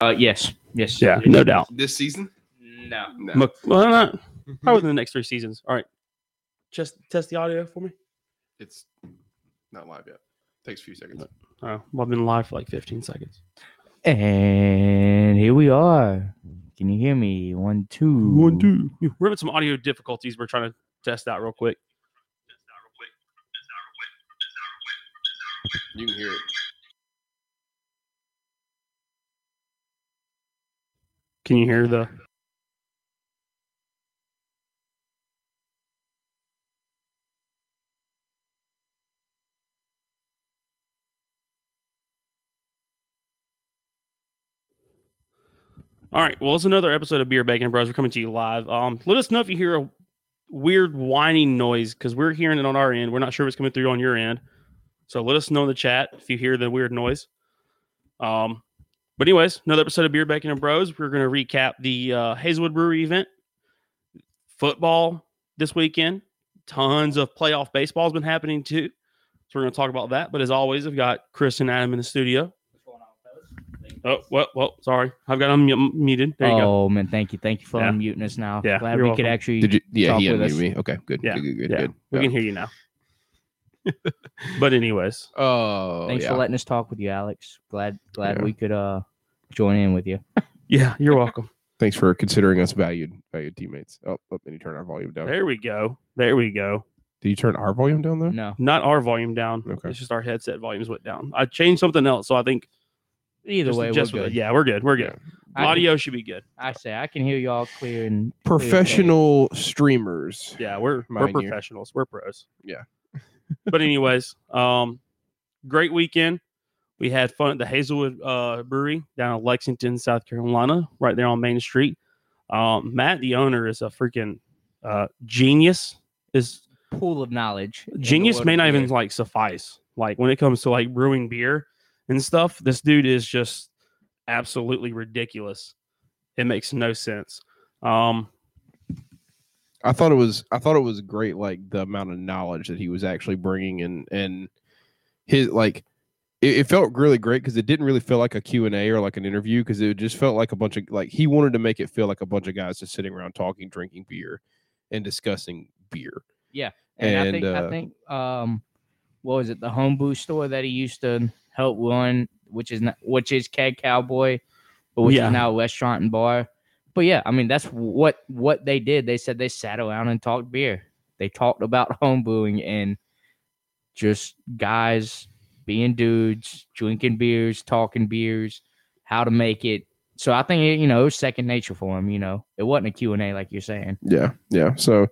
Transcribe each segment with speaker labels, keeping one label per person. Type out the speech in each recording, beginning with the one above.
Speaker 1: Uh, yes, yes.
Speaker 2: Yeah, no doubt.
Speaker 3: This season?
Speaker 1: No.
Speaker 3: No.
Speaker 2: Mc- Well, not probably in the next three seasons. All right, Mm-hmm. just test the audio for me.
Speaker 3: it's not live yet. Takes a few seconds.
Speaker 2: Oh, well, I've been live for like 15 seconds.
Speaker 1: And here we are. Can you hear me? One, two.
Speaker 2: One, two. We're having some audio difficulties. We're trying to test out real quick.
Speaker 3: You can hear it.
Speaker 2: Can you hear the? All right. Well, it's another episode of Beer Bacon Bros. We're coming to you live. Um, let us know if you hear a weird whining noise because we're hearing it on our end. We're not sure if it's coming through on your end. So let us know in the chat if you hear the weird noise. Um, but anyways, another episode of Beer Bacon and Bros. We're going to recap the uh, Hazelwood Brewery event, football this weekend. Tons of playoff baseball has been happening too, so we're going to talk about that. But as always, I've got Chris and Adam in the studio. Oh, well, well, sorry, I've got unmuted. There you
Speaker 1: oh
Speaker 2: go.
Speaker 1: man, thank you, thank you for
Speaker 2: Yeah.
Speaker 1: unmuting us now.
Speaker 2: Yeah,
Speaker 1: glad we
Speaker 2: you're
Speaker 1: could
Speaker 2: welcome.
Speaker 1: actually.
Speaker 3: Did you? Yeah,
Speaker 1: Talk
Speaker 3: he
Speaker 1: with us.
Speaker 3: unmuted me. Okay, good.
Speaker 2: Yeah,
Speaker 3: good, good, good,
Speaker 2: yeah.
Speaker 3: good.
Speaker 2: We
Speaker 3: Yeah.
Speaker 2: can hear you now. but anyways,
Speaker 3: Oh,
Speaker 1: Thanks
Speaker 3: yeah.
Speaker 1: for letting us talk with you, Alex. Glad, glad
Speaker 3: Yeah.
Speaker 1: we could uh join in with you.
Speaker 2: yeah, you're welcome.
Speaker 3: Thanks for considering us valued valued teammates. Oh, oh, and you turn our volume down.
Speaker 2: There we go. There we go.
Speaker 3: Did you turn our volume down though?
Speaker 1: No,
Speaker 2: Not our volume down.
Speaker 3: Okay.
Speaker 2: It's just our headset volumes went down. I changed something else, so I think
Speaker 1: either
Speaker 2: Just
Speaker 1: way,
Speaker 2: adjust
Speaker 1: we're
Speaker 2: with it.
Speaker 1: good.
Speaker 2: Yeah, we're good. We're good.
Speaker 1: I can-
Speaker 2: Audio should be good.
Speaker 1: I say I can hear y'all clear and clear as day.
Speaker 3: Professional streamers.
Speaker 2: Yeah, we're
Speaker 3: Mine
Speaker 2: we're
Speaker 3: here.
Speaker 2: professionals. We're pros.
Speaker 3: Yeah.
Speaker 2: but anyways, um, great weekend. We had fun at the Hazelwood uh, Brewery down in Lexington, South Carolina, right there on Main Street. Um, Matt, the owner, is a freaking uh, genius. Is
Speaker 1: pool of knowledge. in the
Speaker 2: genius
Speaker 1: world
Speaker 2: may
Speaker 1: of
Speaker 2: not even
Speaker 1: beer.
Speaker 2: like suffice. Like when it comes to like brewing beer and stuff, this dude is just absolutely ridiculous. It makes no sense. Um,
Speaker 3: I thought it was I thought it was great like the amount of knowledge that he was actually bringing and and his like it, it felt really great because it didn't really feel like a Q&A or like an interview because it just felt like a bunch of like he wanted to make it feel like a bunch of guys just sitting around talking drinking beer and discussing beer.
Speaker 1: And, I
Speaker 3: and,
Speaker 1: think I
Speaker 3: uh,
Speaker 1: think um, what was it? The homebrew store that he used to help run, which is not, which is Keg Cowboy, but which
Speaker 2: Yeah.
Speaker 1: is now a restaurant and bar. But yeah, I mean that's what what they did. They said they sat around and talked beer. They talked about homebrewing and just guys being dudes, drinking beers, talking beers, how to make it. So I think it, you know it was second nature for him. You know, it wasn't a Q and A like you're saying.
Speaker 3: Yeah. Yeah. So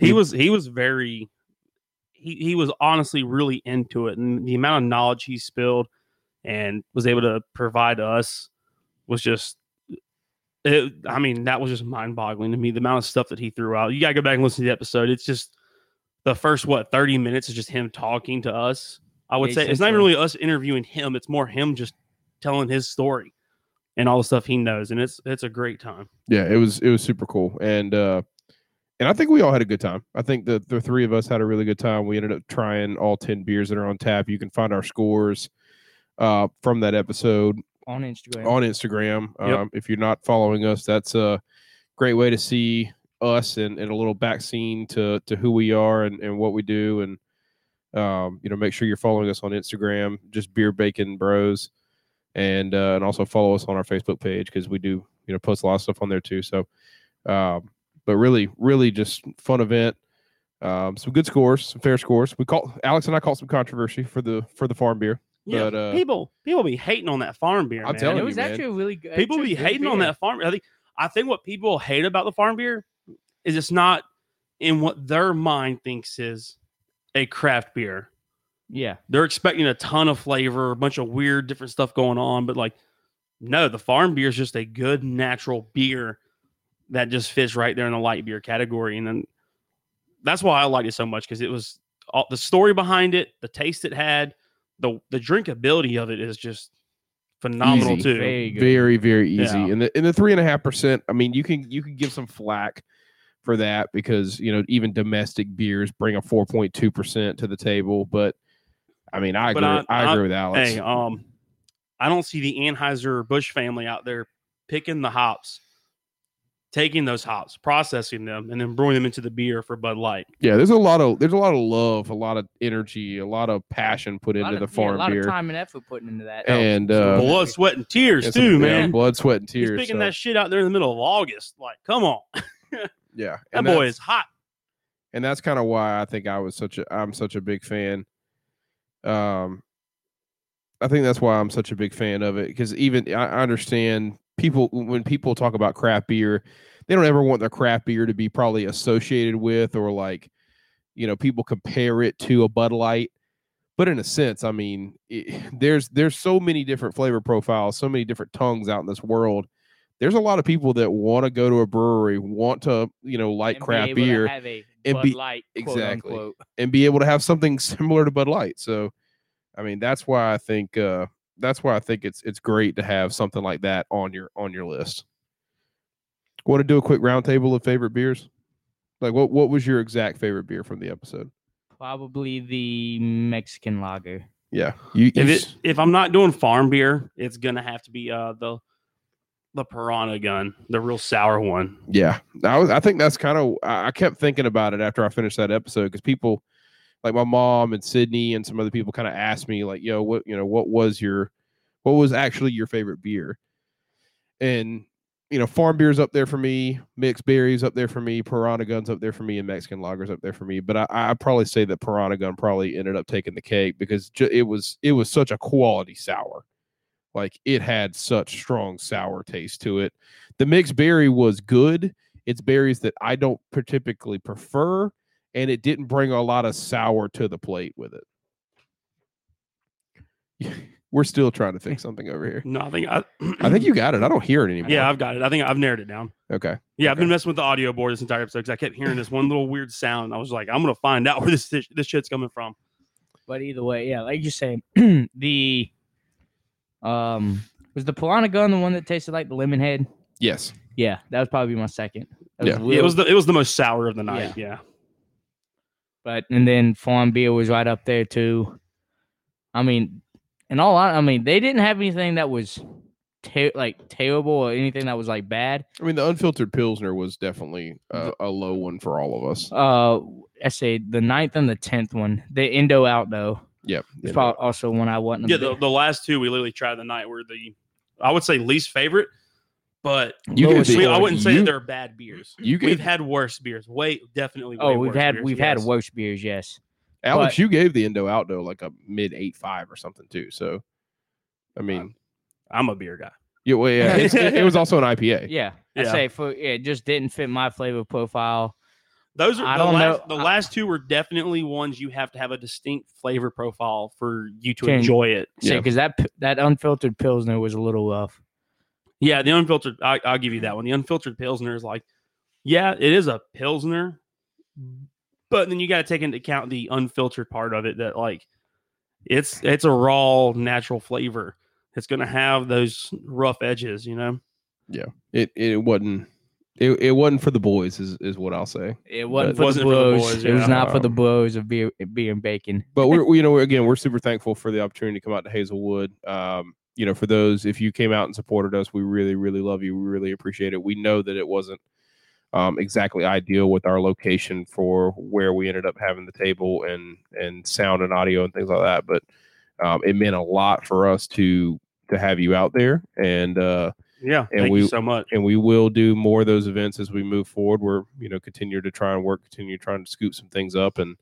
Speaker 2: he
Speaker 3: He-
Speaker 2: was he was very he, he was honestly really into it and the amount of knowledge he spilled and was able to provide to us was just it, i mean that was just mind-boggling to me the amount of stuff that he threw out you gotta go back and listen to the episode it's just the first what 30 minutes is just him talking to us i would
Speaker 1: Yeah,
Speaker 2: say it's not even
Speaker 1: essentially.
Speaker 2: really us interviewing him it's more him just telling his story and all the stuff he knows and it's it's a great time
Speaker 3: yeah it was it was super cool and uh and i think we all had a good time i think the the three of us had a really good time we ended up trying all 10 beers that are on tap you can find our scores uh from that episode
Speaker 1: On Instagram,
Speaker 3: on instagram
Speaker 2: Yep.
Speaker 3: um, if you're not following us that's a great way to see us and, and a little back scene to to who we are and, and what we do and um, you know make sure you're following us on instagram just beer bacon bros and uh, and also follow us on our facebook page because we do you know post a lot of stuff on there too so um, but really really just fun event um, some good scores some fair scores we caught alex and i caught some controversy for the for the farm beer
Speaker 2: yeah
Speaker 3: But, uh,
Speaker 2: people people be hating on that farm beer
Speaker 3: I'm
Speaker 2: man.
Speaker 3: telling
Speaker 1: And it
Speaker 3: you,
Speaker 1: was
Speaker 3: man.
Speaker 1: actually a really good.
Speaker 2: people
Speaker 1: actually
Speaker 2: be
Speaker 1: good
Speaker 2: hating on
Speaker 1: beer.
Speaker 2: that farm. I think I think what people hate about the farm beer is it's not in what their mind thinks is a craft beer.
Speaker 1: Yeah,
Speaker 2: They're expecting a ton of flavor, a bunch of weird different stuff going on, but like no, the farm beer is just a good natural beer that just fits right there in the light beer category and then that's why I liked it so much cuz it was all, the story behind it, the taste it had, the the drinkability of it is just phenomenal
Speaker 3: Easy.
Speaker 2: too.
Speaker 1: very good.
Speaker 3: very very easy
Speaker 2: Yeah.
Speaker 3: and the and the three and a half percent i mean you can you can give some flack for that because you know even domestic beers bring a 4.2 percent to the table but i mean i
Speaker 2: But
Speaker 3: agree
Speaker 2: I-
Speaker 3: i,
Speaker 2: I-
Speaker 3: agree with alex
Speaker 2: Hey, um, I don't see the Anheuser Busch family out there picking the hops, taking those hops, processing them, and then brewing them into the beer for Bud Light.
Speaker 3: Yeah, there's a lot of there's a lot of love, a lot of energy, a lot of passion put
Speaker 1: a lot
Speaker 3: into
Speaker 1: of,
Speaker 3: the
Speaker 1: yeah,
Speaker 3: farm
Speaker 1: a lot
Speaker 3: beer.
Speaker 1: of time and effort putting into that.
Speaker 3: And,
Speaker 1: So-
Speaker 3: uh,
Speaker 2: Blood, sweat, and tears
Speaker 3: And some-
Speaker 2: too,
Speaker 3: yeah,
Speaker 2: man.
Speaker 3: blood, sweat, and
Speaker 2: He's
Speaker 3: tears.
Speaker 2: picking
Speaker 3: so-
Speaker 2: that shit out there in the middle of August. Like, come on, that
Speaker 3: yeah, and
Speaker 2: boy
Speaker 3: that's-
Speaker 2: is hot.
Speaker 3: and that's kind of why I think I was such a I'm such a big fan. Um, I think that's why I'm such a big fan of it because even I I understand people when people talk about craft beer, they don't ever want their craft beer to be probably associated with or like, you know, people compare it to a Bud Light. But in a sense, I mean, it, there's there's so many different flavor profiles, so many different tongues out in this world. There's a lot of people that want to go to a brewery, want to you know like
Speaker 1: and be
Speaker 3: craft
Speaker 1: able to
Speaker 3: beer,
Speaker 1: have a
Speaker 3: and
Speaker 1: Bud
Speaker 3: be-
Speaker 1: Light,
Speaker 3: exactly.
Speaker 1: Quote unquote.
Speaker 3: and be able to have something similar to Bud Light. So, I mean, that's why I think uh, that's why I think it's it's great to have something like that on your on your list. Want to do a quick roundtable of favorite beers? Like, what what was your exact favorite beer from the episode?
Speaker 1: Probably the Mexican lager.
Speaker 3: Yeah, you. you
Speaker 2: If it,
Speaker 3: s-
Speaker 2: if I'm not doing farm beer, it's gonna have to be uh the the Piranha gun, the real sour one.
Speaker 3: yeah, I was. I think that's kind of. I I kept thinking about it after I finished that episode because people, like my mom and Sydney and some other people, kind of asked me like, "Yo, what you know? What was your, what was actually your favorite beer?" And you know, farm beers up there for me, mixed berries up there for me, Piranha guns up there for me, and Mexican lagers up there for me. But I, I probably say that Piranha gun probably ended up taking the cake because ju- it was it was such a quality sour, like it had such strong sour taste to it. The mixed berry was good. It's berries that I don't par- typically prefer, and it didn't bring a lot of sour to the plate with it. We're still trying to fix something over here.
Speaker 2: No, I think I,
Speaker 3: I think you got it. I don't hear it anymore.
Speaker 2: Yeah, I've got it. I think I've narrowed it down.
Speaker 3: Okay.
Speaker 2: Yeah, I've been
Speaker 3: Okay.
Speaker 2: messing with the audio board this entire episode because I kept hearing this one little weird sound. I was like, I'm gonna find out where this this, this shit's coming from.
Speaker 1: But either way, yeah, like you say, the um was the Piranha gun the one that tasted like the lemon head?
Speaker 3: Yes.
Speaker 1: Yeah, that was probably my second. That
Speaker 3: Yeah.
Speaker 2: it
Speaker 1: real-
Speaker 2: was the it was the most sour of the night. Yeah,
Speaker 1: but and then farm beer was right up there too. I mean, and all I, I mean, they didn't have anything that was ter- like terrible or anything that was like bad.
Speaker 3: I mean, the unfiltered Pilsner was definitely uh, a low one for all of us.
Speaker 1: Uh, I say the ninth and the tenth one, the Indo Outdo,
Speaker 3: Yep.
Speaker 1: is probably also one I wasn't. a
Speaker 2: yeah. The,
Speaker 1: big-
Speaker 2: the last two we literally tried the night were the I would say least favorite, but
Speaker 3: You
Speaker 1: lowest
Speaker 3: See,
Speaker 2: we,
Speaker 1: score.
Speaker 2: I wouldn't say
Speaker 3: you-
Speaker 2: that they're bad beers.
Speaker 3: You
Speaker 2: We've
Speaker 3: gave,
Speaker 2: had worse beers. Way definitely. Way
Speaker 1: Oh, we've
Speaker 2: worse
Speaker 1: had
Speaker 2: beers,
Speaker 1: we've
Speaker 2: yes.
Speaker 1: had worse beers. Yes,
Speaker 3: Alex,
Speaker 1: but-
Speaker 3: you gave the Indo Outdo like a mid eight five or something too. So, I mean,
Speaker 2: I'm a beer guy.
Speaker 3: yeah, well, yeah, it's- it, it was also an IPA.
Speaker 1: yeah. I
Speaker 2: Yeah.
Speaker 1: say for it just didn't fit my flavor profile.
Speaker 2: Those are
Speaker 1: I
Speaker 2: the
Speaker 1: don't
Speaker 2: last,
Speaker 1: know.
Speaker 2: the
Speaker 1: I-
Speaker 2: last two were definitely ones you have to have a distinct flavor profile for you to
Speaker 1: Can-
Speaker 2: enjoy it.
Speaker 1: Say
Speaker 3: Yeah.
Speaker 1: because that p- that unfiltered pilsner was a little rough.
Speaker 2: Yeah, the unfiltered. I, I'll give you that one. The unfiltered pilsner is like, yeah, it is a pilsner, but then you got to take into account the unfiltered part of it. That like, it's it's a raw, natural flavor. It's gonna have those rough edges, you know.
Speaker 3: It it wasn't it, it wasn't for the boys is, is what I'll say.
Speaker 1: It wasn't,
Speaker 3: But-
Speaker 1: for,
Speaker 2: Wasn't
Speaker 1: the bros. It
Speaker 2: yeah. Uh-huh.
Speaker 1: was not for the
Speaker 3: Um,
Speaker 1: bros of beer, beer and bacon.
Speaker 3: But we're we- you know we're, again we're super thankful for the opportunity to come out to Hazelwood. Um, you know, for those if you came out and supported us, we really really love you. We really appreciate it. We know that it wasn't um, exactly ideal with our location for where we ended up having the table and and sound and audio and things like that, but um, it meant a lot for us to to have you out there and uh
Speaker 2: Yeah,
Speaker 3: And
Speaker 2: thank
Speaker 3: we-
Speaker 2: you so much.
Speaker 3: and we will do more of those events as we move forward. We're you know continue to try and work, continue trying to scoop some things up, and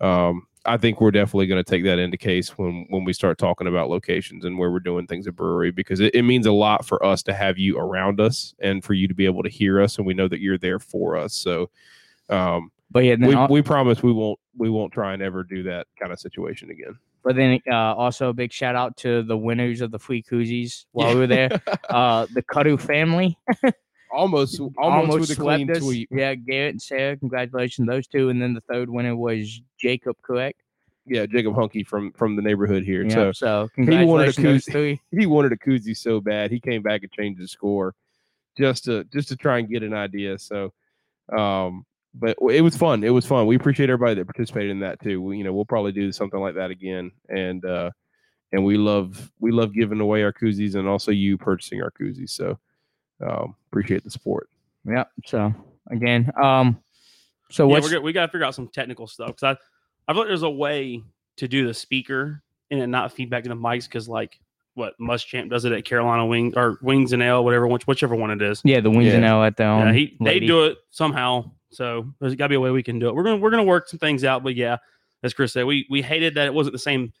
Speaker 3: um, I think we're definitely going to take that into case when when we start talking about locations and where we're doing things at brewery because it, it means a lot for us to have you around us and for you to be able to hear us, and we know that you're there for us. So um,
Speaker 1: But yeah, then
Speaker 3: we
Speaker 1: al-
Speaker 3: we promise we won't we won't try and ever do that kind of situation again.
Speaker 1: but then uh, also a big shout out to the winners of the free koozies while we were there. Uh, the Kudu family
Speaker 3: Almost, almost, with a
Speaker 1: swept
Speaker 3: clean
Speaker 1: us.
Speaker 3: sweep.
Speaker 1: Yeah, Garrett and Sarah, congratulations those two. And then the third winner was Jacob, correct?
Speaker 3: Yeah, Jacob Hunky from from the neighborhood here.
Speaker 1: Yeah,
Speaker 3: So
Speaker 1: so, congratulations those
Speaker 3: koozie.
Speaker 1: three.
Speaker 3: he wanted a koozie so bad he came back and changed the score just to just to try and get an idea so um but it was fun it was fun we appreciate everybody that participated in that too we, you know we'll probably do something like that again and uh and we love we love giving away our koozies and also you purchasing our koozies. So um, appreciate the support.
Speaker 1: Yep. So again, um, so
Speaker 2: yeah,
Speaker 1: what's
Speaker 2: we're go- we got to figure out some technical stuff because I, I feel like there's a way to do the speaker and it not feedback to the mics because like what Muschamp does it at Carolina Wings or Wings and L, whatever, which, whichever one it is.
Speaker 1: yeah the wings and L at the um,
Speaker 2: yeah, he, they
Speaker 1: lady.
Speaker 2: do it somehow. So there's got to be a way we can do it. We're gonna we're gonna work some things out. But yeah, as Chris said, we we hated that it wasn't the same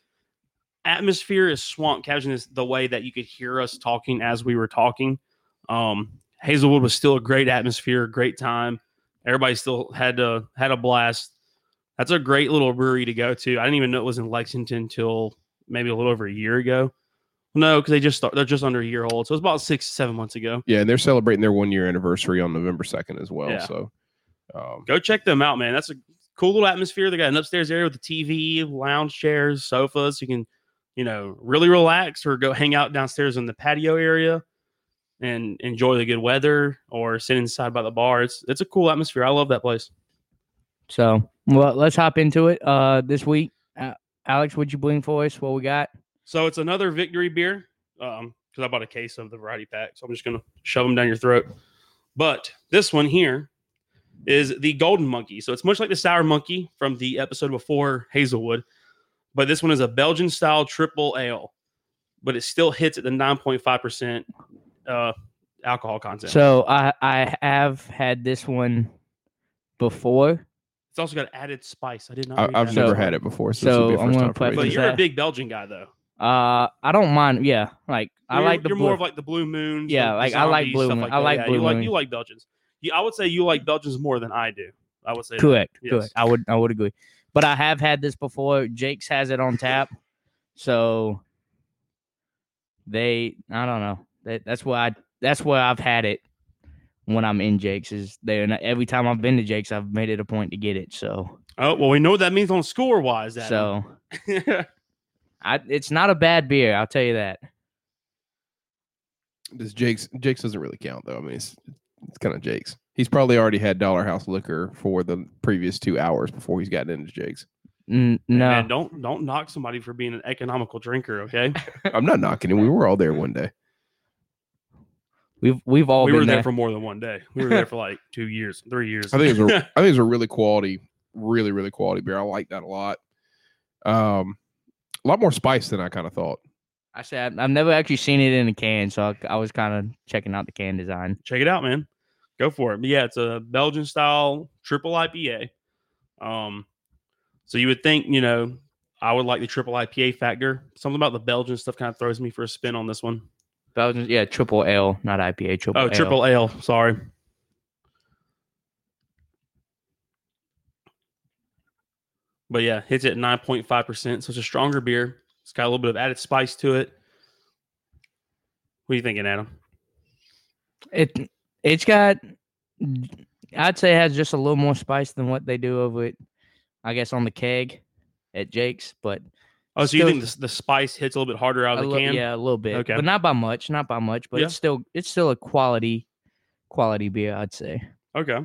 Speaker 2: atmosphere as Swamp Cabin is the way that you could hear us talking as we were talking. Um, Hazelwood was still a great atmosphere, great time. Everybody still had a had a blast. That's a great little brewery to go to. I didn't even know it was in Lexington until maybe a little over a year ago. No, because they just start, they're just under a year old, so it's about six seven months ago.
Speaker 3: Yeah, and they're celebrating their one year anniversary on November second as well.
Speaker 2: Yeah.
Speaker 3: So um,
Speaker 2: go check them out, man. That's a cool little atmosphere. They got an upstairs area with a TV, lounge chairs, sofas. You can, you know, really relax or go hang out downstairs in the patio area and enjoy the good weather or sit inside by the bar. It's it's a cool atmosphere. I love that place.
Speaker 1: So well, let's hop into it. Uh, this week, uh, Alex, would you bling for us? What we got?
Speaker 2: So it's another victory beer. Um, because I bought a case of the variety pack, so I'm just gonna shove them down your throat. But this one here is the Golden Monkey. So it's much like the Sour Monkey from the episode before Hazelwood, but this one is a Belgian style triple ale, but it still hits at the 9.5% uh, alcohol content.
Speaker 1: So I I have had this one before.
Speaker 2: it's also got added spice. I did not.
Speaker 3: I,
Speaker 2: read
Speaker 3: I've
Speaker 2: that.
Speaker 3: never
Speaker 1: So-
Speaker 3: had it before. So,
Speaker 1: so
Speaker 3: this will be
Speaker 1: I'm
Speaker 3: the
Speaker 1: gonna
Speaker 3: first time for
Speaker 1: play-
Speaker 3: me.
Speaker 2: But you're
Speaker 1: that-
Speaker 2: a big Belgian guy, though.
Speaker 1: Uh, I don't mind. Yeah, like I
Speaker 2: You're-
Speaker 1: like the
Speaker 2: you're
Speaker 1: blue.
Speaker 2: more of like the blue moon.
Speaker 1: Yeah, like, I like Blue Moon. I like Blue
Speaker 2: you like
Speaker 1: Moon.
Speaker 2: you like Belgians. You, I would say you like Belgians more than I do. I would say that.
Speaker 1: correct.
Speaker 2: Yes.
Speaker 1: Correct. I would I would agree. But I have had this before. Jake's has it on tap. So they I don't know. That that's why I that's where I've had it when I'm in Jake's is there and every time I've been to Jake's I've made it a point to get it. So
Speaker 2: Oh well, we know what that means on score wise.
Speaker 1: so
Speaker 2: So
Speaker 1: I it's not a bad beer, I'll tell you that.
Speaker 3: This Jake's Jake's doesn't really count though. I mean, it's it's kind of Jake's. He's probably already had Dollar House liquor for the previous two hours before he's gotten into Jake's.
Speaker 1: N- no.
Speaker 2: man, don't don't knock somebody for being an economical drinker. Okay,
Speaker 3: I'm not knocking him. We were all there one day.
Speaker 1: we've we've all
Speaker 2: we
Speaker 1: been
Speaker 2: were there
Speaker 1: there.
Speaker 2: for more than one day. We were there for like two years, three years.
Speaker 3: I think it was a, I think it was a really quality, really really quality beer. I like that a lot. Um, a lot more spice than I kind of thought.
Speaker 1: I said I've never actually seen it in a can, so I, I was kind of checking out the can design.
Speaker 2: check it out, man. Go for it. But yeah, it's a Belgian style triple IPA. Um, so you would think, you know, I would like the triple IPA factor. Something about the Belgian stuff kind of throws me for a spin on this one.
Speaker 1: Belgian, yeah, triple L, not IPA, triple
Speaker 2: Oh,
Speaker 1: L.
Speaker 2: triple ale. Sorry. But yeah, hits at 9.5%. So it's a stronger beer. It's got a little bit of added spice to it. What are you thinking, Adam?
Speaker 1: It it's got I'd say it has just a little more spice than what they do over it, I guess on the keg at Jake's, but
Speaker 2: Oh, so you
Speaker 1: Still-
Speaker 2: think the, the spice hits a little bit harder out
Speaker 1: a
Speaker 2: of the
Speaker 1: li-
Speaker 2: can?
Speaker 1: yeah, a little bit.
Speaker 2: Okay.
Speaker 1: But not by much, not by much, but
Speaker 2: Yeah.
Speaker 1: it's still it's still a quality quality beer, I'd say.
Speaker 2: Okay.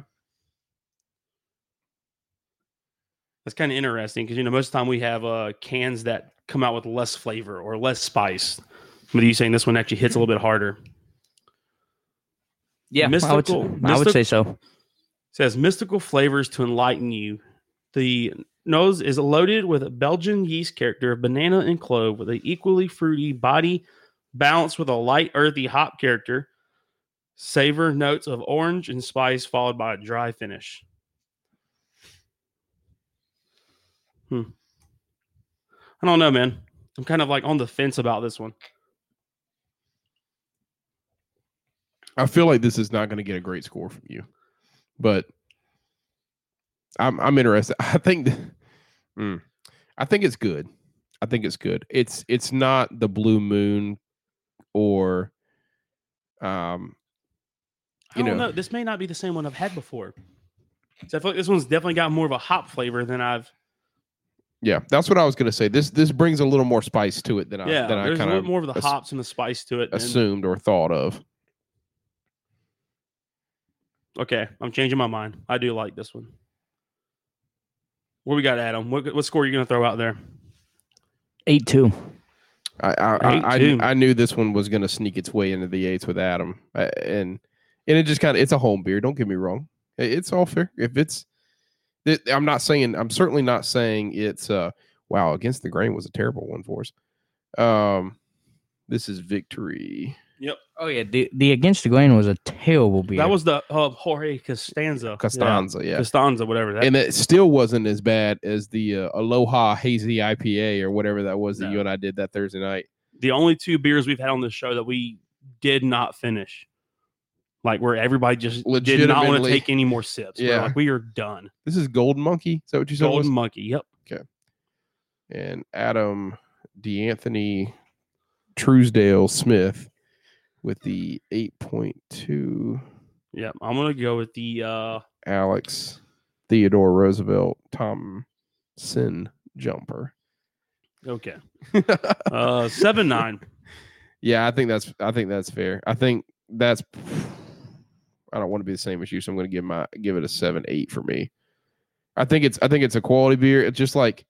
Speaker 2: That's kind of interesting because you know most of the time we have uh cans that come out with less flavor or less spice. But are you saying this one actually hits a little bit harder?
Speaker 1: Yeah, I would, s-
Speaker 2: Mystical-
Speaker 1: I would
Speaker 2: mystic-
Speaker 1: say so.
Speaker 2: says mystical flavors to enlighten you. The nose is loaded with a Belgian yeast character of banana and clove with an equally fruity body balanced with a light earthy hop character. Savor notes of orange and spice followed by a dry finish. Hmm. I don't know, man. I'm kind of like on the fence about this one.
Speaker 3: I feel like this is not going to get a great score from you, but I'm I'm interested. I think, th- Mm. I think it's good. I think it's good. It's it's not the Blue Moon or, um,
Speaker 2: I
Speaker 3: You
Speaker 2: don't
Speaker 3: know.
Speaker 2: know. This may not be the same one I've had before. So I feel like this one's definitely got more of a hop flavor than I've
Speaker 3: yeah, that's what I was going to say. This this brings a little more spice to it than I
Speaker 2: Yeah,
Speaker 3: than I
Speaker 2: there's a
Speaker 3: kind
Speaker 2: little
Speaker 3: of
Speaker 2: more of the
Speaker 3: ass-
Speaker 2: hops and the spice to it. man.
Speaker 3: assumed or thought of.
Speaker 2: Okay, I'm changing my mind. I do like this one. What we got, Adam? What, what score are you going to throw out there?
Speaker 1: Eight two.
Speaker 3: I I,
Speaker 2: Eight,
Speaker 3: I,
Speaker 2: two.
Speaker 3: I, I knew this one was going to sneak its way into the eights with Adam, I, and and it just kind of it's a home beer. Don't get me wrong, I- it's all fair. If it's, it, I'm not saying I'm certainly not saying it's uh wow against the grain was a terrible one for us. Um, this is victory.
Speaker 1: Oh yeah, the, the against the grain was a terrible beer.
Speaker 2: That was the uh, Jorge Costanza.
Speaker 3: Costanza,
Speaker 2: Yeah.
Speaker 3: yeah,
Speaker 2: Costanza, whatever. That,
Speaker 3: and it still wasn't as bad as the uh, Aloha Hazy IPA or whatever that was that
Speaker 2: No.
Speaker 3: you and I did that Thursday night.
Speaker 2: the only two beers we've had on this show that we did not finish, like where everybody just did not want to
Speaker 3: Legitimately.
Speaker 2: take any more sips. We're
Speaker 3: Yeah.
Speaker 2: like, we are done.
Speaker 3: This is Golden Monkey. Is that what you said? it was?
Speaker 2: Golden Monkey. Yep.
Speaker 3: and Adam DeAnthony Truesdale Smith with the 8.2
Speaker 2: Yep. I'm gonna go with the uh
Speaker 3: Alex Theodore Roosevelt Thompson jumper.
Speaker 2: okay. Uh seven nine.
Speaker 3: yeah, I think that's I think that's fair. I think that's I don't want to be the same as you, so I'm going to give my give it a seven eight for me. I think it's I think it's a quality beer. It's just like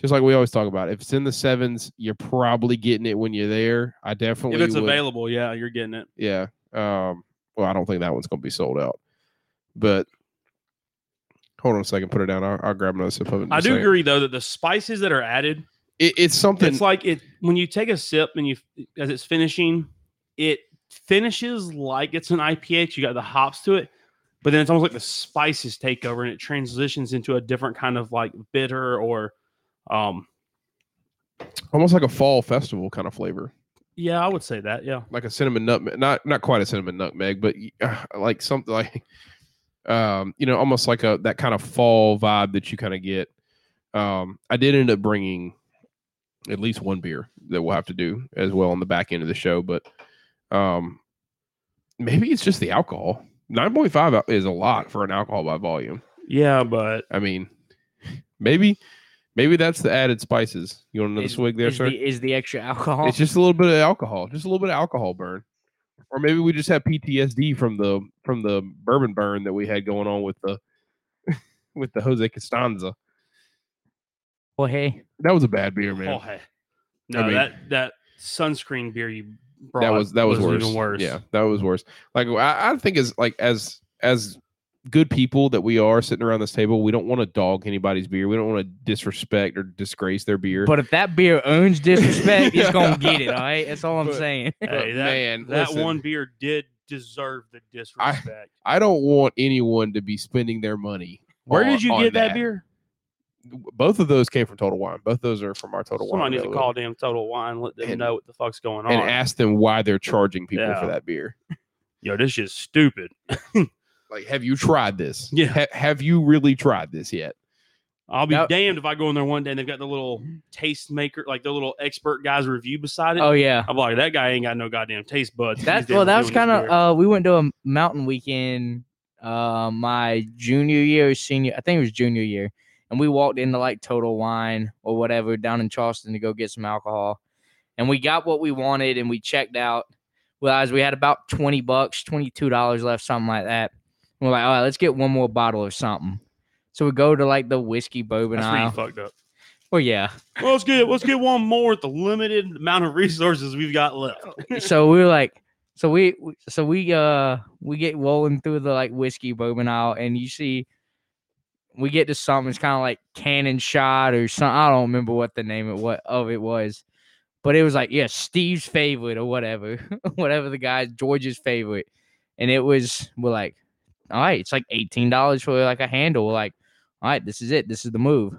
Speaker 3: just like we always talk about. If it's in the sevens, you're probably getting it when you're there. I definitely
Speaker 2: If it's
Speaker 3: would-
Speaker 2: available, yeah, you're getting it.
Speaker 3: Yeah. Um, well, I don't think that one's going to be sold out. But hold on a second, put it down. I'll, I'll grab another sip of it. in
Speaker 2: I
Speaker 3: a
Speaker 2: do
Speaker 3: second.
Speaker 2: agree though that the spices that are added,
Speaker 3: It, it's something.
Speaker 2: it's like it when you take a sip and you as it's finishing, it finishes like it's an IPH. You got the hops to it, but then it's almost like the spices take over and it transitions into a different kind of like bitter or um
Speaker 3: almost like a fall festival kind of flavor,
Speaker 2: yeah, I would say that. Yeah.
Speaker 3: like a cinnamon nutmeg. Not not quite a cinnamon nutmeg, but uh, like something like, um, you know, almost like a that kind of fall vibe that you kind of get. Um, I did end up bringing at least one beer that we'll have to do as well on the back end of the show, but um, maybe it's just the alcohol. Nine point five is a lot for an alcohol by volume.
Speaker 2: Yeah, but
Speaker 3: I mean, maybe maybe that's the added spices. You want another
Speaker 1: Is-
Speaker 3: swig there,
Speaker 1: is
Speaker 3: sir?
Speaker 1: The, is the extra alcohol?
Speaker 3: It's just a little bit of alcohol, just a little bit of alcohol burn, or maybe we just have PTSD from the from the bourbon burn that we had going on with the with the Jose Costanza.
Speaker 1: well, hey,
Speaker 3: That was a bad beer, man.
Speaker 2: oh, hey. No,
Speaker 3: mean-
Speaker 2: that that sunscreen beer you brought
Speaker 3: that was that was, worse.
Speaker 2: even worse.
Speaker 3: Yeah, that was worse. Like I, I think as like as as good people that we are sitting around this table, we don't want to dog anybody's beer. We don't want to disrespect or disgrace their beer.
Speaker 1: but if that beer owns disrespect, it's gonna get it. All right, that's all I'm
Speaker 3: But-
Speaker 1: saying.
Speaker 2: Hey,
Speaker 3: But,
Speaker 2: that,
Speaker 3: man,
Speaker 2: that
Speaker 3: listen.
Speaker 2: one beer did deserve the disrespect.
Speaker 3: I don't want anyone to be spending their money.
Speaker 2: Where
Speaker 3: on-
Speaker 2: did you
Speaker 3: on
Speaker 2: get that, beer?
Speaker 3: Both of those came from Total Wine. Both those are from our Total Wine.
Speaker 2: Someone needs to
Speaker 3: availability.
Speaker 2: call damn Total Wine, let them
Speaker 3: And-
Speaker 2: know what the fuck's going on.
Speaker 3: and ask them why they're charging people
Speaker 2: Yeah.
Speaker 3: for that beer.
Speaker 2: Yo, this shit's stupid.
Speaker 3: Like, have you tried this?
Speaker 2: Yeah.
Speaker 3: Ha- have you really tried this yet?
Speaker 2: I'll be
Speaker 1: That-
Speaker 2: damned if I go in there one day and they've got the little taste maker, like the little expert guy's review beside it.
Speaker 1: Oh yeah,
Speaker 2: I'm like, that guy ain't got no goddamn taste buds.
Speaker 1: That well, that was kind of uh, we went to a mountain weekend uh, my junior year, or senior. I think it was junior year, and we walked into like Total Wine or whatever down in Charleston to go get some alcohol, and we got what we wanted, and we checked out. Realized we had about twenty bucks, twenty two dollars left, something like that. And we're like, all right, let's get one more bottle of something. So we go to like the whiskey bourbon
Speaker 2: That's where you
Speaker 1: aisle.
Speaker 2: fucked up.
Speaker 1: Well, yeah.
Speaker 2: Well, let's get let's get one more with the limited amount of resources we've got left.
Speaker 1: Oh. so we were like, so we, we- so we, uh, we get rolling through the like whiskey bourbon aisle, and you see, we get to something. It's kind of like cannon shot or something. I don't remember what the name of what of it was, but it was like yeah, Steve's favorite or whatever, whatever the guy George's favorite, and it was we're like, all right, it's like eighteen dollars for like a handle. We're like, all right, this is it. This is the move.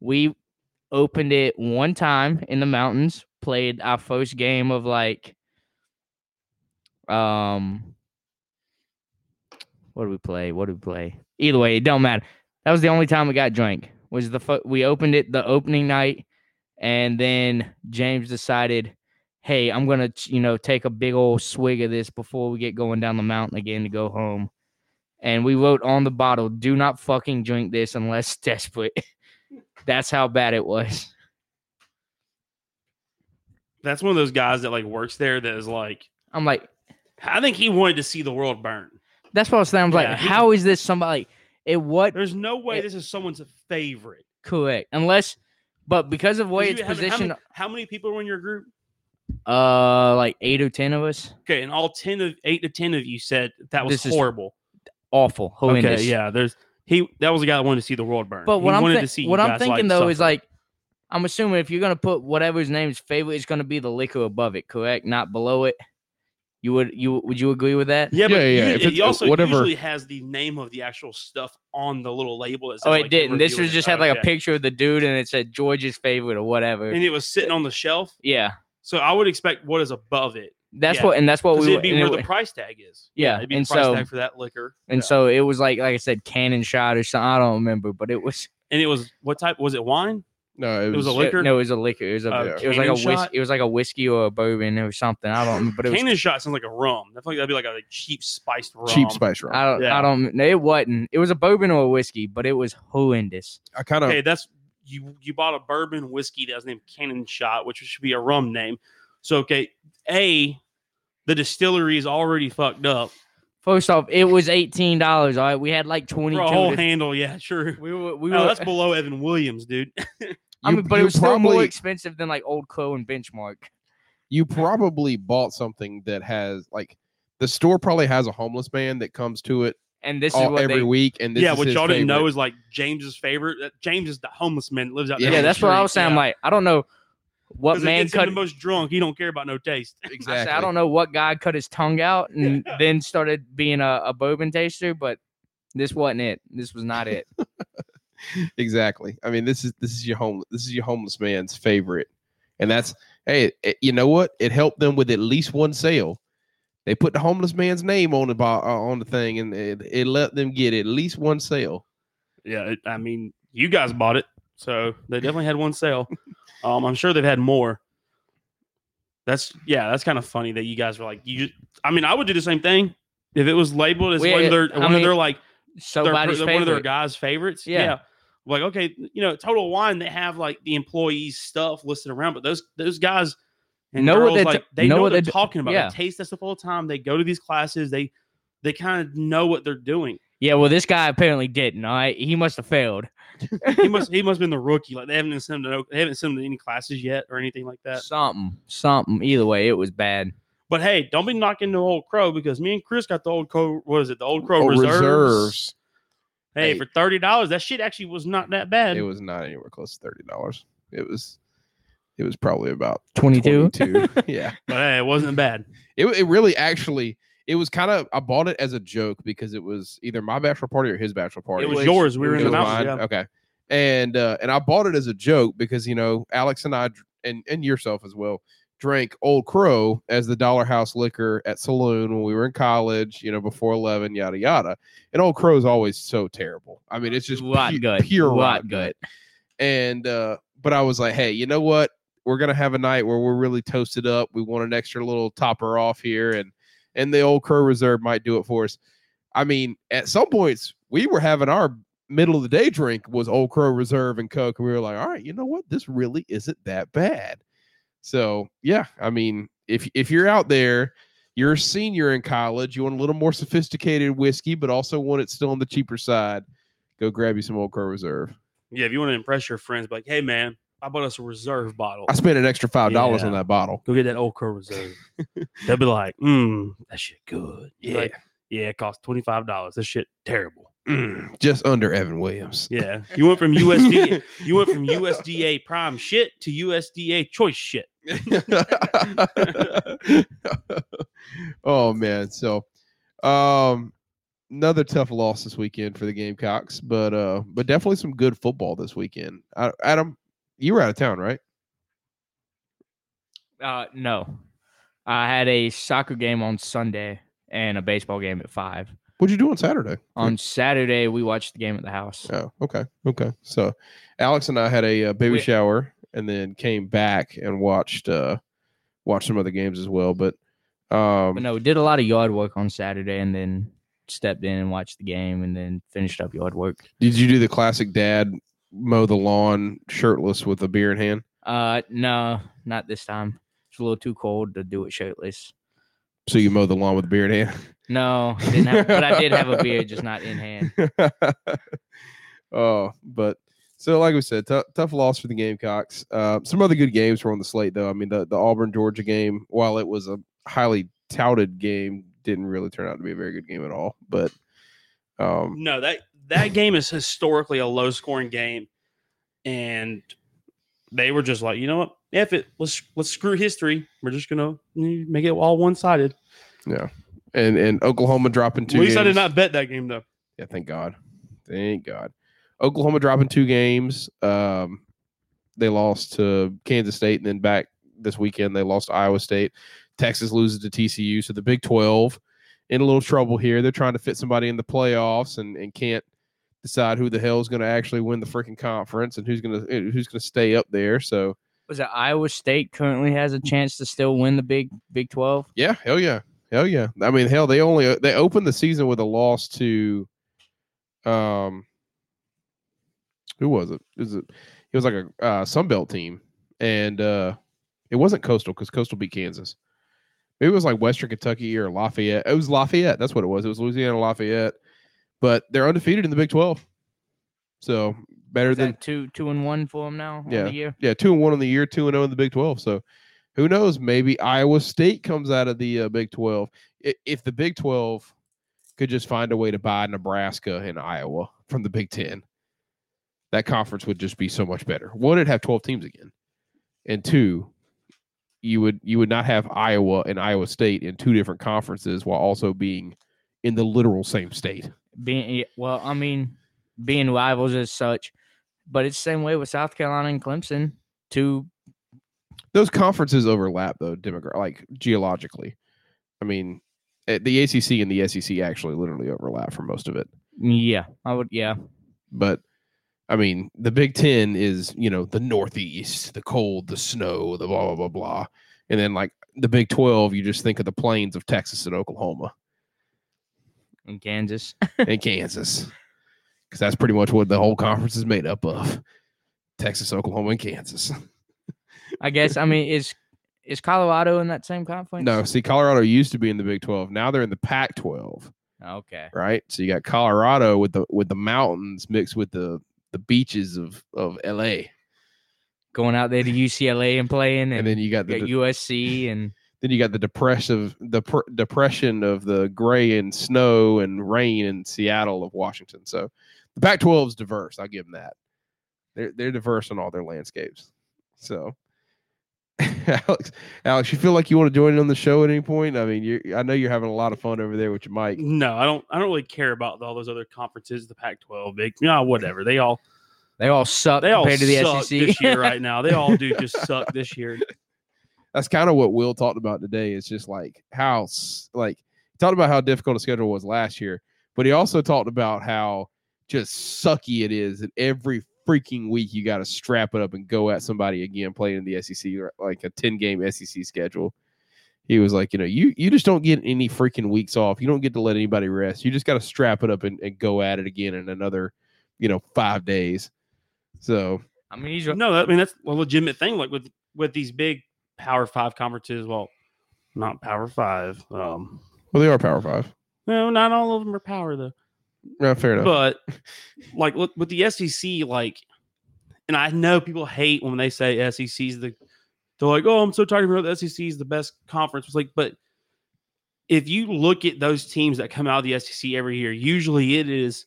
Speaker 1: We opened it one time in the mountains, played our first game of like um what did we play? What did we play? Either way, it don't matter. That was the only time we got drank. Was the fu- we opened it the opening night and then James decided, "Hey, I'm going to, you know, take a big old swig of this before we get going down the mountain again to go home." And we wrote on the bottle, "Do not fucking drink this unless desperate." That's how bad it was.
Speaker 2: That's one of those guys that like works there that is like,
Speaker 1: I'm like,
Speaker 2: I think he wanted to see the world burn.
Speaker 1: that's what I was saying. I'm
Speaker 2: Yeah,
Speaker 1: like,
Speaker 2: he-
Speaker 1: how is this somebody? It what
Speaker 2: There's no way
Speaker 1: Yeah.
Speaker 2: this is someone's favorite.
Speaker 1: correct unless But because of the way
Speaker 2: You
Speaker 1: it's
Speaker 2: have- how many-
Speaker 1: positioned,
Speaker 2: How many people were in your group?
Speaker 1: uh, like eight or ten of us,
Speaker 2: Okay, and all ten of eight to ten of you said that was
Speaker 1: This is
Speaker 2: horrible.
Speaker 1: awful, horrendous.
Speaker 2: Okay, yeah. There's he. That was a guy that wanted to see the world burn.
Speaker 1: But
Speaker 2: He
Speaker 1: what I'm
Speaker 2: wanted
Speaker 1: thi-
Speaker 2: to see
Speaker 1: what
Speaker 2: you
Speaker 1: I'm
Speaker 2: guys,
Speaker 1: thinking though is
Speaker 2: suffer.
Speaker 1: like, I'm assuming if you're gonna put whatever his name is favorite, it's gonna be the liquor above it, correct? Not below it. You would you would you agree with that?
Speaker 2: yeah, but
Speaker 3: Yeah, yeah,
Speaker 2: you-
Speaker 3: if
Speaker 2: it
Speaker 3: it's-
Speaker 2: also
Speaker 3: whatever-
Speaker 2: usually has the name of the actual stuff on the little label. That says,
Speaker 1: Oh,
Speaker 2: like,
Speaker 1: it
Speaker 2: the
Speaker 1: didn't. This
Speaker 2: review
Speaker 1: was
Speaker 2: of
Speaker 1: just
Speaker 2: it.
Speaker 1: had like
Speaker 2: Okay.
Speaker 1: a picture of the dude, and it said George's favorite or whatever.
Speaker 2: and it was sitting on the shelf.
Speaker 1: yeah,
Speaker 2: So I would expect what is above it.
Speaker 1: that's
Speaker 2: Yeah.
Speaker 1: what, and that's what
Speaker 2: 'Cause
Speaker 1: we.
Speaker 2: it'd be
Speaker 1: and
Speaker 2: where the
Speaker 1: it-
Speaker 2: price tag is.
Speaker 1: Yeah,
Speaker 2: it'd be
Speaker 1: and
Speaker 2: the price
Speaker 1: so-
Speaker 2: tag for that liquor.
Speaker 1: and
Speaker 2: Yeah.
Speaker 1: so it was like, like I said, cannon shot or something. I don't remember, but it was.
Speaker 2: and it was what type was it? Wine?
Speaker 3: No, it was,
Speaker 2: It was a liquor.
Speaker 1: No, it was a liquor. It was a.
Speaker 2: Uh,
Speaker 1: it was like a
Speaker 2: Cannon
Speaker 1: whiskey.
Speaker 2: shot?
Speaker 1: It was like a whiskey or a bourbon or something. I don't. remember, But it was.
Speaker 2: Cannon shot sounds like a rum. I feel like that'd be like a like, cheap spiced rum.
Speaker 3: cheap spice rum.
Speaker 1: I don't.
Speaker 2: Yeah.
Speaker 1: I don't. No, it wasn't. It was a bourbon or a whiskey, but it was horrendous.
Speaker 3: I kind of
Speaker 2: Okay, that's you. You bought a bourbon whiskey that was named Cannon Shot, which should be a rum name. So okay, a the distillery is already fucked up
Speaker 1: First off, it was eighteen dollars. All right, we had like
Speaker 2: for
Speaker 1: twenty-two.
Speaker 2: a whole
Speaker 1: to-
Speaker 2: handle. Yeah, sure.
Speaker 1: we were. We were.
Speaker 2: Oh, that's below Evan Williams, dude.
Speaker 1: I
Speaker 3: you-
Speaker 1: mean, but it
Speaker 3: you
Speaker 1: was still more
Speaker 3: probably-
Speaker 1: expensive than like Old Crow and Benchmark.
Speaker 3: you probably bought something that has like the store probably has a homeless man that comes to it
Speaker 1: And this is
Speaker 3: all,
Speaker 1: what
Speaker 3: every
Speaker 1: they.
Speaker 3: week. And this
Speaker 2: yeah,
Speaker 3: is
Speaker 2: what
Speaker 3: his
Speaker 2: y'all didn't know
Speaker 3: favorite.
Speaker 2: is like James's favorite. that- James is the homeless man that lives out there.
Speaker 1: Yeah,
Speaker 3: Yeah,
Speaker 2: on the
Speaker 1: that's what I
Speaker 2: street,
Speaker 1: was saying. I'm
Speaker 2: yeah.
Speaker 1: Like, I don't know what
Speaker 2: 'Cause it
Speaker 1: man
Speaker 2: gets him
Speaker 1: cut.
Speaker 2: the most drunk. He don't care about no taste.
Speaker 1: I, said,
Speaker 3: exactly.
Speaker 1: I don't know what guy cut his tongue out and then started being a, a bourbon taster, but this wasn't it. This was not it.
Speaker 3: exactly. I mean, this is this is your home. This is your homeless man's favorite, and that's hey, it- you know what? It helped them with at least one sale. They put the homeless man's name on the bo- uh, on the thing, and it, it let them get at least one sale.
Speaker 2: yeah, it, I mean, you guys bought it, so they definitely had one sale. Um, I'm sure they've had more. That's yeah, that's kind of funny that you guys were like you. Just, I mean, I would do the same thing if it was labeled as
Speaker 1: Well,
Speaker 2: one of their
Speaker 1: I
Speaker 2: one of their
Speaker 1: mean,
Speaker 2: like their, per-
Speaker 1: Somebody's
Speaker 2: one of their
Speaker 1: favorite.
Speaker 2: guys' favorites.
Speaker 1: Yeah.
Speaker 2: Like okay, you know, Total Wine they have like the employees' stuff listed around, but those those guys and
Speaker 1: Know what
Speaker 2: girls,
Speaker 1: they do-
Speaker 2: like they know, what they're
Speaker 1: do-
Speaker 2: talking about.
Speaker 1: yeah.
Speaker 2: They taste this stuff all the time. They go to these classes. They they kind of know what they're doing.
Speaker 1: Yeah, well, this guy apparently didn't. All right, he must have failed.
Speaker 2: he must he must have been the rookie. Like they haven't sent him to no, they haven't sent him to any classes yet or anything like that.
Speaker 1: Something, something. Either way, it was bad.
Speaker 2: But hey, don't be knocking the old crow because me and Chris got the old crow. What is it? The old crow
Speaker 3: Oh,
Speaker 2: reserves.
Speaker 3: reserves.
Speaker 2: Hey,
Speaker 3: Hey.
Speaker 2: for thirty dollars, that shit actually was not that bad.
Speaker 3: It was not anywhere close to thirty dollars. It was, it was probably about
Speaker 1: 22?
Speaker 3: Twenty-two. yeah.
Speaker 2: but hey, it wasn't bad.
Speaker 3: It, it really actually it was kind of I bought it as a joke because it was either my bachelor party or his bachelor party.
Speaker 2: It was yours. We were
Speaker 3: It
Speaker 2: in the
Speaker 3: was
Speaker 2: mountains.
Speaker 3: mine?
Speaker 2: Yeah.
Speaker 3: Okay. And uh, and I bought it as a joke because you know Alex and I dr- and and yourself as well drank Old Crow as the Dollar House liquor at Saloon when we were in college. You know before eleven, yada yada. And Old Crow is always so terrible. I mean, it's just
Speaker 1: Rot
Speaker 3: pu-
Speaker 1: gut,
Speaker 3: pure
Speaker 1: rot
Speaker 3: rot
Speaker 1: gut.
Speaker 3: gut. And uh, but I was like, hey, you know what? We're gonna have a night where we're really toasted up. We want an extra little topper off here, and and the Old Crow Reserve might do it for us. I mean, at some points we were having our middle of the day drink was Old Crow Reserve and Coke. And we were like, all right, you know what? This really isn't that bad. So yeah, I mean, if if you're out there, you're a senior in college, you want a little more sophisticated whiskey, but also want it still on the cheaper side, go grab you some Old Crow Reserve.
Speaker 2: Yeah, if you want to impress your friends, be like, hey man, I bought us a reserve bottle.
Speaker 3: I spent an extra five dollars on
Speaker 2: Yeah.
Speaker 3: that bottle.
Speaker 2: Go get that old crow reserve. They'll be like, mm, that shit good. You're like, yeah, it costs twenty five dollars. This shit terrible.
Speaker 3: Mm, just under Evan Williams.
Speaker 2: Yeah, you went from USDA You went from USDA prime shit to USDA choice shit.
Speaker 3: oh man, so um another tough loss this weekend for the Gamecocks, but uh but definitely some good football this weekend. I, Adam, you were out of town, right?
Speaker 1: Uh, no, I had a soccer game on Sunday and a baseball game at five.
Speaker 3: What'd you do on Saturday?
Speaker 1: On Saturday, we watched the game at the house.
Speaker 3: Oh, okay, okay. So Alex and I had a uh, baby
Speaker 1: We-
Speaker 3: shower and then came back and watched uh watched some other games as well, but um
Speaker 1: But no, did a lot of yard work on Saturday and then stepped in and watched the game and then finished up yard work.
Speaker 3: Did you do the classic dad mow the lawn shirtless with a beer in hand?
Speaker 1: Uh, no, not this time. It's a little too cold to do it shirtless.
Speaker 3: So you mow the lawn with a beer in hand?
Speaker 1: No, I didn't have, but I did have a beer, just not in hand.
Speaker 3: oh, but So, like we said, tou- tough loss for the Gamecocks. Uh, some other good games were on the slate, though. I mean, the, the Auburn Georgia game, while it was a highly touted game, didn't really turn out to be a very good game at all. But um,
Speaker 2: No, that that game is historically a low scoring game, and they were just like, you know what? F it. Let's let's screw history. We're just gonna mm, make it all one sided.
Speaker 3: and and Oklahoma dropping
Speaker 2: At
Speaker 3: two.
Speaker 2: least I did
Speaker 3: games.
Speaker 2: not bet that game though.
Speaker 3: Yeah, thank God. Thank God. Oklahoma dropping two games. Um, they lost to Kansas State, and then back this weekend they lost to Iowa State. Texas loses to TCU, so the Big Twelve in a little trouble here. They're trying to fit somebody in the playoffs and and can't decide who the hell is going to actually win the freaking conference and who's going to who's going to stay up there. So
Speaker 1: Was it Iowa State currently has a chance to still win the Big Big Twelve?
Speaker 3: yeah, hell yeah, hell yeah. I mean, hell, they only they opened the season with a loss to, um, who was it? It was it? It was like a uh, Sunbelt team, and uh, it wasn't Coastal because Coastal beat Kansas. Maybe it was like Western Kentucky or Lafayette. It was Lafayette. That's what it was. It was Louisiana Lafayette, but they're undefeated in the Big Twelve, so better
Speaker 1: Is
Speaker 3: than
Speaker 1: that two two and one for them now on
Speaker 3: Yeah.
Speaker 1: the year?
Speaker 3: yeah, two and one on the year, two and zero in the Big Twelve. So, who knows? Maybe Iowa State comes out of the uh, Big Twelve. I- If the Big Twelve could just find a way to buy Nebraska and Iowa from the Big Ten, that conference would just be so much better. One, it'd have twelve teams again, and two, you would you would not have Iowa and Iowa State in two different conferences while also being in the literal same state.
Speaker 1: Being yeah, well, I mean, being rivals as such, but it's the same way with South Carolina and Clemson. Two
Speaker 3: those conferences overlap though demogra- like geologically i mean eh, the acc and the sec actually literally overlap for most of it
Speaker 1: yeah, I would yeah.
Speaker 3: but i mean the big ten is you know the northeast the cold the snow the blah blah blah blah and then like the big 12 you just think of the plains of texas and oklahoma
Speaker 1: In Kansas.
Speaker 3: and kansas because that's pretty much what the whole conference is made up of texas oklahoma and kansas
Speaker 1: I guess I mean is is Colorado in that same conference?
Speaker 3: no see colorado used to be in the big 12 now they're in the pac 12
Speaker 1: Okay.
Speaker 3: right? So you got Colorado with the with the mountains mixed with the the beaches of of LA,
Speaker 1: Going out there to UCLA and playing and,
Speaker 3: and then you got the
Speaker 1: got
Speaker 3: de-
Speaker 1: USC and
Speaker 3: then you got the depressive the pr- depression of the gray and snow and rain in Seattle of Washington. So the Pac-12 is diverse. I'll give them that. They're they're diverse on all their landscapes. So. Alex, Alex, you feel like you want to join in on the show at any point? I mean, you—I know you're having a lot of fun over there with your mic.
Speaker 2: No, I don't. I don't really care about all those other conferences. The Pac-12, big, yeah, whatever. They all
Speaker 1: they all suck
Speaker 2: they all
Speaker 1: compared to the E
Speaker 2: suck
Speaker 1: SEC.
Speaker 2: this year right now. They all do just suck this year.
Speaker 3: that's kind of what Will talked about today. It's just like how s- like he talked about how difficult the schedule was last year, but he also talked about how just sucky it is that every freaking week you got to strap it up and go at somebody again playing in the SEC or like a 10 game SEC schedule. He was like, you know, you you just don't get any freaking weeks off. You don't get to let anybody rest. You just got to strap it up and, and go at it again in another, you know, five days. So
Speaker 1: I mean he's
Speaker 2: No, I mean that's a legitimate thing. Like with with these big Power Five conferences, well, not Power Five. Um,
Speaker 3: well, they are power five.
Speaker 2: no, not all of them are power though.
Speaker 3: Yeah, fair enough.
Speaker 2: But like look with the SEC, like, and I know people hate when they say SEC's the, they're like, oh, I'm so tired of hearing the SEC is the best conference. It's like, but if you look at those teams that come out of the SEC every year, usually it is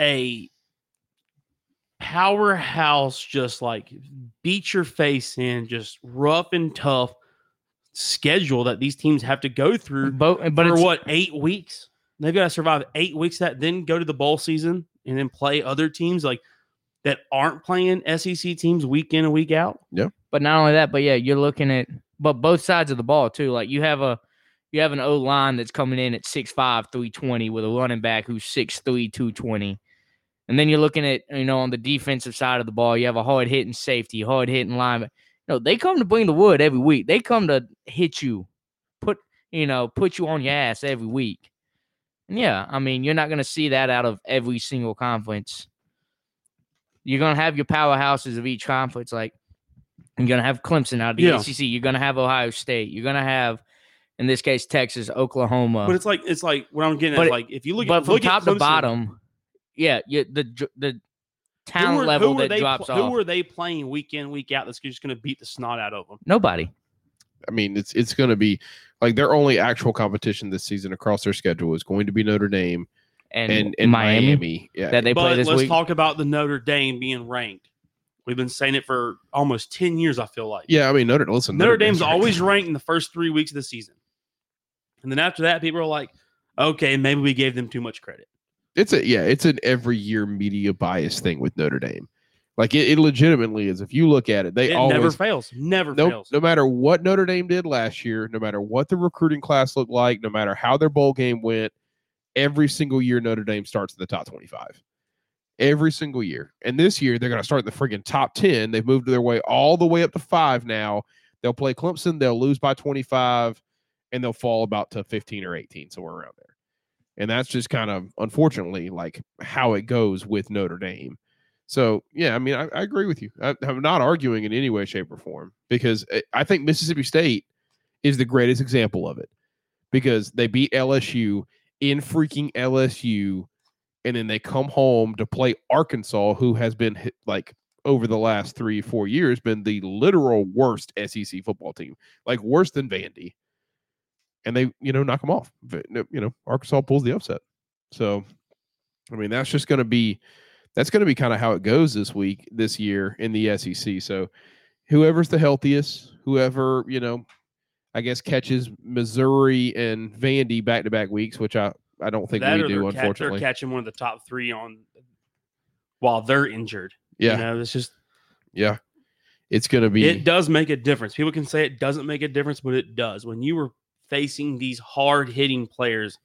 Speaker 2: a powerhouse, just like beat your face in, just rough and tough schedule that these teams have to go through
Speaker 1: but but
Speaker 2: for
Speaker 1: it's,
Speaker 2: what eight weeks? They've got to survive eight weeks that then go to the bowl season and then play other teams like that aren't playing SEC teams week in and week out.
Speaker 1: But not only that, but yeah, you're looking at but both sides of the ball too. Like you have a you have an O line that's coming in at 6'5", 320 with a running back who's 6'3", 220. And then you're looking at, you know, on the defensive side of the ball, you have a hard hitting safety, hard hitting lineman. No, they come to bring the wood every week. They come to hit you, put you know, put you on your ass every week. And yeah, I mean, you're not gonna see that out of every single conference. You're gonna have your powerhouses of each conference, like you're going to have Clemson out of the
Speaker 2: Yeah.
Speaker 1: ACC. You're going to have Ohio State. You're going to have, in this case, Texas, Oklahoma.
Speaker 2: But it's like it's like what I'm getting
Speaker 1: Uh. But
Speaker 2: at.
Speaker 1: it-
Speaker 2: Like if you look
Speaker 1: but
Speaker 2: at
Speaker 1: from
Speaker 2: look at
Speaker 1: top to
Speaker 2: Clemson-
Speaker 1: bottom, yeah, yeah, the dr- the
Speaker 2: Who
Speaker 1: talent
Speaker 2: are-
Speaker 1: level
Speaker 2: who are
Speaker 1: that
Speaker 2: they
Speaker 1: drops
Speaker 2: pl-
Speaker 1: off.
Speaker 2: Who are they playing week in, week out that's just going to beat the snot out of them?
Speaker 1: Nobody.
Speaker 3: I mean, it's it's going to be like their only actual competition this season across their schedule is going to be Notre Dame
Speaker 1: And,
Speaker 3: and, and, Miami.
Speaker 1: Miami,
Speaker 3: Yeah,
Speaker 1: that they play
Speaker 2: but
Speaker 1: this
Speaker 2: let's
Speaker 1: week.
Speaker 2: talk about the Notre Dame being ranked. We've been saying it for almost 10 years, I feel like.
Speaker 3: yeah. I mean, Notre. Listen,
Speaker 2: Notre, Dame's
Speaker 3: ranked-
Speaker 2: always ranked in the first three weeks of the season. And then after that, people are like, okay, maybe we gave them too much credit.
Speaker 3: It's a yeah. It's an every year media bias thing with Notre Dame. Like it, it legitimately is. If you look at it, they
Speaker 2: it
Speaker 3: always
Speaker 2: never fails. Never
Speaker 3: no,
Speaker 2: fails.
Speaker 3: no matter what Notre Dame did last year, no matter what the recruiting class looked like, no matter how their bowl game went, every single year Notre Dame starts in the top 25. Every single year. And this year they're going to start in the friggin' top 10. They've moved their way all the way up to five now. They'll play Clemson, they'll lose by 25, and they'll fall about to 15 or 18, somewhere around there. And that's just kind of unfortunately like how it goes with Notre Dame. So yeah, I mean, I, I agree with you. I, I'm not arguing in any way, shape, or form because I- I think Mississippi State is the greatest example of it because they beat LSU in freaking LSU, and then they come home to play Arkansas, who has been hit, like over the last three, four years been the literal worst SEC football team, like worse than Vandy, and they you know knock them off. But, You know, Arkansas pulls the upset. So, I mean, that's just going to be that's going to be kind of how it goes this week, this year in the SEC. So, whoever's the healthiest, whoever you know, I guess catches Missouri and Vandy back to back weeks, which I I don't think
Speaker 2: That
Speaker 3: we
Speaker 2: or
Speaker 3: do,
Speaker 2: they're ca-
Speaker 3: unfortunately.
Speaker 2: they're catching one of the top three on while they're injured.
Speaker 3: yeah,
Speaker 2: You know, it's just
Speaker 3: yeah, it's going to be
Speaker 2: It does make a difference. People can say it doesn't make a difference, but it does. When you were facing these hard hitting players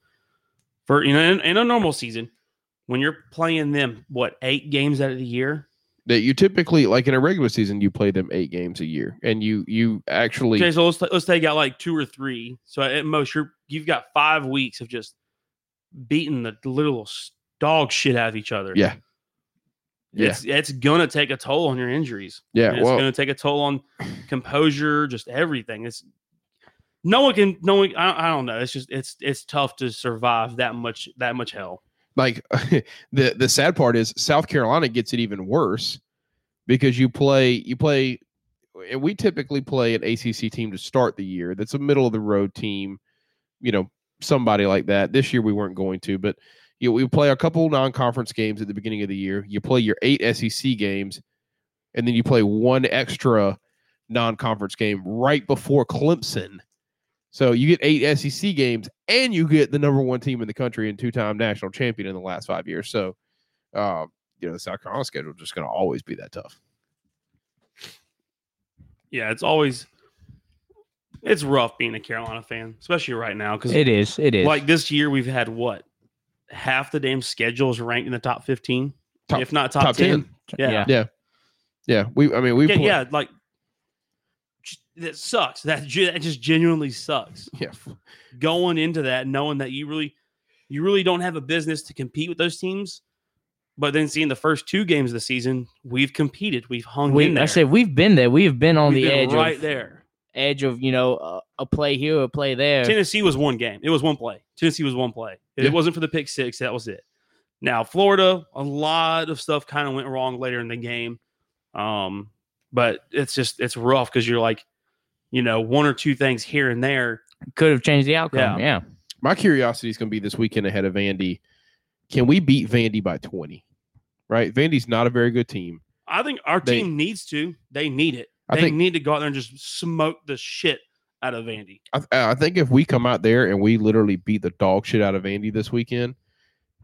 Speaker 2: for you know in, in a normal season, when you're playing them what eight games out of the year,
Speaker 3: that you typically like in a regular season you play them eight games a year, and you you actually
Speaker 2: okay, so let's ta- let's take out like two or three. So at most you're you've got five weeks of just beating the little s- dog shit out of each other.
Speaker 3: yeah yeah
Speaker 2: It's it's gonna take a toll on your injuries.
Speaker 3: yeah
Speaker 2: And it's
Speaker 3: well
Speaker 2: going to take a toll on composure, just everything. It's no one can, no one. I, I don't know. It's just it's it's tough to survive that much that much hell.
Speaker 3: like the the sad part is South Carolina gets it even worse because you play you play and we typically play an ACC team to start the year that's a middle of the road team, you know, somebody like that. This year we weren't going to, but you we play a couple non-conference games at the beginning of the year. You play your 8 SEC games and then you play one extra non-conference game right before Clemson. So you get eight SEC games, and you get the number one team in the country and two-time national champion in the last five years. So, uh, you know, the South Carolina schedule is just going to always be that tough.
Speaker 2: Yeah, it's always it's rough being a Carolina fan, especially right now because
Speaker 1: It is. It is.
Speaker 2: like this year we've had what half the damn schedules ranked in the top fifteen,
Speaker 3: Top-
Speaker 2: if not top,
Speaker 3: Top, ten.
Speaker 2: ten. Yeah.
Speaker 1: yeah.
Speaker 3: Yeah, we. I mean, we.
Speaker 2: Yeah,
Speaker 3: play-
Speaker 2: yeah, like j- that sucks. That ge- that just genuinely sucks.
Speaker 3: yeah, f-
Speaker 2: going into that knowing that you really you really don't have a business to compete with those teams but then seeing the first two games of the season we've competed we've hung in
Speaker 1: We,
Speaker 2: there
Speaker 1: I said we've been there. We've been on
Speaker 2: We've
Speaker 1: the
Speaker 2: been
Speaker 1: edge,
Speaker 2: right
Speaker 1: of,
Speaker 2: there
Speaker 1: edge of you know a, a play here, a play there.
Speaker 2: tennessee was one game it was one play tennessee was one play if
Speaker 3: Yeah.
Speaker 2: it wasn't for the pick six that was it now florida a lot of stuff kind of went wrong later in the game um but it's just it's rough because you're like you know one or two things here and there
Speaker 1: Could have changed the outcome. Yeah.
Speaker 3: my curiosity is going to be this weekend ahead of Vandy. Can we beat Vandy by twenty? Right, Vandy's not a very good team.
Speaker 2: I think our
Speaker 3: They-
Speaker 2: team needs to. They need it.
Speaker 3: I
Speaker 2: they
Speaker 3: think-
Speaker 2: need to go out there and just smoke the shit out of Vandy.
Speaker 3: I, th- I think if we come out there and we literally beat the dog shit out of Andy this weekend,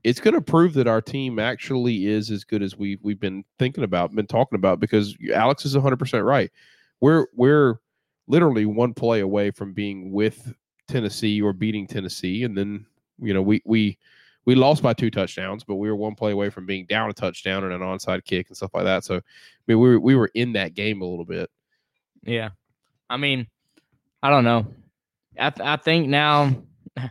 Speaker 3: it's going to prove that our team actually is as good as we we've been thinking about, been talking about. Because Alex is 100 percent right. We're we're literally one play away from being with Tennessee or beating Tennessee, and then you know we we we lost by two touchdowns, but we were one play away from being down a touchdown and an onside kick and stuff like that. So I mean, we were, we were in that game a little bit.
Speaker 1: Yeah. I mean, I don't know. I th- I think now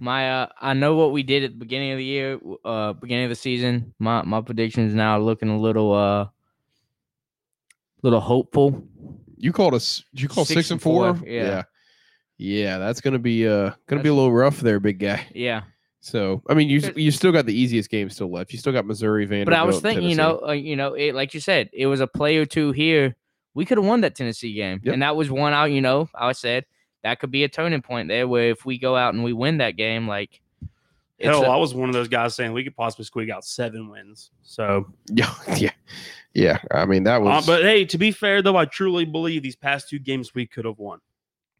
Speaker 1: my uh, I know what we did at the beginning of the year, w- uh beginning of the season. My my predictions now are looking a little uh little hopeful.
Speaker 3: You called us. Did you call six, and four?
Speaker 1: yeah.
Speaker 3: yeah, Yeah, That's gonna be uh gonna be
Speaker 1: That's-
Speaker 3: a little rough there, big guy.
Speaker 1: Yeah.
Speaker 3: So I mean, you
Speaker 1: Good.
Speaker 3: you still got the easiest game still left. You still got Missouri, Vanderbilt.
Speaker 1: But I was thinking,
Speaker 3: Tennessee.
Speaker 1: you know, uh, you know, it, like you said, it was a play or two here. We could have won that Tennessee game,
Speaker 3: Yep.
Speaker 1: and that was one out. You know, I said that could be a turning point there, where if we go out and we win that game, like, it's
Speaker 2: Hell,
Speaker 1: a-
Speaker 2: I was one of those guys saying we could possibly squeak out seven wins. So,
Speaker 3: yeah, yeah, yeah. I mean, that
Speaker 2: uh,
Speaker 3: was.
Speaker 2: but hey, to be fair though, I truly believe these past two games we could have won.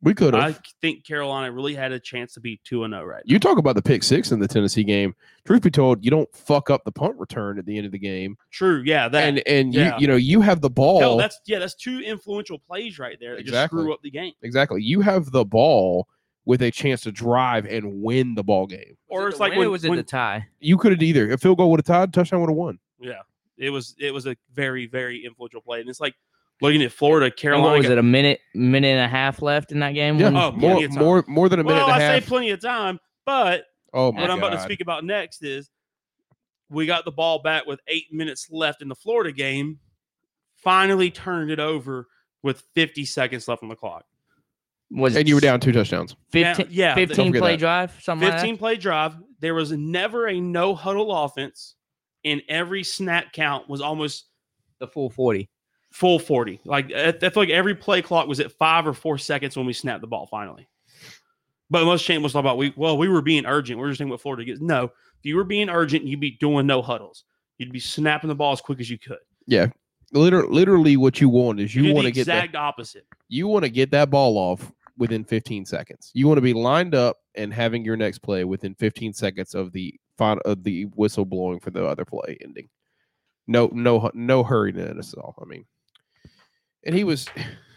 Speaker 3: we could have.
Speaker 2: I think Carolina really had a chance to be two and zero right.
Speaker 3: You talk about the pick six in the Tennessee game. Truth be told, you don't fuck up the punt return at the end of the game,
Speaker 2: True, yeah, that
Speaker 3: and and
Speaker 2: yeah.
Speaker 3: you you know you have the ball.
Speaker 2: Hell, that's yeah, that's two influential plays right there. That Just
Speaker 3: Exactly.
Speaker 2: screw up the game.
Speaker 3: exactly. You have the ball with a chance to drive and win the ball game.
Speaker 1: was
Speaker 2: Or
Speaker 1: it
Speaker 2: it's
Speaker 1: the
Speaker 2: like
Speaker 1: win
Speaker 2: when,
Speaker 1: was it
Speaker 2: when-
Speaker 1: the tie?
Speaker 3: You could have either a field goal would have tied, touchdown would have won.
Speaker 2: yeah, it was it was a very very influential play, and it's like looking at Florida,
Speaker 1: And
Speaker 2: Carolina.
Speaker 1: what was it? A minute, minute and a half left in that game.
Speaker 3: Yeah,
Speaker 1: when-
Speaker 2: Oh,
Speaker 3: more
Speaker 2: plenty of time.
Speaker 3: more more than a minute
Speaker 2: well, I
Speaker 3: and a half.
Speaker 2: say plenty of time, but
Speaker 3: oh my
Speaker 2: what I'm
Speaker 3: god!
Speaker 2: about to speak about next is we got the ball back with eight minutes left in the Florida game. Finally turned it over with 50 seconds left on the clock.
Speaker 1: was
Speaker 3: and you were down two touchdowns.
Speaker 2: Now-
Speaker 1: 15,
Speaker 2: yeah, the
Speaker 1: 15
Speaker 3: forget
Speaker 1: play
Speaker 3: that.
Speaker 1: drive, something
Speaker 2: 15 play drive. There was never a no huddle offense, and every snap count was almost
Speaker 1: the full 40.
Speaker 2: full 40. Like I I feel like every play clock was at five or four seconds when we snapped the ball finally. But most shame was all about we well, we were being urgent. We are just thinking what Florida gets. No, if you were being urgent, you'd be doing no huddles. You'd be snapping the ball as quick as you could.
Speaker 3: Literally, literally, what you want is
Speaker 2: You,
Speaker 3: you
Speaker 2: did
Speaker 3: want
Speaker 2: the
Speaker 3: to get that
Speaker 2: exact opposite.
Speaker 3: you want to get that ball off within 15 seconds. You want to be lined up and having your next play within 15 seconds of the final, of the whistle blowing for the other play ending. No, no, hu- no hurry to us all. I mean, and he was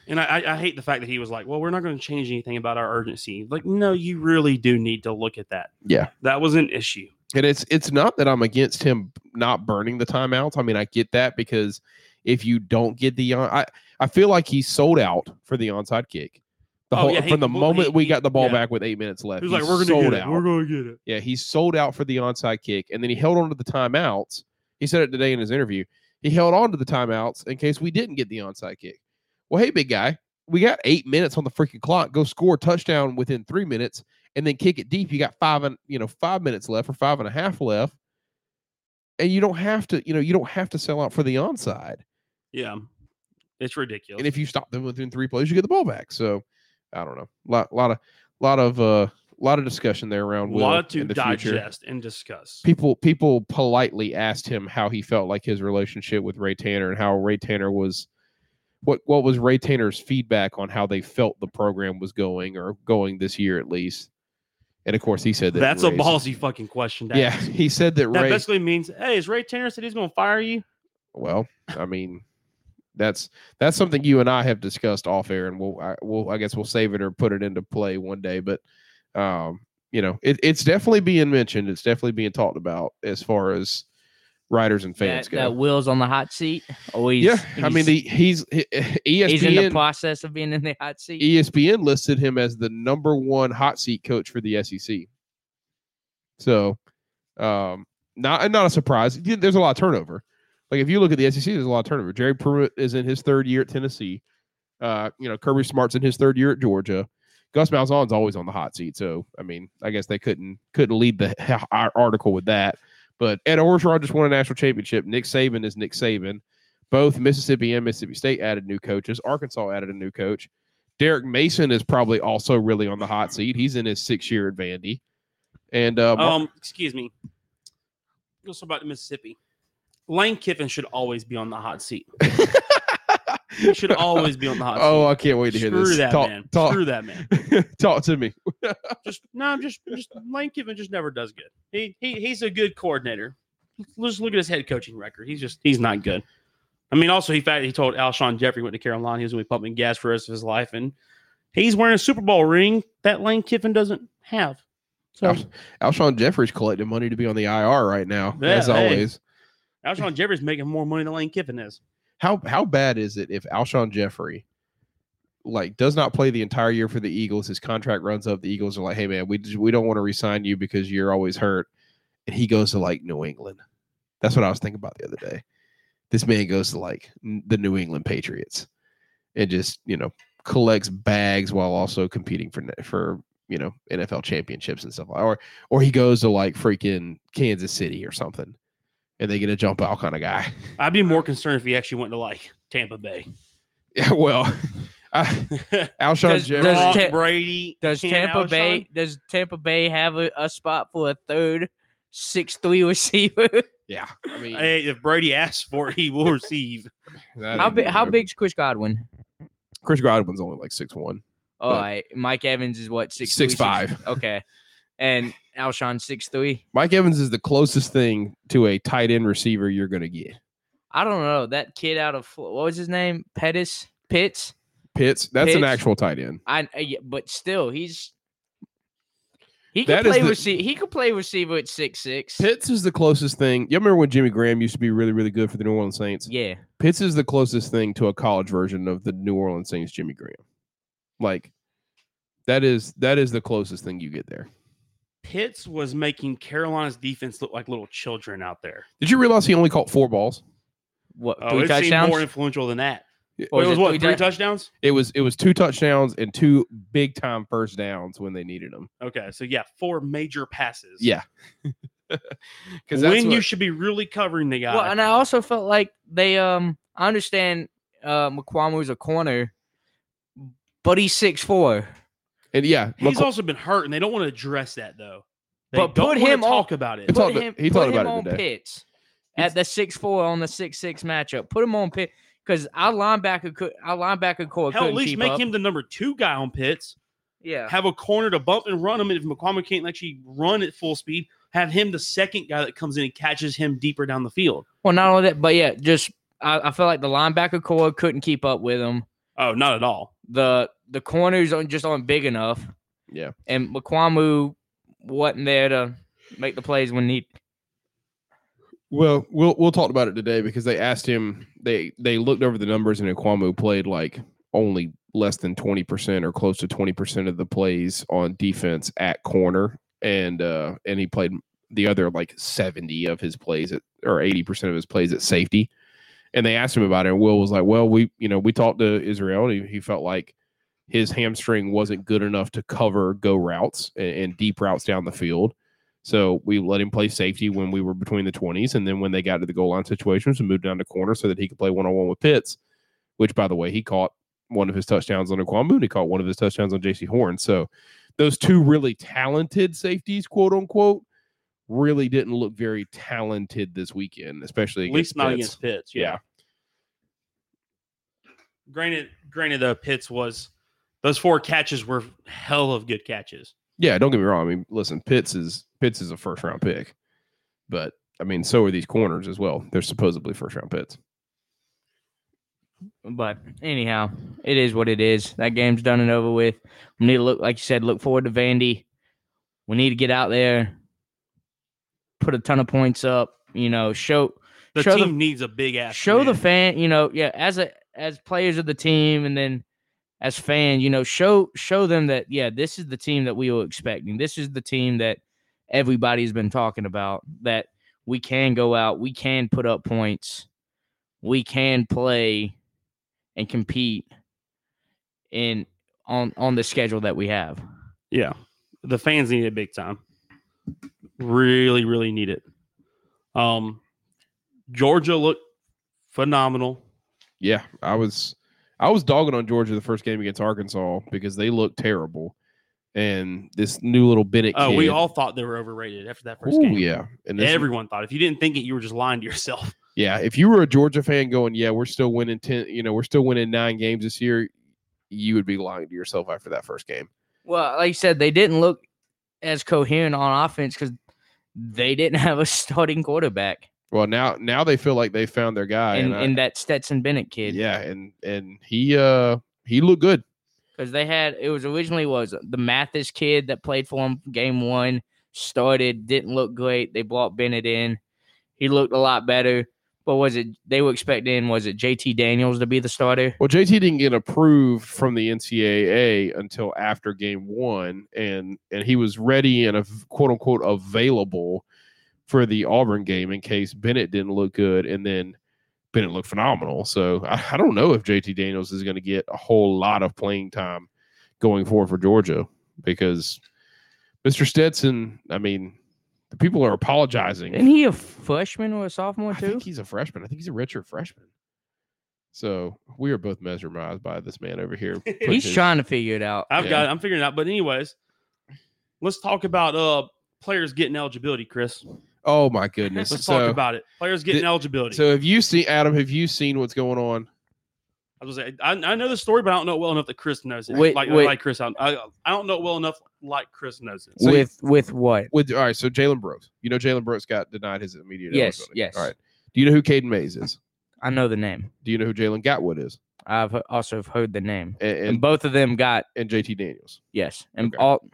Speaker 2: And I, I- I hate the fact that he was like, "Well, we're not going to change anything about our urgency." Like, no, you really do need to look at that.
Speaker 3: Yeah.
Speaker 2: that was an issue.
Speaker 3: And it's it's not that I'm against him not burning the timeouts. I mean, I get that because if you don't get the on, I I feel like he sold out for the onside kick. The
Speaker 2: Oh,
Speaker 3: whole
Speaker 2: yeah, he
Speaker 3: from the
Speaker 2: completely-
Speaker 3: moment we
Speaker 2: he-
Speaker 3: got the ball
Speaker 2: yeah.
Speaker 3: back with eight minutes left,
Speaker 2: He was
Speaker 3: he
Speaker 2: like, "We're going to
Speaker 3: sold
Speaker 2: get it.
Speaker 3: out.
Speaker 2: We're going to get it."
Speaker 3: Yeah, he sold out for the onside kick, and then he held on to the timeouts. He said it today in his interview. He held on to the timeouts in case we didn't get the onside kick. Well, hey, big guy, we got eight minutes on the freaking clock. Go score a touchdown within three minutes, and then kick it deep. You got five and you know five minutes left or five and a half left, and you don't have to you know you don't have to sell out for the onside.
Speaker 2: Yeah, it's ridiculous.
Speaker 3: And if you stop them within three plays, you get the ball back. So I don't know, lot lot of lot of uh lot of discussion there
Speaker 2: a
Speaker 3: around. Will
Speaker 2: lot to
Speaker 3: in the future
Speaker 2: digest and discuss.
Speaker 3: people people politely asked him how he felt like his relationship with Ray Tanner and how Ray Tanner was what what was Ray Tanner's feedback on how they felt the program was going or going this year at least. And of course he said that
Speaker 2: That's a
Speaker 3: Ray's-
Speaker 2: ballsy fucking question. To
Speaker 3: Yeah,
Speaker 2: ask.
Speaker 3: he said that,
Speaker 2: that
Speaker 3: Ray
Speaker 2: basically means, hey, is Ray Tanner said he's going to fire you?
Speaker 3: well, I mean that's that's something you and I have discussed off air and we'll I, we'll I guess we'll save it or put it into play one day, but um you know, it, it's definitely being mentioned. It's definitely being talked about as far as writers and fans
Speaker 1: That,
Speaker 3: go.
Speaker 1: that Will's on the hot seat. Always.
Speaker 3: yeah, I mean, the, E he's he-
Speaker 1: he's in the
Speaker 3: ESPN.
Speaker 1: process of being in the hot
Speaker 3: E
Speaker 1: seat.
Speaker 3: ESPN listed him as the number one hot seat coach for the SEC. So, um, not not a surprise. Yeah, There's a lot of turnover. Like if you look at the SEC, there's a lot of turnover. Jerry Pruitt is in his third year at Tennessee. Uh, you know, Kirby Smart's in his third year at Georgia. Gus Malzahn's always on the hot seat. So, I mean, I guess they couldn't couldn't lead the our article with that. But Ed Orgeron just won a national championship. Nick Saban is Nick Saban. Both Mississippi and Mississippi State added new coaches. Arkansas added a new coach. Derek Mason is probably also really on the hot seat. He's in his sixth year at Vandy. And uh, Mar-
Speaker 2: Um, excuse me. Let's talk about Mississippi. Lane Kiffin should always be on the hot seat. He should always be on the hot
Speaker 3: oh,
Speaker 2: seat.
Speaker 3: I can't wait to hear
Speaker 2: Screw
Speaker 3: this.
Speaker 2: that
Speaker 3: talk,
Speaker 2: man.
Speaker 3: talk,
Speaker 2: Screw that man.
Speaker 3: talk to me.
Speaker 2: Just no, I'm just just Lane Kiffin just never does good. He, he he's a good coordinator. Let's look at his head coaching record. He's just he's not good. I mean, also he fact he told Alshon Jeffrey went to Carolina. He was going to be pumping gas for the rest of his life, and he's wearing a Super Bowl ring that Lane Kiffin doesn't have. So
Speaker 3: Alsh- Alshon Jeffrey's collecting money to be on the IR right now,
Speaker 2: Yeah,
Speaker 3: as
Speaker 2: hey.
Speaker 3: always.
Speaker 2: Alshon Jeffrey's making more money than Lane Kiffin is.
Speaker 3: How how bad is it if Alshon Jeffrey like does not play the entire year for the Eagles? His contract runs up. The Eagles are like, "Hey man, we just, we don't want to resign you because you're always hurt." And he goes to like New England. That's what I was thinking about the other day. This man goes to like n- the New England Patriots and just you know collects bags while also competing for ne- for you know NFL championships and stuff, like- or or he goes to like freaking Kansas City or something, and they get a jump out kind of guy.
Speaker 2: I'd be more concerned if he actually went to like Tampa Bay.
Speaker 3: Yeah, well, I, Alshon
Speaker 1: Does-
Speaker 3: Jeffrey.
Speaker 1: does-
Speaker 2: Tom
Speaker 1: Ta-
Speaker 2: Brady
Speaker 1: Does
Speaker 2: Ken
Speaker 1: Tampa
Speaker 2: Alshon?
Speaker 1: Bay does Tampa Bay have a, a spot for a third six three receiver?
Speaker 3: yeah, I mean,
Speaker 2: Hey, if Brady asks for it, he will receive.
Speaker 3: that
Speaker 1: how
Speaker 3: ain't
Speaker 1: big how
Speaker 3: good.
Speaker 1: big's Chris Godwin?
Speaker 3: Chris Godwin's only like six one.
Speaker 1: All
Speaker 3: Uh,
Speaker 1: right, Mike Evans is what six
Speaker 3: 6'5".
Speaker 1: Okay, and Alshon six three.
Speaker 3: Mike Evans is the closest thing to a tight end receiver you're going to get.
Speaker 1: I don't know that kid out of Fl- what was his name Pettis Pitts.
Speaker 3: Pitts, that's an
Speaker 1: Pitts.
Speaker 3: actual tight end.
Speaker 1: I uh, yeah, but still he's he could
Speaker 3: That is
Speaker 1: play
Speaker 3: the-
Speaker 1: receiver. He could play receiver at six six.
Speaker 3: Pitts is the closest thing. You remember when Jimmy Graham used to be really, really good for the New Orleans Saints?
Speaker 1: Yeah,
Speaker 3: Pitts is the closest thing to a college version of the New Orleans Saints Jimmy Graham. Like that is that is the closest thing you get there.
Speaker 2: Pitts was making Carolina's defense look like little children out there.
Speaker 3: Did you realize he only caught four balls?
Speaker 1: what
Speaker 2: Oh,
Speaker 1: three
Speaker 2: it seemed
Speaker 1: touchdowns?
Speaker 2: more influential than that. But
Speaker 1: Or is
Speaker 2: it was
Speaker 1: it
Speaker 2: what
Speaker 1: three
Speaker 2: three,
Speaker 1: tou-
Speaker 2: touchdowns?
Speaker 3: It was it was two touchdowns and two big time first downs when they needed them.
Speaker 2: Okay, so yeah, four major passes.
Speaker 3: Yeah. Because
Speaker 2: when you should be really covering the guy.
Speaker 1: Well, and I also felt like they um I understand uh McQuamu's a corner, but he's six four.
Speaker 3: and yeah,
Speaker 2: He's
Speaker 3: McCoy-
Speaker 2: also been hurt, and they don't want to address that though. They
Speaker 1: But
Speaker 2: don't
Speaker 1: put
Speaker 2: wanna
Speaker 1: him on-
Speaker 2: talk about it.
Speaker 3: It's all- talked- he
Speaker 1: put
Speaker 3: talked
Speaker 1: him
Speaker 3: about it
Speaker 1: on
Speaker 3: today.
Speaker 1: Pitts at the six four on the six six matchup. Put him on Pitt because our linebacker could our linebacker core
Speaker 2: Hell,
Speaker 1: couldn't
Speaker 2: at least
Speaker 1: keep
Speaker 2: make
Speaker 1: up.
Speaker 2: him the number two guy on Pitts.
Speaker 1: yeah.
Speaker 2: Have a corner to bump and run him. And if McCormick can't actually run at full speed, have him the second guy that comes in and catches him deeper down the field.
Speaker 1: Well, not only that, but yeah, just I, I felt like the linebacker core couldn't keep up with him.
Speaker 2: Oh, not at all.
Speaker 1: The the corners aren't just aren't big enough,
Speaker 3: yeah.
Speaker 1: and McQuamu wasn't there to make the plays when he
Speaker 3: Well, we'll we'll talk about it today because they asked him. They they looked over the numbers and Okwamu played like only less than twenty percent or close to twenty percent of the plays on defense at corner, and uh and he played the other like seventy of his plays at or eighty percent of his plays at safety. And they asked him about it, and Will was like, "Well, we you know we talked to Israel, and he, he felt like." His hamstring wasn't good enough to cover go routes and, and deep routes down the field. So we let him play safety when we were between the 20s. And then when they got to the goal line situations, we moved down to corner so that he could play one on one with Pitts, which, by the way, he caught one of his touchdowns on Okwambu and he caught one of his touchdowns on JC Horn. So those two really talented safeties, quote unquote, really didn't look very talented this weekend, especially
Speaker 2: At least
Speaker 3: against
Speaker 2: not
Speaker 3: Pitts.
Speaker 2: against Pitts.
Speaker 3: Yeah.
Speaker 2: Granted, granted, the Pitts was those four catches were hell of good catches.
Speaker 3: Yeah, don't get me wrong. I mean, listen, Pitts is Pitts is a first round pick, but I mean, so are these corners as well. They're supposedly first round picks.
Speaker 1: But anyhow, it is what it is. That game's done and over with. We need to look, like you said, look forward to Vandy. We need to get out there, put a ton of points up. You know, show
Speaker 2: The
Speaker 1: Show the-
Speaker 2: team needs a big ass.
Speaker 1: show the
Speaker 2: win.
Speaker 1: fan. You know, yeah, as a as players of the team, and then as fan, you know, show show them that yeah, this is the team that we were expecting. This is the team that everybody's been talking about. That we can go out, we can put up points, we can play and compete in on on the schedule that we have.
Speaker 2: Yeah. The fans need it big time. Really, really need it. Um Georgia looked phenomenal.
Speaker 3: Yeah, I was I was dogging on Georgia the first game against Arkansas because they looked terrible. And this new little Bennett
Speaker 2: Uh,
Speaker 3: kid.
Speaker 2: we all thought they were overrated after that first
Speaker 3: Ooh,
Speaker 2: game.
Speaker 3: yeah. And this,
Speaker 2: Everyone thought. If you didn't think it, you were just lying to yourself.
Speaker 3: yeah, if you were a Georgia fan going, yeah, we're still winning 10, you know, we're still winning 9 games this year, you would be lying to yourself after that first game.
Speaker 1: Well, like you said, they didn't look as coherent on offense because they didn't have a starting quarterback.
Speaker 3: Well, now now they feel like they found their guy
Speaker 1: in,
Speaker 3: and, I-
Speaker 1: in that Stetson Bennett kid.
Speaker 3: Oh, yeah, and and he uh he looked good.
Speaker 1: Because they had it was originally was the Mathis kid that played for him game one, started, didn't look great. They brought Bennett in. He looked a lot better. But was it they were expecting was it JT Daniels to be the starter?
Speaker 3: Well, JT didn't get approved from the NCAA until after game one, and and he was ready and a quote unquote available for the Auburn game in case Bennett didn't look good, and then Bennett looked phenomenal. So I, I don't know if JT Daniels is going to get a whole lot of playing time going forward for Georgia, because Mr. Stetson, I mean, the people are apologizing.
Speaker 1: Isn't he a freshman or a sophomore
Speaker 3: I
Speaker 1: too?
Speaker 3: think he's a freshman. I think he's a redshirt freshman. So we are both mesmerized by this man over here. putting
Speaker 1: He's
Speaker 3: his-
Speaker 1: trying to figure it out.
Speaker 2: I've
Speaker 3: Yeah.
Speaker 2: got. It. I'm figuring it out. But anyways, let's talk about uh players getting eligibility, Chris.
Speaker 3: Oh my goodness!
Speaker 2: Let's
Speaker 3: so,
Speaker 2: talk about it. Players getting
Speaker 3: Thi-
Speaker 2: eligibility.
Speaker 3: So have you seen Adam? Have you seen what's going on?
Speaker 2: I was gonna say, I, I know the story, but I don't know it well enough that Chris knows it.
Speaker 1: Wait,
Speaker 2: like,
Speaker 1: wait.
Speaker 2: like Chris, I, I I don't know it well enough like Chris knows it.
Speaker 3: So you-
Speaker 1: with with what?
Speaker 3: With all right, so Jalen Brooks. You know Jalen Brooks got denied his immediate.
Speaker 1: Yes,
Speaker 3: eligibility.
Speaker 1: yes.
Speaker 3: All right. Do you know who Caden Mays is?
Speaker 1: I know the name.
Speaker 3: Do you know who Jalen Gatwood is?
Speaker 1: I've he- also have heard the name.
Speaker 3: And
Speaker 1: And,
Speaker 3: and,
Speaker 1: both of them got
Speaker 3: and JT Daniels.
Speaker 1: yes. And
Speaker 3: Okay.
Speaker 1: all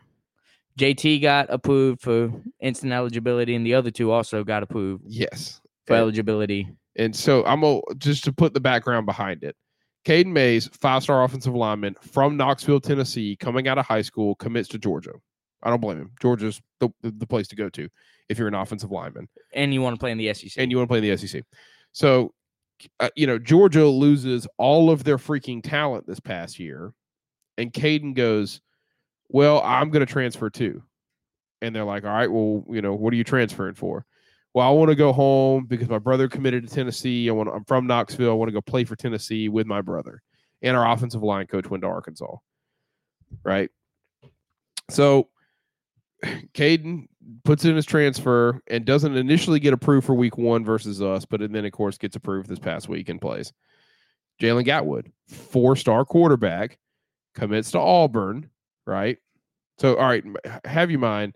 Speaker 1: JT got approved for instant eligibility, and the other two also got approved
Speaker 3: Yes.
Speaker 1: for
Speaker 3: And-
Speaker 1: eligibility.
Speaker 3: And so I'm gonna just to put the background behind it. Caden Mays, five-star offensive lineman from Knoxville, Tennessee, coming out of high school, commits to Georgia. I don't blame him. Georgia's the, the place to go to if you're an offensive lineman.
Speaker 1: And you want to play in the E SEC?
Speaker 3: E and you want to play in the SEC. So, uh, you know, Georgia loses all of their freaking talent this past year, and Caden goes, "Well, I'm going to transfer too," and they're like, "All right, well, you know, what are you transferring for?" Well, I want to go home because my brother committed to Tennessee. I want I'm from Knoxville. I want to go play for Tennessee with my brother, and our offensive line coach went to Arkansas, right? So, Caden puts in his transfer and doesn't initially get approved for week one versus us, but then of course gets approved this past week and plays. Jalen Gatwood, four star quarterback, commits to Auburn, right? So, all right, m- have you mind.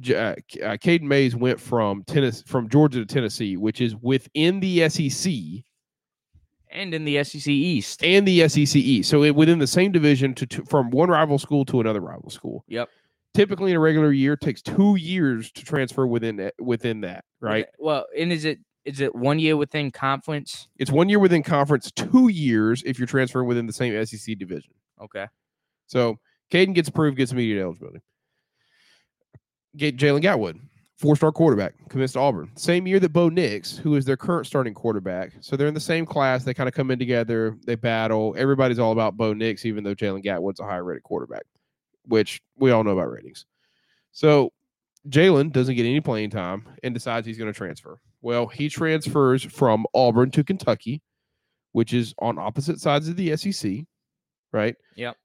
Speaker 3: J- Uh, K- uh, Caden Mays went from tennis from Georgia to Tennessee, which is within the E SEC
Speaker 1: and in the SEC East.
Speaker 3: and the SEC East. So it, within the same division to, to from one rival school to another rival school.
Speaker 1: Yep.
Speaker 3: Typically, in a regular year, it takes two years to transfer within that, within that. Right.
Speaker 1: Okay, Well, and is it is it one year within conference?
Speaker 3: It's one year within conference, two years if you're transferring within the same SEC division.
Speaker 1: Okay.
Speaker 3: So Caden gets approved, gets immediate eligibility. Get Jalen Gatwood, four-star quarterback, commits to Auburn. Same year that Bo Nix, who is their current starting quarterback, so they're in the same class. They kind of come in together. They battle. Everybody's all about Bo Nix, even though Jalen Gatwood's a higher-rated quarterback, which we all know about ratings. So Jalen doesn't get any playing time and decides he's going to transfer. Well, he transfers from Auburn to Kentucky, which is on opposite sides of the SEC, right?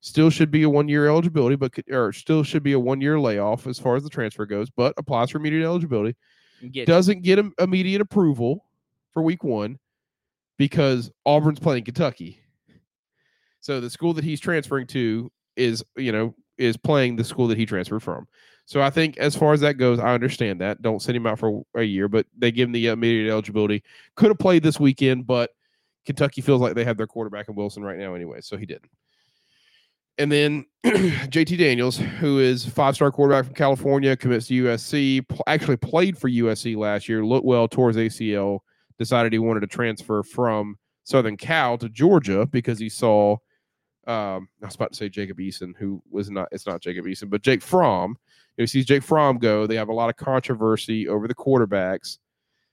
Speaker 3: still should be a one year eligibility, but could, or still should be a one year layoff as far as the transfer goes, but applies for immediate eligibility.
Speaker 1: Get
Speaker 3: Doesn't get im- immediate approval for week one because Auburn's playing Kentucky. So the school that he's transferring to is, you know, is playing the school that he transferred from. So I think as far as that goes, I understand that. Don't send him out for a year, but they give him the immediate eligibility. Could have played this weekend, but Kentucky feels like they have their quarterback in Wilson right now anyway, so he didn't. And then JT Daniels, who is five-star quarterback from California, commits to USC. pl- actually played for USC last year. Looked well, tore his ACL. Decided he wanted to transfer from Southern Cal to Georgia because he saw. Um, I was about to say Jacob Eason, who was not. It's not Jacob Eason, but Jake Fromm. He sees Jake Fromm go. They have a lot of controversy over the quarterbacks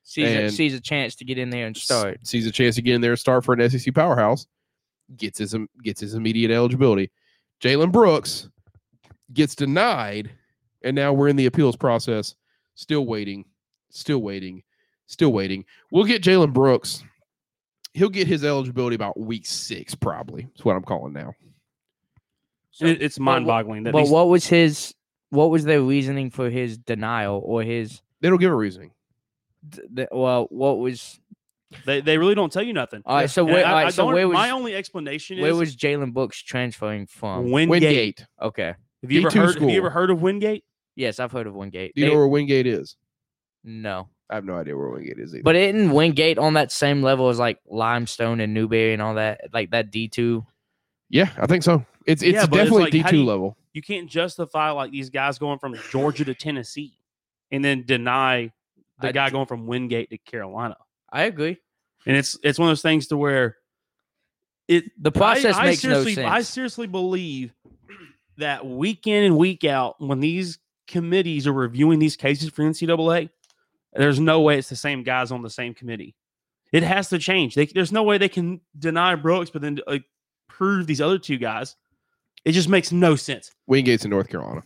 Speaker 1: sees, a,
Speaker 3: and-
Speaker 1: sees a chance to get in there and
Speaker 3: s-
Speaker 1: start.
Speaker 3: Sees a chance to get in there and start for an SEC powerhouse. Gets his im- gets his immediate eligibility. Jalen Brooks gets denied, and now we're in the appeals process. Still waiting, still waiting, still waiting. We'll get Jalen Brooks. He'll get his eligibility about week six, probably. That's what I'm calling now.
Speaker 1: So-
Speaker 2: It- it's mind boggling.
Speaker 1: But what was his? What was their reasoning for his denial or his?
Speaker 3: They don't give a reasoning.
Speaker 1: th- th- well, what was?
Speaker 2: they, they really don't tell you nothing.
Speaker 1: All right. So
Speaker 2: And
Speaker 1: where?
Speaker 2: I-
Speaker 1: all right,
Speaker 2: I
Speaker 1: so
Speaker 2: don't-
Speaker 1: where was?
Speaker 2: my only explanation
Speaker 1: where
Speaker 2: is
Speaker 1: was Jalen Brooks transferring from?
Speaker 2: Wingate.
Speaker 3: Wingate.
Speaker 1: Okay.
Speaker 2: Have you ever
Speaker 3: D2
Speaker 2: heard? Have
Speaker 3: school.
Speaker 2: you ever heard of Wingate?
Speaker 1: Yes, I've heard of Wingate.
Speaker 3: Do you
Speaker 1: They-
Speaker 3: know where Wingate is?
Speaker 1: no,
Speaker 3: I have no idea where Wingate is either.
Speaker 1: but isn't Wingate on that same level as like Limestone and Newberry and all that? Like that D two.
Speaker 3: yeah, I think so. It's it's
Speaker 2: Yeah, but it's
Speaker 3: definitely
Speaker 2: like, how
Speaker 3: D2
Speaker 2: do you-
Speaker 3: level.
Speaker 2: You can't justify like these guys going from Georgia to Tennessee, and then deny the
Speaker 1: I
Speaker 2: guy
Speaker 1: d-
Speaker 2: going from Wingate to Carolina.
Speaker 1: I agree.
Speaker 2: And it's it's one of those things to where it
Speaker 1: The process
Speaker 2: I, I
Speaker 1: makes no
Speaker 2: seriously,
Speaker 1: sense.
Speaker 2: I seriously believe that week in and week out, when these committees are reviewing these cases for NCAA, there's no way it's the same guys on the same committee. It has to change. They, there's no way they can deny Brooks, but then like, prove these other two guys It just makes no sense.
Speaker 3: Wingate's in North Carolina.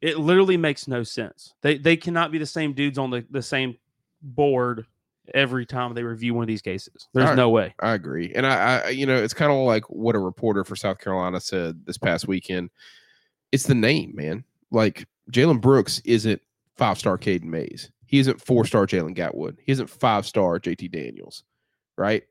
Speaker 2: It literally makes no sense. They they cannot be the same dudes on the, the same board every time they review one of these cases. There's
Speaker 3: Alright.
Speaker 2: no way.
Speaker 3: I agree, and I, I you know, it's kind of like what a reporter for South Carolina said this past weekend. It's the name, man. Like Jalen Brooks isn't five star Caden Mays. He isn't four star Jalen Gatwood. He isn't five star JT Daniels, right?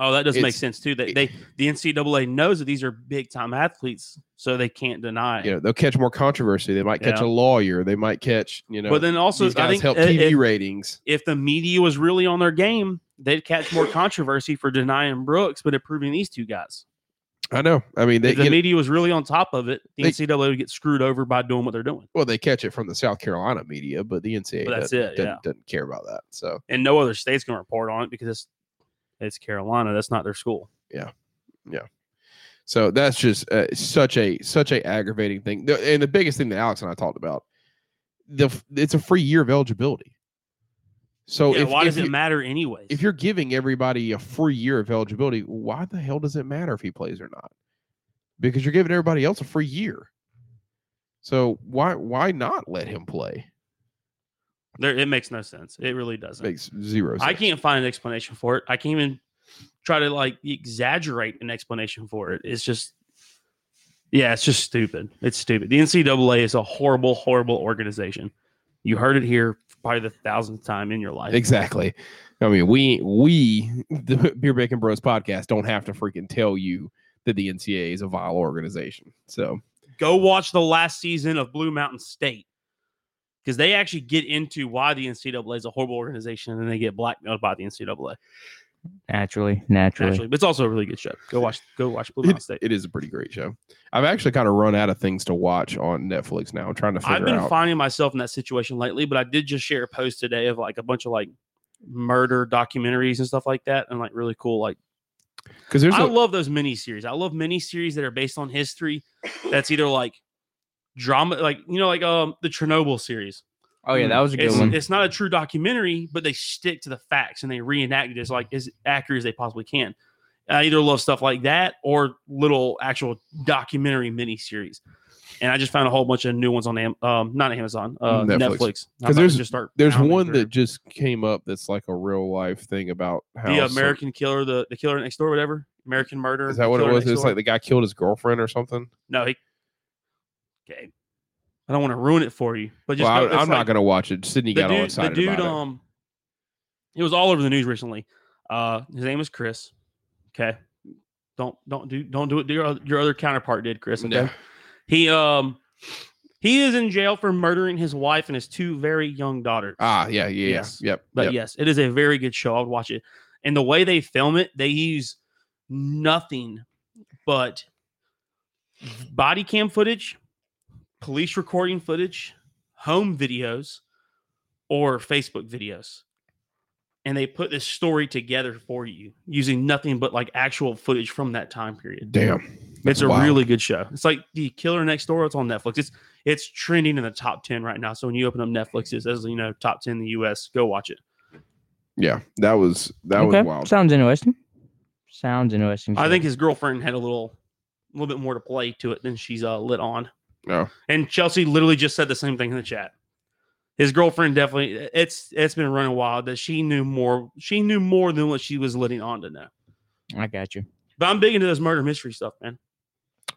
Speaker 2: Oh, that does make
Speaker 3: It's-
Speaker 2: sense too. They,
Speaker 3: it-
Speaker 2: they the NCAA knows that these are big time athletes, so they can't deny it.
Speaker 3: You know, they'll catch more controversy. They might catch
Speaker 2: Yeah.
Speaker 3: a lawyer. They might catch you know.
Speaker 2: but then also,
Speaker 3: these
Speaker 2: I
Speaker 3: guys
Speaker 2: think
Speaker 3: help
Speaker 2: i-
Speaker 3: TV
Speaker 2: if,
Speaker 3: ratings.
Speaker 2: if the media was really on their game, they'd catch more controversy for denying Brooks, but approving these two guys.
Speaker 3: I know. I mean, they
Speaker 2: if the
Speaker 3: you know,
Speaker 2: media was really on top of it, the
Speaker 3: They-
Speaker 2: NCAA would get screwed over by doing what they're doing,
Speaker 3: well, they catch it from the South Carolina media, but the NCAA
Speaker 2: But that's
Speaker 3: doesn't,
Speaker 2: it,
Speaker 3: doesn't,
Speaker 2: yeah.
Speaker 3: doesn't care about that. So
Speaker 2: and no other state's going to report on it because it's it's Carolina. That's not their school.
Speaker 3: So that's just uh, such a such a aggravating thing. The- and the biggest thing that Alex and I talked about, the f- it's a free year of eligibility. So
Speaker 2: yeah,
Speaker 3: if,
Speaker 2: why
Speaker 3: if
Speaker 2: does it
Speaker 3: you-
Speaker 2: matter anyways?
Speaker 3: If you're giving everybody a free year of eligibility, why the hell does it matter if he plays or not? Because you're giving everybody else a free year. So why why not let him play?
Speaker 2: there, it makes no sense. It really doesn't.
Speaker 3: Makes zero sense.
Speaker 2: I can't find an explanation for it. I can't even try to like exaggerate an explanation for it. It's just, yeah, it's just stupid. It's stupid. The NCAA is a horrible, horrible organization. You heard it here probably the thousandth time in your life.
Speaker 3: Exactly. I mean, we we the Beer Bacon Bros podcast don't have to freaking tell you that the NCAA is a vile organization. So
Speaker 2: Go watch the last season of Blue Mountain State because they actually get into why the NCAA is a horrible organization and then they get blackmailed by the NCAA.
Speaker 1: Naturally, naturally.
Speaker 2: Naturally, but it's also a really good show. Go watch, go watch Blue Mountain
Speaker 3: it,
Speaker 2: State.
Speaker 3: it is a pretty great show. I've actually kind of run out of things to watch on Netflix now. I'm trying to figure
Speaker 2: I've been
Speaker 3: out.
Speaker 2: finding myself in that situation lately, but I did just share a post today of like a bunch of like murder documentaries and stuff like that, and like really cool. Like
Speaker 3: Because there's
Speaker 2: I
Speaker 3: a,
Speaker 2: love those miniseries. I love miniseries that are based on history. That's either like drama, like you know, like um the Chernobyl series.
Speaker 1: Oh yeah, that was a good
Speaker 2: It's,
Speaker 1: one.
Speaker 2: it's not a true documentary, but they stick to the facts and they reenact it as like as accurate as they possibly can. I either love stuff like that or little actual documentary miniseries. And I just found a whole bunch of new ones on Am- um not Amazon, uh,
Speaker 3: Mm, Netflix.
Speaker 2: Netflix.
Speaker 3: 'Cause there's-
Speaker 2: start
Speaker 3: there's
Speaker 2: pounding
Speaker 3: one
Speaker 2: through.
Speaker 3: that just came up that's like a real life thing about how
Speaker 2: the uh,
Speaker 3: some-
Speaker 2: American Killer, the, the Killer Next Door, whatever American Murder.
Speaker 3: uh, is that what it
Speaker 2: Killer
Speaker 3: was?
Speaker 2: Next
Speaker 3: It's
Speaker 2: Door.
Speaker 3: like the guy killed his girlfriend or something.
Speaker 2: no, he, okay. I don't want to ruin it for you, but just
Speaker 3: Well, I,
Speaker 2: know
Speaker 3: am
Speaker 2: it's
Speaker 3: not
Speaker 2: like-
Speaker 3: gonna watch it. Sydney
Speaker 2: the
Speaker 3: got all
Speaker 2: dude, the
Speaker 3: excited
Speaker 2: dude,
Speaker 3: about it.
Speaker 2: um, it was all over the news recently. Uh, his name is Chris. Okay, don't don't do don't do what your oth- your other counterpart did, Chris. Okay,
Speaker 3: No.
Speaker 2: he um he is in jail for murdering his wife and his two very young daughters.
Speaker 3: Ah, yeah, yeah, yeah,
Speaker 2: Yes.
Speaker 3: yep.
Speaker 2: But
Speaker 3: yep.
Speaker 2: yes, it is a very good show. I would watch it. And the way they film it, they use nothing but body cam footage, police recording footage, home videos, or Facebook videos. And they put this story together for you using nothing but like actual footage from that time period.
Speaker 3: Damn,
Speaker 2: It's a
Speaker 3: wild.
Speaker 2: really good show. It's like the Killer Next Door. It's on Netflix. It's it's trending in the top ten right now. So when you open up Netflix, it says you know top ten in the U.S. Go watch it.
Speaker 3: yeah. That was that was wild.
Speaker 1: Sounds interesting. Sounds interesting.
Speaker 2: I
Speaker 1: shit.
Speaker 2: think his girlfriend had a little, little bit more to play to it than she's uh, lit on.
Speaker 3: No.
Speaker 2: And Chelsea literally just said the same thing in the chat. His girlfriend definitely it's it's been running wild that she knew more she knew more than what she was letting on to know.
Speaker 1: I got you.
Speaker 2: But I'm big into this murder mystery stuff, man.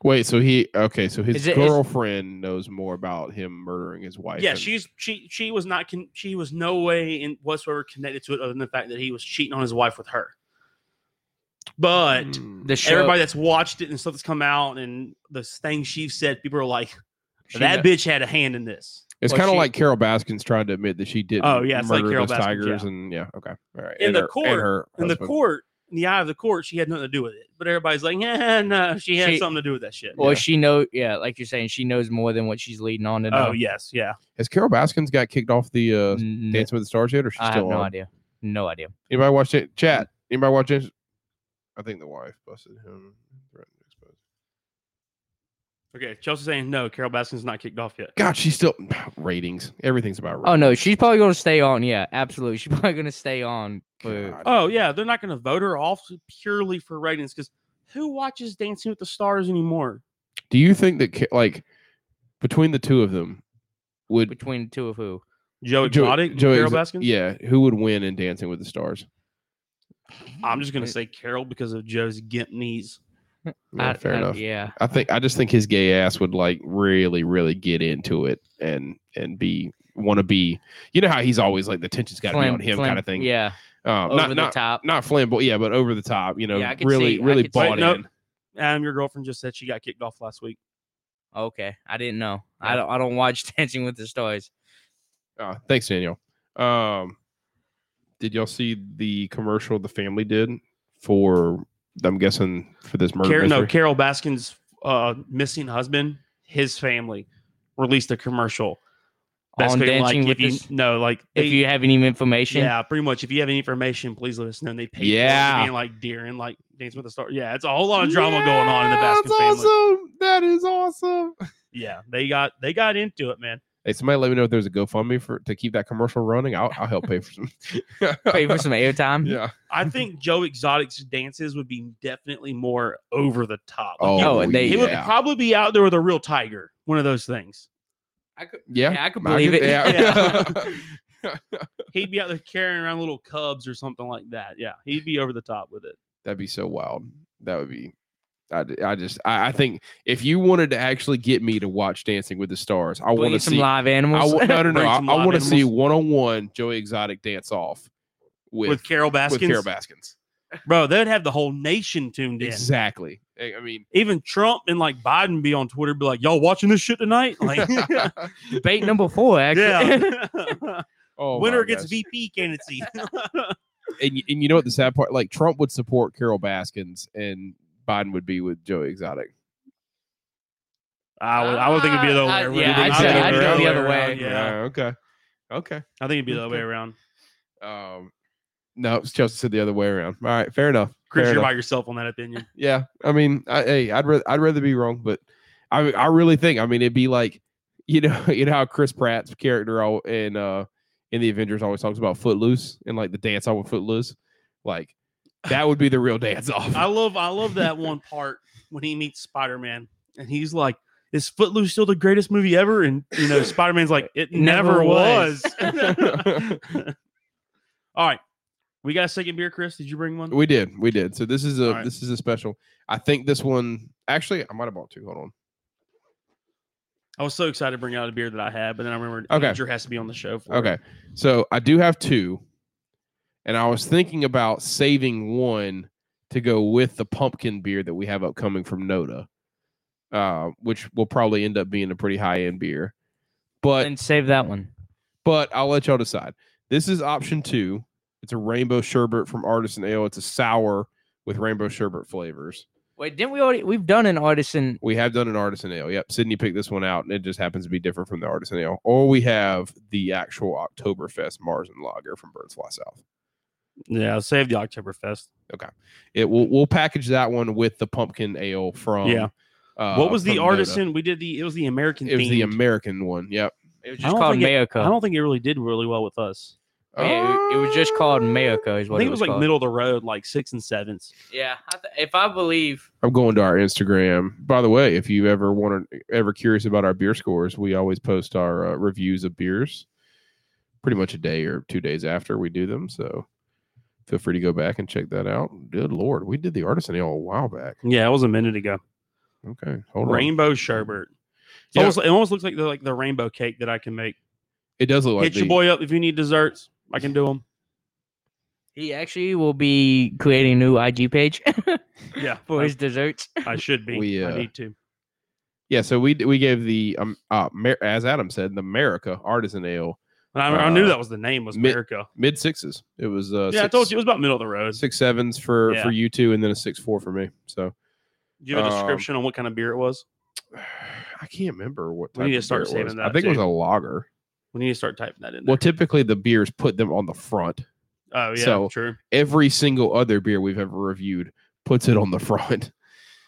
Speaker 3: Wait, so he okay? So his
Speaker 1: Is it- is-
Speaker 3: girlfriend knows more about him murdering his wife.
Speaker 2: Yeah,
Speaker 3: and-
Speaker 2: she's she she was not con- she was no way in whatsoever connected to it other than the fact that he was cheating on his wife with her. But
Speaker 3: Mm.
Speaker 1: The show.
Speaker 2: everybody that's watched it and stuff that's come out and the things she's said, people are like,
Speaker 1: She
Speaker 2: that
Speaker 1: kno-
Speaker 2: bitch had a hand in this.
Speaker 3: it's
Speaker 1: well,
Speaker 3: kind of
Speaker 1: she-
Speaker 3: like Carol Baskins trying to admit that she did.
Speaker 2: Oh, yeah, it's like
Speaker 3: murder
Speaker 2: Carol
Speaker 3: those
Speaker 2: Baskins,
Speaker 3: tigers
Speaker 2: yeah.
Speaker 3: and yeah, okay, all right.
Speaker 2: In
Speaker 3: and
Speaker 2: the
Speaker 3: her- and
Speaker 2: court-
Speaker 3: her
Speaker 2: in the
Speaker 3: husband.
Speaker 2: court, in the eye of the court, she had nothing to do with it. But everybody's like, yeah, no, she had
Speaker 1: She-
Speaker 2: something to do with that shit.
Speaker 1: Well,
Speaker 3: yeah.
Speaker 1: she know. Yeah, like you're saying, she knows more than what she's leading on to know.
Speaker 2: Oh yes, yeah.
Speaker 3: Has Carol Baskins got kicked off the uh,
Speaker 1: N-
Speaker 3: Dancing with the Stars yet, or she's
Speaker 1: I have
Speaker 3: still
Speaker 1: no
Speaker 3: on?
Speaker 1: idea. No idea.
Speaker 3: Anybody watch it? Chat.
Speaker 2: Mm.
Speaker 3: Anybody watch it? I think the wife busted him. threatened to expose-
Speaker 2: Okay, Chelsea saying no. Carol Baskin's not kicked off yet.
Speaker 3: God, she's still ratings. Everything's about ratings.
Speaker 1: Oh no, she's probably gonna stay on. Yeah, absolutely. She's probably gonna stay on. For,
Speaker 3: God.
Speaker 2: Oh yeah, they're not going to vote her off purely for ratings because who watches Dancing with the Stars anymore?
Speaker 3: Do you think that Ca- like between the two of them would
Speaker 1: between two of who? Oh,
Speaker 2: Joe Exotic,
Speaker 3: Joe
Speaker 2: Carol
Speaker 3: Exo-
Speaker 2: Baskin.
Speaker 3: Yeah, who would win in Dancing with the Stars?
Speaker 2: I'm just gonna say Carol because of Joe's gimp knees.
Speaker 3: Yeah,
Speaker 1: I-
Speaker 3: fair
Speaker 1: I-
Speaker 3: enough.
Speaker 1: Yeah.
Speaker 3: I think I just think his gay ass would like really, really get into it and and be want to be. You know how he's always like the tension's got to be
Speaker 1: Flam-
Speaker 3: on him
Speaker 1: flam-
Speaker 3: kind of thing.
Speaker 1: Yeah.
Speaker 3: um,
Speaker 1: Over
Speaker 3: not
Speaker 1: the
Speaker 3: not
Speaker 1: top.
Speaker 3: not flamboyant. Yeah, but over the top. You know,
Speaker 1: Yeah, I could
Speaker 3: really,
Speaker 1: see- I
Speaker 3: really
Speaker 1: could see- Wait,
Speaker 3: bought
Speaker 2: no.
Speaker 3: in.
Speaker 2: Adam, your girlfriend just said she got kicked off last week.
Speaker 1: Okay. I didn't know.
Speaker 2: Yeah.
Speaker 1: I don't I don't watch Dancing with the Stars.
Speaker 3: Uh, thanks, Daniel. Um, did y'all see the commercial the family did for? I'm guessing for this murder.
Speaker 2: Carol, no,
Speaker 3: mystery?
Speaker 2: Carol Baskin's uh, missing husband, his family released a commercial.
Speaker 1: On
Speaker 2: Basically,
Speaker 1: Dancing
Speaker 2: like,
Speaker 1: with
Speaker 2: if
Speaker 1: the
Speaker 2: you,
Speaker 1: S-
Speaker 2: no, like they-
Speaker 1: If you have any information,
Speaker 2: yeah, pretty much. If you have any information, please let us know. And they paid for it
Speaker 3: Yeah.
Speaker 2: to be in, like deer and like Dancing with the Star. Yeah, it's a whole lot of drama going on in the
Speaker 3: Yeah,
Speaker 2: Baskin
Speaker 3: that's
Speaker 2: family.
Speaker 3: awesome. That is awesome.
Speaker 2: Yeah, they got they got into it, man.
Speaker 3: Hey, somebody let me know if there's a GoFundMe for to keep that commercial running. I'll, I'll help pay for some.
Speaker 1: pay for some airtime.
Speaker 3: yeah.
Speaker 2: I think Joe Exotic's dances would be definitely more over the top. Like,
Speaker 1: Oh,
Speaker 2: he,
Speaker 1: and they-
Speaker 2: he would
Speaker 3: yeah.
Speaker 2: probably be out there with a real tiger, one of those things.
Speaker 1: I could
Speaker 3: Yeah,
Speaker 1: Yeah, I could believe it.
Speaker 3: yeah.
Speaker 2: He'd be out there carrying around little cubs or something like that. Yeah, he'd be over the top with it.
Speaker 3: That'd be so wild. That would be. I, d- I just I, I think if you wanted to actually get me to watch Dancing with the Stars, I want
Speaker 1: bring
Speaker 3: to
Speaker 1: some
Speaker 3: see. I
Speaker 1: live animals.
Speaker 3: wa- no no no.
Speaker 2: Bring
Speaker 3: I,
Speaker 2: some live
Speaker 3: want to see
Speaker 2: animals.
Speaker 3: one on one Joey Exotic dance off with
Speaker 2: With, Carol Baskins,
Speaker 3: with Carol Baskins.
Speaker 2: bro, they'd have the whole nation tuned in.
Speaker 3: Exactly. Eh, I I mean,
Speaker 2: Even Trump and like Biden be on Twitter, be like, "Y'all watching this shit tonight?" Like,
Speaker 1: Debate number four, actually.
Speaker 2: yeah,
Speaker 3: oh my
Speaker 2: winner gets
Speaker 3: gosh.
Speaker 2: VP candidacy.
Speaker 3: and, y- and you know what the sad part? Like Trump would support Carol Baskins, and Biden would be with Joey Exotic.
Speaker 2: I would, I would think it'd be the other
Speaker 1: Uh,
Speaker 2: way.
Speaker 1: yeah,
Speaker 2: around.
Speaker 1: I'd
Speaker 2: I
Speaker 1: say-
Speaker 2: think it'd
Speaker 1: I'd
Speaker 2: be
Speaker 1: go the
Speaker 2: way
Speaker 1: other way.
Speaker 2: around, Yeah,
Speaker 3: Uh, okay. Okay.
Speaker 2: I think it'd be the other way around.
Speaker 3: Um. No, it's Chelsea said the other way around. All right, fair enough.
Speaker 2: Chris,
Speaker 3: fair
Speaker 2: you're
Speaker 3: enough.
Speaker 2: by yourself on that opinion.
Speaker 3: Yeah, I mean, I, hey, I'd rather I'd rather be wrong, but I I really think I mean it'd be like you know you know how Chris Pratt's character all in uh in the Avengers always talks about Footloose and like the dance off with Footloose, like that would be the real dance off.
Speaker 2: I love I love that one part when he meets Spider Man and he's like, "Is Footloose still the greatest movie ever?" And you know, Spider Man's like, "It never,
Speaker 1: Never
Speaker 2: was."
Speaker 1: was."
Speaker 2: All right, we got a second beer, Chris. Did you bring one?
Speaker 3: we did, we did. So this is a
Speaker 2: All right.
Speaker 3: this is a special. I think this one actually I might have bought two. Hold on.
Speaker 2: I was so excited to bring out a beer that I had, but then I remembered
Speaker 3: Okay.
Speaker 2: Andrew has to be on the show. For it.
Speaker 3: Okay. So I do have two. And I was thinking about saving one to go with the pumpkin beer that we have upcoming from Noda, uh, which will probably end up being a pretty high end beer. But
Speaker 1: And save that one.
Speaker 3: but I'll let y'all decide. This is option two. It's a rainbow sherbet from Artisan Ale. It's a sour with rainbow sherbet flavors.
Speaker 1: Wait, didn't we already? We've done an artisan.
Speaker 3: We have done an artisan ale. Yep. Sydney picked this one out, and it just happens to be different from the artisan ale. Or we have the actual Oktoberfest Mars and Lager from Birds Fly South.
Speaker 2: Yeah, save the Oktoberfest.
Speaker 3: it will we'll package that one with the pumpkin ale from
Speaker 2: Yeah.
Speaker 3: uh,
Speaker 2: what was the
Speaker 3: from Noda.
Speaker 2: artisan? We did the. It was the American.
Speaker 3: It was the
Speaker 2: themed.
Speaker 3: American one. Yep.
Speaker 1: It was
Speaker 2: I
Speaker 1: just
Speaker 2: don't
Speaker 1: called
Speaker 2: think
Speaker 1: Mayoka.
Speaker 2: I don't think it really did really well with us.
Speaker 1: Yeah, it, it was just called Mayoka. Is
Speaker 2: I
Speaker 1: what
Speaker 2: think
Speaker 1: it was,
Speaker 2: like
Speaker 1: called.
Speaker 2: middle of the road, like six and sevens.
Speaker 1: Yeah, I th- if I believe.
Speaker 3: I'm going to our Instagram. By the way, if you ever want to ever curious about our beer scores, we always post our uh, reviews of beers pretty much a day or two days after we do them. So feel free to go back and check that out. Good lord, we did the artisan ale a while back.
Speaker 2: Yeah, it was a minute ago.
Speaker 3: Okay, hold on.
Speaker 2: rainbow sherbet. It's
Speaker 3: Yeah.
Speaker 2: almost- it almost looks like the like the rainbow cake that I can make.
Speaker 3: It does look like
Speaker 2: Hit your
Speaker 3: the-
Speaker 2: boy up if you need desserts. I can do them.
Speaker 1: He actually will be creating a new IG page
Speaker 2: Yeah,
Speaker 1: for his desserts.
Speaker 2: I should be.
Speaker 3: We, uh,
Speaker 2: I need to.
Speaker 3: Yeah, so we d- we gave the um uh, Mer- as Adam said, the America artisan ale
Speaker 2: And I, I knew
Speaker 3: uh,
Speaker 2: that was the name was
Speaker 3: mi-
Speaker 2: America.
Speaker 3: mid sixes. It was uh
Speaker 2: yeah, I
Speaker 3: six-
Speaker 2: told you it was about middle of the road.
Speaker 3: six sevens for
Speaker 2: Yeah.
Speaker 3: for you two, and then a six four for me. So
Speaker 2: Give a
Speaker 3: um,
Speaker 2: description on what kind of beer it was.
Speaker 3: I can't remember what.
Speaker 2: We need
Speaker 3: type
Speaker 2: to
Speaker 3: of
Speaker 2: start
Speaker 3: beer it was.
Speaker 2: saving
Speaker 3: I
Speaker 2: that,
Speaker 3: think it was
Speaker 2: too.
Speaker 3: a lager.
Speaker 2: We need to start typing that in.
Speaker 3: Well,
Speaker 2: There.
Speaker 3: typically the beers put them on the front.
Speaker 2: oh yeah,
Speaker 3: so-
Speaker 2: true.
Speaker 3: Every single other beer we've ever reviewed puts it on the front.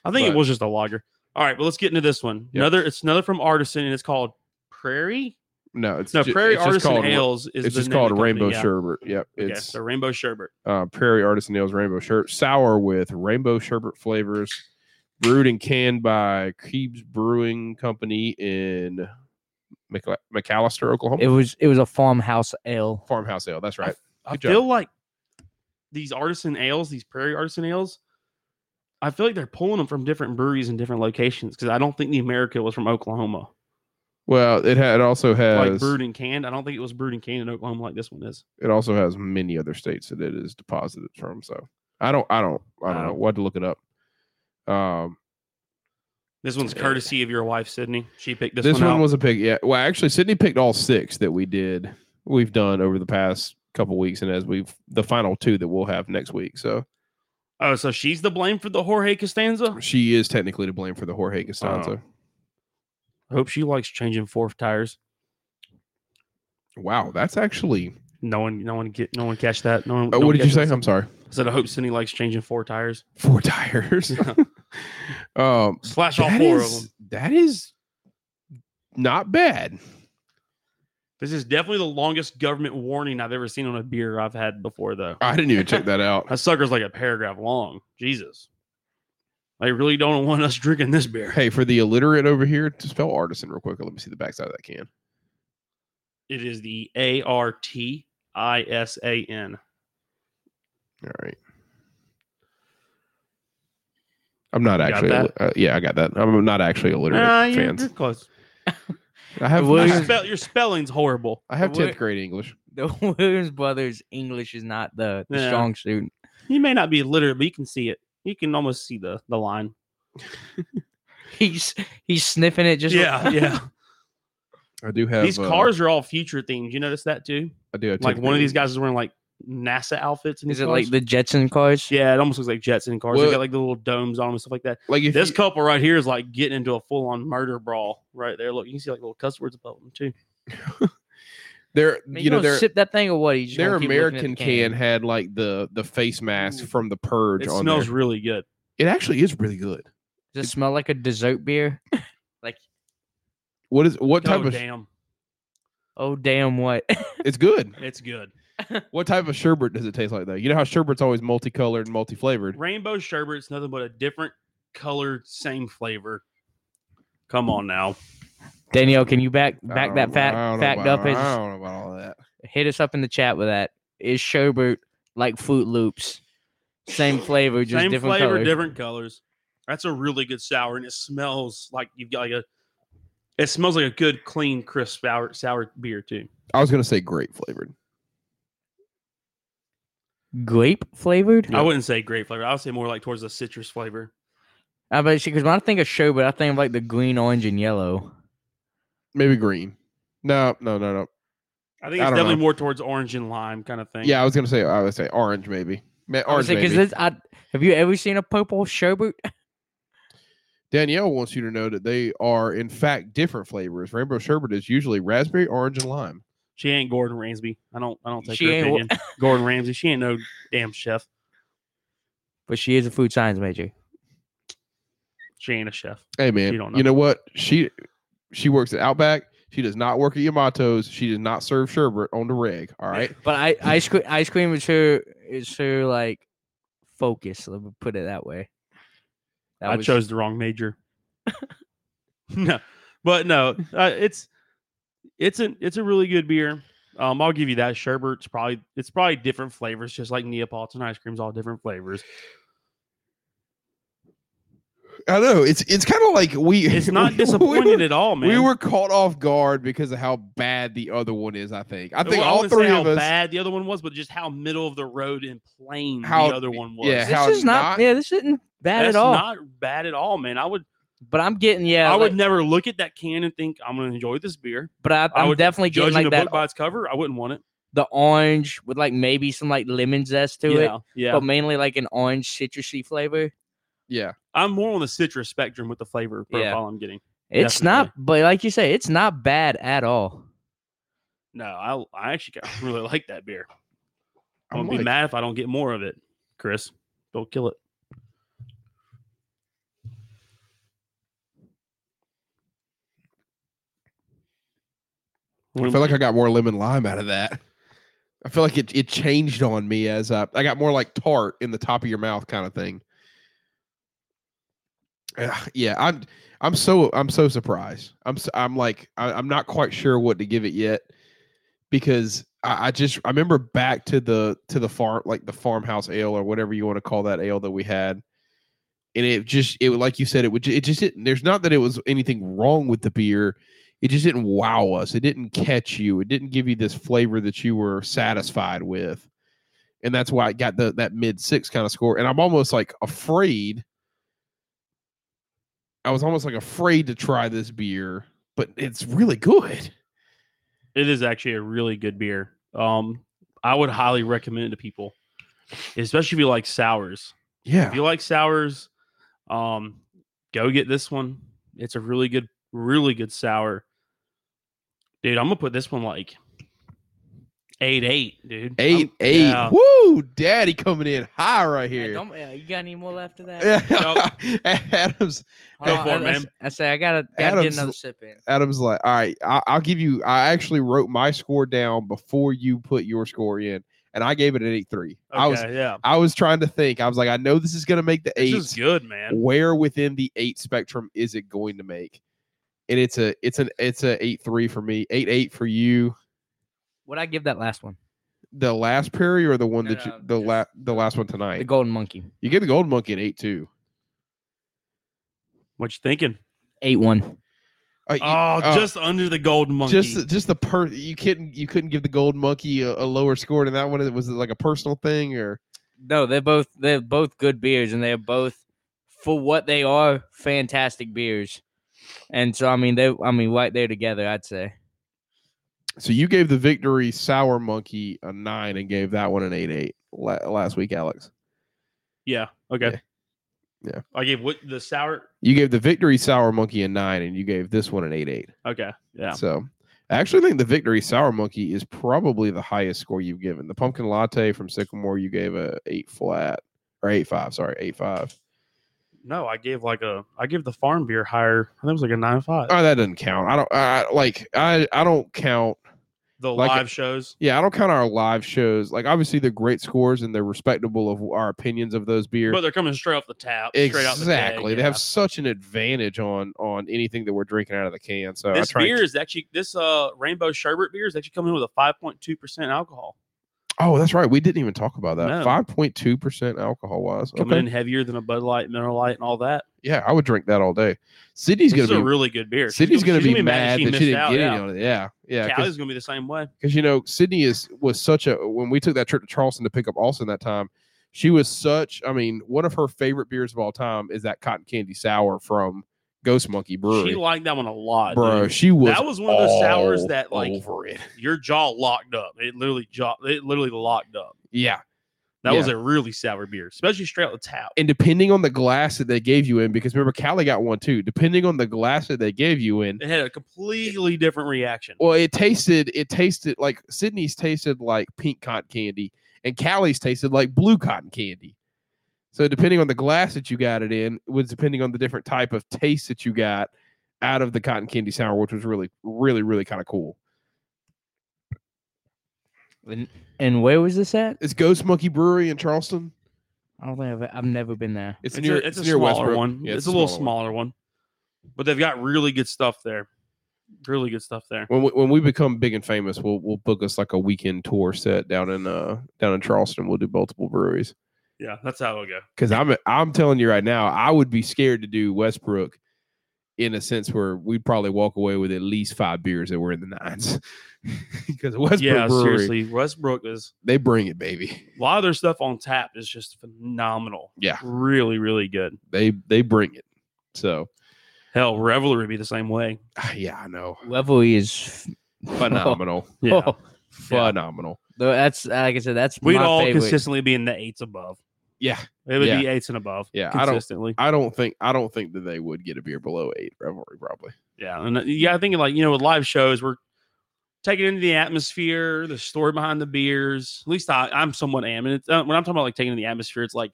Speaker 2: I think it
Speaker 3: but-
Speaker 2: was just a lager. All right, but let's get into this one.
Speaker 3: Yeah.
Speaker 2: Another, it's another from Artisan, and it's called Prairie.
Speaker 3: No, it's
Speaker 2: No,
Speaker 3: ju-
Speaker 2: Prairie
Speaker 3: it's just
Speaker 2: Artisan
Speaker 3: called-
Speaker 2: Ales is
Speaker 3: It's
Speaker 2: the
Speaker 3: just
Speaker 2: name of
Speaker 3: called
Speaker 2: the company,
Speaker 3: Rainbow
Speaker 2: yeah.
Speaker 3: Sherbet. Yep,
Speaker 2: Okay,
Speaker 3: it's
Speaker 2: so Rainbow Sherbet.
Speaker 3: uh, Prairie Artisan Ales Rainbow Sherbet sour with rainbow sherbet flavors, brewed and canned by Keebs Brewing Company in McAl- McAllister, Oklahoma.
Speaker 1: It was it was a farmhouse ale.
Speaker 3: Farmhouse Ale. That's right.
Speaker 2: I
Speaker 3: Good job.
Speaker 2: feel like these artisan ales, these prairie artisan ales, I feel like they're pulling them from different breweries in different locations because I don't think the America was from Oklahoma.
Speaker 3: Well, it had it also
Speaker 2: Like
Speaker 3: has
Speaker 2: brewed and canned. I don't think it was brewed and canned in Oklahoma like this one is.
Speaker 3: it also has many other states that it is deposited from. So I don't I don't I don't
Speaker 2: Wow.
Speaker 3: know. What to look it up. Um,
Speaker 2: This one's
Speaker 3: Yeah.
Speaker 2: courtesy of your wife, Sydney. She picked this,
Speaker 3: this,
Speaker 2: one,
Speaker 3: one,
Speaker 2: out.
Speaker 3: was a pick. Yeah. Well, actually, Sydney picked all six that we did. We've done over the past couple weeks, and as we've the final two that we'll have next week. So
Speaker 2: oh, so she's the blame for the Jorge Costanza.
Speaker 3: she is technically to blame for the Jorge Costanza.
Speaker 2: I hope she likes changing fourth tires.
Speaker 3: Wow, that's actually.
Speaker 2: No one, no one get, no one catch that. No one.
Speaker 3: Oh,
Speaker 2: no one
Speaker 3: what did you
Speaker 2: catch
Speaker 3: say?
Speaker 2: this.
Speaker 3: I'm sorry.
Speaker 2: I said I hope Sydney likes changing four tires.
Speaker 3: Four tires. um,
Speaker 2: Slash all
Speaker 3: that
Speaker 2: four of them.
Speaker 3: is that is not bad.
Speaker 2: This is definitely the longest government warning I've ever seen on a beer I've had before, though.
Speaker 3: I didn't even check that out.
Speaker 2: That sucker's like a paragraph long. Jesus. They really don't want us drinking this beer.
Speaker 3: Hey, for the illiterate over here, to spell artisan real quick. Let me see the backside of that can.
Speaker 2: It is the A R T I S A N.
Speaker 3: All right. I'm not
Speaker 2: You got
Speaker 3: actually.
Speaker 2: that?
Speaker 3: Uh, yeah, I got that. I'm not actually illiterate
Speaker 2: Ah, you're,
Speaker 3: fans.
Speaker 2: you're close.
Speaker 3: I have.
Speaker 1: Well,
Speaker 2: Your,
Speaker 3: I
Speaker 1: you're-
Speaker 3: have,
Speaker 2: spell, your spelling's horrible.
Speaker 3: I have
Speaker 1: Well,
Speaker 3: tenth grade English.
Speaker 1: The Williams brothers English is not the, the
Speaker 2: Yeah.
Speaker 1: strong suit.
Speaker 2: You may not be illiterate, but you can see it. You can almost see the, the line.
Speaker 1: He's he's sniffing it just
Speaker 2: yeah.
Speaker 3: I do have
Speaker 2: These
Speaker 3: uh,
Speaker 2: cars are all future themed. You notice that too?
Speaker 3: I do have
Speaker 2: Like
Speaker 3: 10th
Speaker 2: one of
Speaker 3: grade
Speaker 2: these guys is wearing like NASA outfits. And
Speaker 1: Is it like the Jetson cars?
Speaker 2: Yeah, it almost looks like Jetson cars.
Speaker 3: Well-
Speaker 2: they got like the little domes on them and stuff like that.
Speaker 3: English. Like if
Speaker 2: This
Speaker 3: you-
Speaker 2: couple right here is like getting into a full on murder brawl right there. Look, you can see like little cuss words above them too.
Speaker 3: they're
Speaker 1: I mean,
Speaker 3: you know
Speaker 1: gonna
Speaker 3: they're
Speaker 1: sip that thing or what? You just
Speaker 3: Their
Speaker 1: gonna keep looking at
Speaker 3: American
Speaker 1: the
Speaker 3: can had like the the face mask
Speaker 2: Ooh.
Speaker 3: from the purge
Speaker 2: It
Speaker 3: on
Speaker 2: smells
Speaker 3: there.
Speaker 2: really good.
Speaker 3: It actually is really good.
Speaker 1: Does it smell like a dessert beer?
Speaker 3: What is what type
Speaker 2: oh,
Speaker 3: of
Speaker 2: damn.
Speaker 1: Oh damn! What?
Speaker 3: it's good.
Speaker 2: It's good.
Speaker 3: What type of sherbet does it taste like though? You know how sherbet's always multicolored and multiflavored.
Speaker 2: Rainbow sherbet's nothing but a different color, same flavor. Come on now.
Speaker 1: Danielle, can you back
Speaker 3: I
Speaker 1: back
Speaker 3: don't
Speaker 1: that
Speaker 3: know-
Speaker 1: fact
Speaker 3: I don't know
Speaker 1: fact
Speaker 3: about-
Speaker 1: up? Is
Speaker 3: I don't know about all that.
Speaker 1: hit us up in the chat with that. Is sherbet like Fruit Loops? Same flavor, just
Speaker 2: same
Speaker 1: different
Speaker 2: flavor,
Speaker 1: color.
Speaker 2: different colors. That's a really good sour, and it smells like you've got like a it smells like a good, clean, crisp sour sour beer too.
Speaker 3: I was gonna say grape flavored.
Speaker 1: Grape flavored?
Speaker 2: I wouldn't say grape flavor. I would say more like towards the citrus flavor.
Speaker 1: I bet she because when I think of sherbet, I think of like the green, orange, and yellow.
Speaker 3: Maybe green. No, no, no, no.
Speaker 2: I think
Speaker 3: I
Speaker 2: it's
Speaker 3: don't
Speaker 2: definitely
Speaker 3: know.
Speaker 2: more towards orange and lime kind of thing.
Speaker 3: Yeah, I was gonna say I would say orange maybe. Ma- Orange
Speaker 1: Because
Speaker 3: maybe.
Speaker 1: this, I have you ever seen a purple sherbet?
Speaker 3: Danielle wants you to know that they are in fact different flavors. Rainbow sherbet is usually raspberry, orange, and lime.
Speaker 2: She ain't Gordon Ramsay. I don't. I don't take
Speaker 1: She
Speaker 2: her
Speaker 1: ain't wha-
Speaker 2: opinion. Gordon Ramsay. She ain't no damn chef.
Speaker 1: But she is a food science major.
Speaker 2: She ain't a chef.
Speaker 3: Hey man,
Speaker 2: You don't
Speaker 3: you
Speaker 2: know.
Speaker 3: know what? She she works at Outback. She does not work at Yamato's. She does not serve sherbet on the reg. All right.
Speaker 1: But I ice cream ice cream is her is her like focus. Let me put it that way. That
Speaker 2: I
Speaker 1: was-
Speaker 2: chose the wrong major. no, but no, uh, it's it's an it's a really good beer. Um, I'll give you that. Sherbet's probably it's probably different flavors, just like Neapolitan ice cream's all different flavors.
Speaker 3: I know. It's it's kind of like we
Speaker 2: It's not
Speaker 3: we
Speaker 2: disappointing
Speaker 3: were,
Speaker 2: at all, man.
Speaker 3: we were caught off guard because of how bad the other one is, I think. I think
Speaker 2: Well,
Speaker 3: all
Speaker 2: wouldn't say
Speaker 3: three
Speaker 2: how
Speaker 3: of us
Speaker 2: bad the other one was, but just how middle of the road and plain
Speaker 3: How-
Speaker 2: the other one was.
Speaker 3: yeah,
Speaker 1: This
Speaker 3: how
Speaker 1: is not,
Speaker 3: not-
Speaker 1: yeah, this isn't bad
Speaker 2: That's
Speaker 1: at all.
Speaker 2: not bad at all, man. I would
Speaker 1: but I'm getting yeah,
Speaker 2: I
Speaker 1: like-
Speaker 2: would never look at that can and think I'm going to enjoy this beer.
Speaker 1: but I,
Speaker 2: I
Speaker 1: I'm
Speaker 2: would
Speaker 1: definitely getting
Speaker 2: Judging
Speaker 1: like
Speaker 2: a
Speaker 1: that
Speaker 2: book by its cover, I wouldn't want it.
Speaker 1: the orange with like maybe some like lemon zest to
Speaker 2: yeah,
Speaker 1: it,
Speaker 2: yeah.
Speaker 1: but mainly like an orange citrusy flavor.
Speaker 3: Yeah.
Speaker 2: I'm more on the citrus spectrum with the flavor
Speaker 1: Yeah.
Speaker 2: profile I'm getting.
Speaker 1: It's not, but like you say, it's not bad at all.
Speaker 2: No, I I actually kinda really like that beer. I'm,
Speaker 3: I'm
Speaker 2: gonna be
Speaker 3: like-
Speaker 2: mad if I don't get more of it, Chris. Don't kill it.
Speaker 3: I
Speaker 2: Mm,
Speaker 3: feel like I got more lemon lime out of that. I feel like it, it changed on me uh, as I, I got more like tart in the top of your mouth kind of thing. Uh, yeah, I'm I'm so I'm so surprised. I'm s- I'm like I, I'm not quite sure what to give it yet because I, I just I remember back to the to the farm like the farmhouse ale or whatever you want to call that ale that we had, and it just it would- like you said it would ju- it just didn't. There's not that it was anything wrong with the beer. It just didn't wow us. It didn't catch you. It didn't give you this flavor that you were satisfied with, and that's why it got the that mid six kind of score. And I'm almost like afraid I was almost like afraid to try this beer, but it's really good.
Speaker 2: It is actually a really good beer. Um, I would highly recommend it to people, especially if you like sours. If
Speaker 3: Yeah.
Speaker 2: you like sours, um, go get this one. It's a really good, really good sour. Dude, I'm gonna put this one like eight eight, dude. I'm-
Speaker 3: Eight, eight.
Speaker 2: yeah.
Speaker 3: Woo! Daddy coming in high right here.
Speaker 1: uh, you got any more after that?
Speaker 3: Adam's
Speaker 2: Go for it,
Speaker 1: I,
Speaker 2: man.
Speaker 1: I say I gotta, gotta get
Speaker 3: Adam's-
Speaker 1: another sip in.
Speaker 3: Adam's like, all right, I, I'll give you. I actually wrote my score down before you put your score in, and I gave it an eight three. I was
Speaker 2: Okay, yeah.
Speaker 3: I was trying to think. I was like, I know this is gonna make the
Speaker 2: This
Speaker 3: eight.
Speaker 2: is good, man.
Speaker 3: Where within the eight spectrum is it going to make? And it's a it's an it's a eight three for me, eight eight for you.
Speaker 1: Would I give that last one?
Speaker 3: the last prairie or the one
Speaker 1: No,
Speaker 3: that you,
Speaker 1: no,
Speaker 3: the
Speaker 1: just
Speaker 3: la- the last one tonight?
Speaker 1: The Golden Monkey,
Speaker 3: you gave the gold monkey an eight two.
Speaker 2: What you thinking?
Speaker 1: eight one.
Speaker 3: Uh, you-
Speaker 2: Oh,
Speaker 3: uh,
Speaker 2: just under the golden Oh, monkey.
Speaker 3: just the- just the per you couldn't you couldn't give the gold monkey a, a lower score than that one. Was it like a personal thing or
Speaker 1: No, they're both they're both good beers, and they're both for what they are fantastic beers. And so I mean they I mean right there together I'd say
Speaker 3: so? You gave the victory sour monkey a nine and gave that one an eight eight la- last week, Alex.
Speaker 2: yeah. Okay.
Speaker 3: Yeah. Yeah.
Speaker 2: I gave what the sour.
Speaker 3: You gave the victory sour monkey a nine and you gave this one an eight eight.
Speaker 2: Okay. Yeah.
Speaker 3: So I actually think the victory sour monkey is probably the highest score you've given. The pumpkin latte from Sycamore you gave a eight flat or eight five, sorry, eight
Speaker 2: Uh,
Speaker 3: five.
Speaker 2: No, I gave like a I gave the farm beer higher. I think it was like a nine five.
Speaker 3: Oh, that doesn't count. I don't I, like I I don't count.
Speaker 2: the
Speaker 3: like a-
Speaker 2: live shows.
Speaker 3: Yeah, I don't count our live shows. Like obviously they're great scores and they're respectable of our opinions of those beers.
Speaker 2: But they're coming straight off the tap. Straight out the keg,
Speaker 3: exactly. They
Speaker 2: yeah.
Speaker 3: have such an advantage on on anything that we're drinking out of the can. So
Speaker 2: this
Speaker 3: I try and-
Speaker 2: beer is actually this uh rainbow sherbet beer is actually coming in with a five point two percent alcohol.
Speaker 3: Oh, that's right. We didn't even talk about that.
Speaker 2: No.
Speaker 3: 5.2% alcohol wise.
Speaker 2: Coming
Speaker 3: Okay.
Speaker 2: in heavier than a Bud Light, Miller Light, and all that.
Speaker 3: Yeah, I would drink that all day. Sydney's
Speaker 2: This
Speaker 3: going
Speaker 2: is
Speaker 3: to be
Speaker 2: a really good beer. She's
Speaker 3: Sydney's
Speaker 2: gonna-
Speaker 3: going to
Speaker 2: she's
Speaker 3: be mad that she
Speaker 2: missed
Speaker 3: didn't
Speaker 2: out,
Speaker 3: get
Speaker 2: yeah.
Speaker 3: any on it. Yeah, yeah,
Speaker 2: Callie's gonna be the same way.
Speaker 3: because you know Sydney is was such a when we took that trip to Charleston to pick up Austin that time, she was such. I mean, one of her favorite beers of all time is that cotton candy sour from Ghost Monkey
Speaker 2: She
Speaker 3: Brewery.
Speaker 2: liked that one a lot,
Speaker 3: Bro,
Speaker 2: dude.
Speaker 3: she was
Speaker 2: That was one of those sours
Speaker 3: all
Speaker 2: that, like-
Speaker 3: over it.
Speaker 2: Your jaw locked up. It literally jaw. It literally locked up.
Speaker 3: Yeah,
Speaker 2: That was
Speaker 3: Yeah.
Speaker 2: a really sour beer, especially straight out the tap.
Speaker 3: and depending on the glass that they gave you in, because remember Callie got one too. Depending on the glass that they gave you in,
Speaker 2: It had a completely different reaction.
Speaker 3: Well, it tasted it tasted like Sydney's tasted like pink cotton candy, and Callie's tasted like blue cotton candy. So depending on the glass that you got it in, it was depending on the different type of taste that you got out of the cotton candy sour, which was really, really, really kind of cool.
Speaker 1: and, and where was this at?
Speaker 3: It's Ghost Monkey Brewery in Charleston.
Speaker 1: I don't think I've, I've never been there.
Speaker 3: It's,
Speaker 2: It's, a,
Speaker 3: near
Speaker 2: it's, a
Speaker 3: near
Speaker 2: smaller
Speaker 3: Westbrook.
Speaker 2: one.
Speaker 3: Yeah,
Speaker 2: it's, a, little
Speaker 3: one.
Speaker 2: smaller one. but they've got really good stuff there. Really good stuff there.
Speaker 3: When we, when we become big and famous, we'll we'll book us like a weekend tour set down in uh down in Charleston. We'll do multiple breweries.
Speaker 2: Yeah, that's how it'll go.
Speaker 3: Because I'm I'm telling you right now, I would be scared to do Westbrook in a sense where we'd probably walk away with at least five beers that were in the nines. Because Westbrook
Speaker 2: yeah,
Speaker 3: Brewery,
Speaker 2: seriously, Westbrook is
Speaker 3: they bring it, baby.
Speaker 2: a lot of their stuff on tap is just phenomenal.
Speaker 3: Yeah,
Speaker 2: Really, really good.
Speaker 3: they they bring it. So
Speaker 2: Hell, Revelry be the same way.
Speaker 3: ah, yeah, I know,
Speaker 1: Revelry is
Speaker 3: phenomenal,
Speaker 2: Yeah.
Speaker 1: Oh,
Speaker 3: phenomenal.
Speaker 1: though that's like I said that's
Speaker 2: We'd
Speaker 1: my
Speaker 2: all
Speaker 1: favorite.
Speaker 2: consistently be in the eights above.
Speaker 3: Yeah,
Speaker 2: It would
Speaker 3: Yeah.
Speaker 2: be eights and above.
Speaker 3: Yeah, I don't-
Speaker 2: consistently.
Speaker 3: I don't think I don't think that they would get a beer below eight rivalry probably.
Speaker 2: Yeah, and uh, yeah, I think like you know, with live shows, we're taking into the atmosphere, the story behind the beers. At least I, I'm somewhat am, and it's, uh, when I'm talking about like taking in the atmosphere, it's like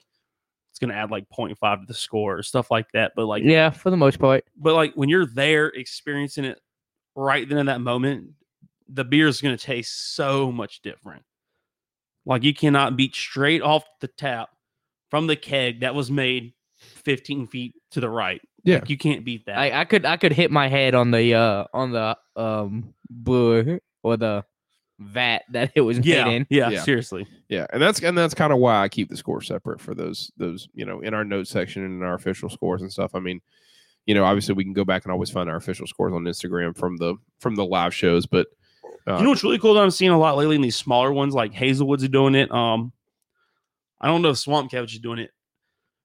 Speaker 2: it's gonna add like 0.5 to the score or stuff like that. But like,
Speaker 1: yeah, for the most part,
Speaker 2: but like when you're there experiencing it right then in that moment, the beer is gonna taste so much different. Like you cannot beat straight off the tap from the keg that was made 15 feet to the right.
Speaker 3: Yeah.
Speaker 2: Like, you can't beat that.
Speaker 1: I, I could I could hit my head on the uh on the um bur or the vat that it was
Speaker 2: yeah,
Speaker 1: made in.
Speaker 2: yeah,
Speaker 3: Yeah.
Speaker 2: seriously.
Speaker 3: Yeah, and that's and that's kind of why I keep the score separate for those those you know in our notes section and in our official scores and stuff. I mean, you know, obviously we can go back and always find our official scores on Instagram from the from the live shows, but uh,
Speaker 2: you know what's really cool that I'm seeing a lot lately in these smaller ones, like Hazelwood's doing it. Um, I don't know if Swamp Cabbage is doing it,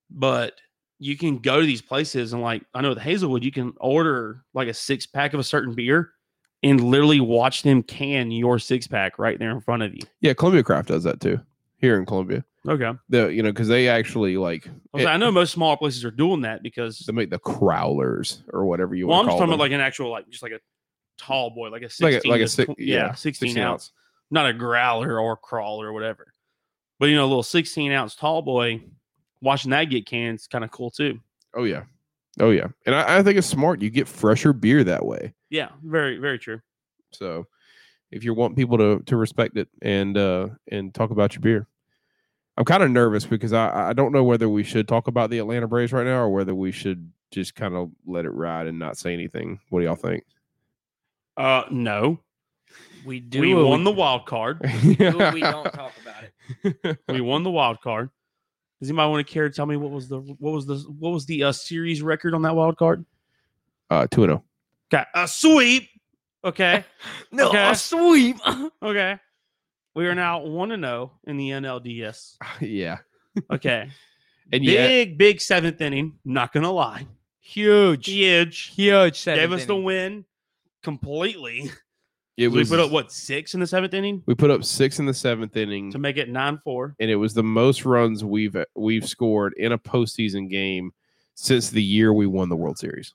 Speaker 2: but you can go to these places and like I know with Hazelwood, you can order like a six pack of a certain beer and literally watch them can your six pack right there in front of you.
Speaker 3: yeah, Columbia Craft does that too here in Columbia.
Speaker 2: Okay. I,
Speaker 3: The you know because they actually like
Speaker 2: was
Speaker 3: it-
Speaker 2: like, I know most smaller places are doing that because
Speaker 3: they make the crowlers or whatever you
Speaker 2: well, I'm
Speaker 3: want.
Speaker 2: just
Speaker 3: to
Speaker 2: talking
Speaker 3: call
Speaker 2: about like
Speaker 3: them.
Speaker 2: an actual like just like a tall boy, like a
Speaker 3: Like a-
Speaker 2: sixteen,
Speaker 3: like a
Speaker 2: to
Speaker 3: six-
Speaker 2: tw-
Speaker 3: yeah,
Speaker 2: yeah, sixteen,
Speaker 3: 16
Speaker 2: ounce. not a growler or a crawler or whatever. But you know, a little 16 ounce tall boy watching that get canned is kind of cool too.
Speaker 3: Oh yeah, oh yeah, and I, I think it's smart. You get fresher beer that way.
Speaker 2: Yeah, very, very true.
Speaker 3: So if you want people to to respect it and uh and talk about your beer. I'm kind of nervous because I I don't know whether we should talk about the Atlanta Braves right now or whether we should just kind of let it ride and not say anything. What do y'all think?
Speaker 2: Uh, no,
Speaker 1: We do
Speaker 2: we won the wild card.
Speaker 1: we don't talk about it.
Speaker 2: we won the wild card. Does anybody want to care to tell me what was the what was the what was the uh, series record on that wild card?
Speaker 3: uh 2 and 0.
Speaker 2: Okay, a sweep. Okay,
Speaker 1: No
Speaker 2: Okay.
Speaker 1: a sweep.
Speaker 2: okay. We are now one to zero in the NLDS.
Speaker 3: yeah.
Speaker 2: Okay,
Speaker 3: And yet
Speaker 2: big big seventh inning. Not gonna lie,
Speaker 1: Huge.
Speaker 2: huge.
Speaker 1: Huge seventh
Speaker 2: gave us the
Speaker 1: inning.
Speaker 2: win completely.
Speaker 3: it
Speaker 2: we
Speaker 3: was
Speaker 2: put up what six in the seventh inning
Speaker 3: we put up 6 in the 7th inning
Speaker 2: to make it nine four.
Speaker 3: and it was the most runs we've we've scored in a postseason game since the year we won the World Series.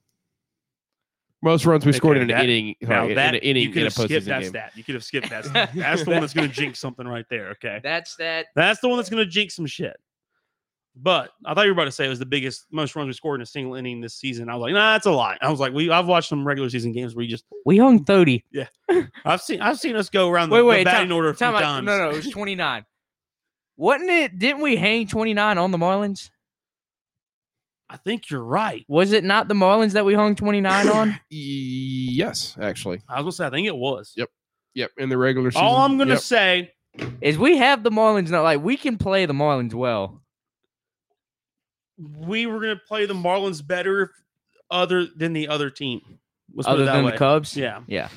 Speaker 3: Most runs we scored
Speaker 2: Okay,
Speaker 3: in an
Speaker 2: that-
Speaker 3: inning,
Speaker 2: Now
Speaker 3: sorry, in
Speaker 2: that
Speaker 3: an inning
Speaker 2: you could
Speaker 3: in a
Speaker 2: have skipped
Speaker 3: postseason
Speaker 2: that
Speaker 3: game.
Speaker 2: stat. You could have skipped that. Stat. That's the one that's going to jinx something right there. Okay,
Speaker 1: That's that.
Speaker 2: that's the one that's going to jinx some shit. But I thought you were about to say it was the biggest, most runs we scored in a single inning this season. I was like, nah, that's a lie. I was like, we I've watched some regular season games where you just
Speaker 1: We hung thirty.
Speaker 2: I've seen I've seen us go around the,
Speaker 1: Wait,
Speaker 2: the
Speaker 1: wait,
Speaker 2: batting
Speaker 1: time-
Speaker 2: order a few
Speaker 1: Time out-
Speaker 2: times.
Speaker 1: No, no, it was twenty nine. Wasn't it? Didn't we hang twenty nine on the Marlins?
Speaker 2: I think you're right.
Speaker 1: Was it not the Marlins that we hung twenty nine on?
Speaker 3: Yes, actually.
Speaker 2: I was gonna say I think it was.
Speaker 3: Yep, Yep, in the regular season.
Speaker 2: All I'm gonna
Speaker 3: yep.
Speaker 2: say
Speaker 1: Is we have the Marlins not like we can play the Marlins well.
Speaker 2: we were going to play the Marlins better if other than the other team. Let's put it
Speaker 1: other
Speaker 2: that
Speaker 1: than
Speaker 2: way.
Speaker 1: the Cubs.
Speaker 2: Yeah.
Speaker 1: Yeah.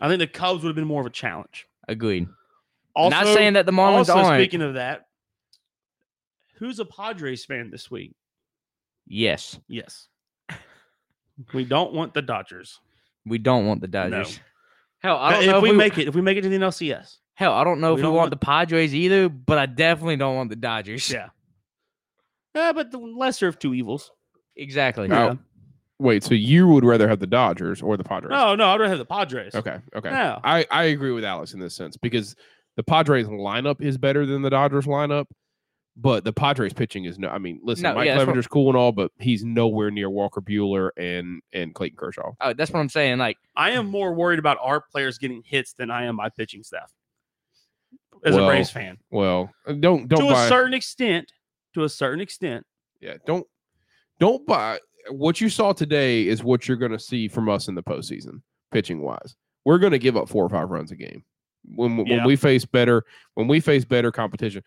Speaker 2: I think the Cubs would have been more of a challenge.
Speaker 1: Agreed.
Speaker 2: Also,
Speaker 1: Not saying that the Marlins
Speaker 2: also
Speaker 1: aren't.
Speaker 2: speaking of that, who's a Padres fan this week?
Speaker 1: yes,
Speaker 2: Yes. We don't want the Dodgers.
Speaker 1: we don't want the Dodgers. Hell, I
Speaker 2: Now,
Speaker 1: don't
Speaker 2: if
Speaker 1: know
Speaker 2: we, make it, if we make it to the NLCS,
Speaker 1: Hell, I don't know
Speaker 2: we
Speaker 1: if we
Speaker 2: don't
Speaker 1: want
Speaker 2: want-
Speaker 1: the Padres either, but I definitely don't want the Dodgers.
Speaker 2: yeah. Uh, but the lesser of two evils.
Speaker 1: Exactly.
Speaker 3: Yeah. Wait, so you would rather have the Dodgers or the Padres?
Speaker 2: No, no, I'd rather have the Padres.
Speaker 3: Okay, okay.
Speaker 2: No.
Speaker 3: I, I agree with Alex in this sense because the Padres lineup is better than the Dodgers lineup, but the Padres pitching is no. I mean, listen,
Speaker 1: No,
Speaker 3: Mike
Speaker 1: yeah, that's what-
Speaker 3: Clevenger's cool and all, but he's nowhere near Walker Bueller and and Clayton Kershaw.
Speaker 1: Oh, that's what I'm saying. Like,
Speaker 2: I
Speaker 3: Hmm.
Speaker 2: am more worried about our players getting hits than I am my pitching staff as
Speaker 3: Well,
Speaker 2: a Braves fan.
Speaker 3: Well, don't don't
Speaker 2: to
Speaker 3: buy
Speaker 2: a certain extent, to a certain extent,
Speaker 3: yeah don't don't buy what you saw today is what you're going to see from us in the postseason pitching wise. We're going to give up four or five runs a game when when
Speaker 2: Yeah.
Speaker 3: we face better when we face better competition.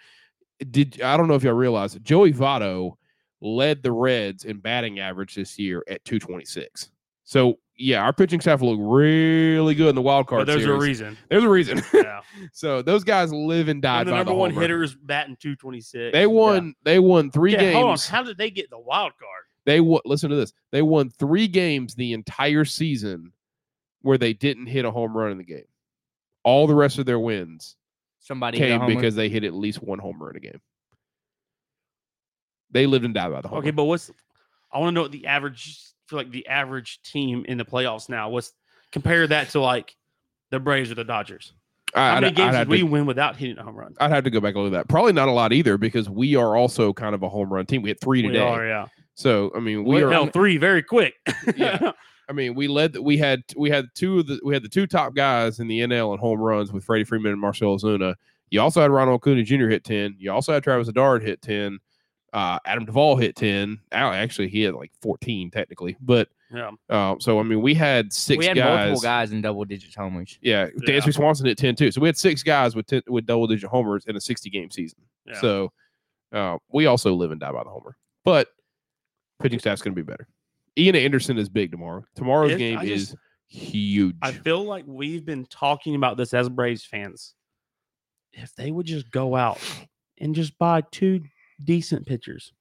Speaker 3: Did I don't know if y'all realize that Joey Votto led the Reds in batting average this year at 226. So yeah, our pitching staff looked really good in the wild card.
Speaker 2: but there's a
Speaker 3: series.
Speaker 2: reason.
Speaker 3: There's a reason.
Speaker 2: Yeah.
Speaker 3: so those guys live and die
Speaker 2: and the
Speaker 3: by
Speaker 2: number
Speaker 3: the
Speaker 2: one
Speaker 3: homer.
Speaker 2: hitter is batting 226.
Speaker 3: They won. They won three
Speaker 2: Yeah. Yeah,
Speaker 3: games.
Speaker 2: Hold on. How did they get the wild card?
Speaker 3: They won. Listen to this. They won three games the entire season where they didn't hit a home run in the game. All the rest of their wins
Speaker 1: somebody hit a
Speaker 3: came
Speaker 1: home run.
Speaker 3: because they hit at least one home run a game. They lived and died by the home.
Speaker 2: Okay, but what's I want to know what the average for like the average team in the playoffs now. What's compare that to like the Braves or the Dodgers? How many games
Speaker 3: I'd,
Speaker 2: did
Speaker 3: have
Speaker 2: we
Speaker 3: to,
Speaker 2: win without hitting a home run?
Speaker 3: I'd have to go back and look at that. Probably not a lot either because we are also kind of a home run team. We hit three
Speaker 2: We
Speaker 3: today.
Speaker 2: are, yeah.
Speaker 3: So I mean, we are.
Speaker 2: Hell, three very quick.
Speaker 3: Yeah. I mean, we led. We had we had two of the we had the two top guys in the NL in home runs with Freddie Freeman and Marcelo Zuna. You also had Ronald Acuna Jr. hit ten. You also had Travis Adard hit ten. Uh, Adam Duvall hit ten. Al actually he had like fourteen technically, but
Speaker 2: Yeah.
Speaker 3: um, so I mean we had six
Speaker 1: we had
Speaker 3: guys.
Speaker 1: multiple guys in double digits homers.
Speaker 3: Yeah, Dansby Swanson hit ten too. So we had six guys with 10, with double digit homers in a sixty game season.
Speaker 2: Yeah.
Speaker 3: So uh, we also live and die by the homer, but pitching staff's going to be better. Ian Anderson is big tomorrow. Tomorrow's
Speaker 2: It's-
Speaker 3: game
Speaker 2: I
Speaker 3: is
Speaker 2: just-
Speaker 3: huge.
Speaker 2: I feel like we've been talking about this as Braves fans. If they would just go out and just buy two decent pitchers,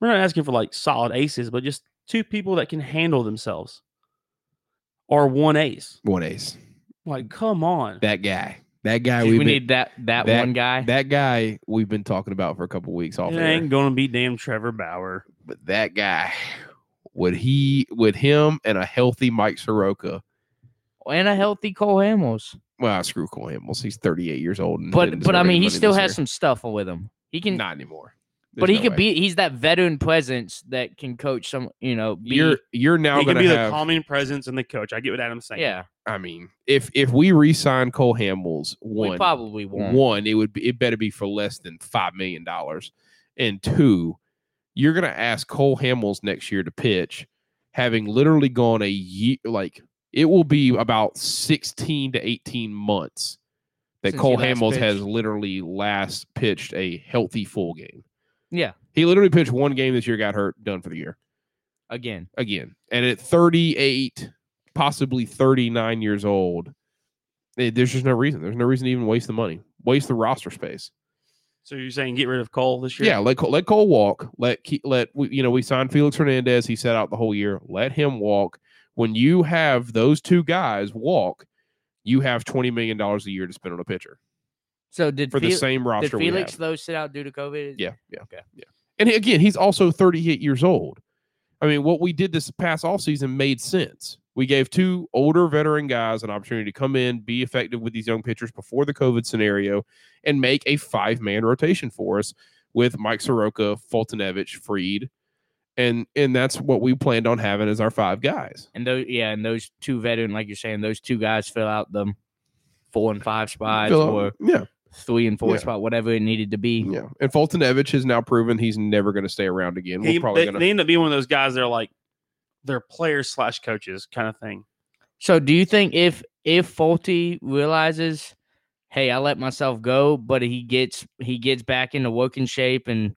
Speaker 2: we're not asking for like solid aces, but just two people that can handle themselves or one ace.
Speaker 3: One ace.
Speaker 2: Like, come on.
Speaker 3: That guy. That guy.
Speaker 1: Just
Speaker 3: We've
Speaker 1: we
Speaker 3: been,
Speaker 1: need that that,
Speaker 3: that-
Speaker 1: one guy.
Speaker 3: that guy we've been talking about for a couple weeks off
Speaker 2: It
Speaker 3: air.
Speaker 2: ain't going to be damn Trevor Bauer.
Speaker 3: but that guy would he with him and a healthy Mike Soroka.
Speaker 1: and a healthy Cole Hamels.
Speaker 3: Well, screw Cole Hamels. He's 38 years old. And
Speaker 1: But
Speaker 3: didn't
Speaker 1: but I
Speaker 3: deserve any
Speaker 1: mean he
Speaker 3: money
Speaker 1: still
Speaker 3: this
Speaker 1: has
Speaker 3: year.
Speaker 1: some stuff with him. He can
Speaker 3: Not anymore.
Speaker 1: but
Speaker 3: There's
Speaker 1: he
Speaker 3: no
Speaker 1: could
Speaker 3: way.
Speaker 1: be he's that veteran presence that can coach some you know be
Speaker 3: You're you're now
Speaker 2: he
Speaker 3: going
Speaker 2: can
Speaker 3: to
Speaker 2: be
Speaker 3: have.
Speaker 2: the calming presence and the coach. I get what Adam's saying.
Speaker 1: yeah.
Speaker 3: I mean, if if we re-sign Cole Hamels,
Speaker 1: We
Speaker 3: one
Speaker 1: probably won't.
Speaker 3: one it would be it better be for less than five million dollars, and two, you're going to ask Cole Hamels next year to pitch, having literally gone a year like it will be about sixteen to eighteen months that
Speaker 1: Since he
Speaker 3: Cole
Speaker 1: last
Speaker 3: Hamels
Speaker 1: pitched.
Speaker 3: has literally last pitched a healthy full game.
Speaker 1: Yeah.
Speaker 3: He literally pitched one game this year, got hurt, done for the year
Speaker 1: Again.
Speaker 3: again. And at 38, possibly 39 years old, eh, there's just no reason. There's no reason to even waste the money, waste the roster space.
Speaker 2: So you're saying get rid of Cole this year?
Speaker 3: Yeah, let Cole, let Cole walk. Let keep, let we, you know we signed Felix Hernandez. He sat out the whole year. Let him walk. When you have those two guys walk, you have twenty million dollars a year to spend on a pitcher
Speaker 1: So did,
Speaker 3: for the
Speaker 1: Fel-
Speaker 3: same
Speaker 1: did
Speaker 3: roster. we have.
Speaker 1: Felix though sit out due to COVID?
Speaker 3: Yeah, yeah,
Speaker 1: Okay.
Speaker 3: yeah. And he- again, he's also 38 years old. I mean, what we did this past offseason made sense. We gave two older veteran guys an opportunity to come in, be effective with these young pitchers before the COVID scenario, and make a five man rotation for us with Mike Soroka, Fultonevich, Freed. And and that's what we planned on having as our five guys.
Speaker 1: And those yeah, and those two veteran, like you're saying, those two guys fill out the four and five spots
Speaker 3: Fill out-
Speaker 1: or
Speaker 3: yeah,
Speaker 1: three and four
Speaker 3: Yeah.
Speaker 1: spot, whatever it needed to be.
Speaker 3: yeah. And Fultonevich has now proven he's never going to stay around again. We're
Speaker 2: He-
Speaker 3: probably
Speaker 2: they,
Speaker 3: going to
Speaker 2: they end up being one of those guys that are like, they're players slash coaches kind of thing.
Speaker 1: So do you think if if Fulte realizes, hey, I let myself go, but he gets he gets back into working shape and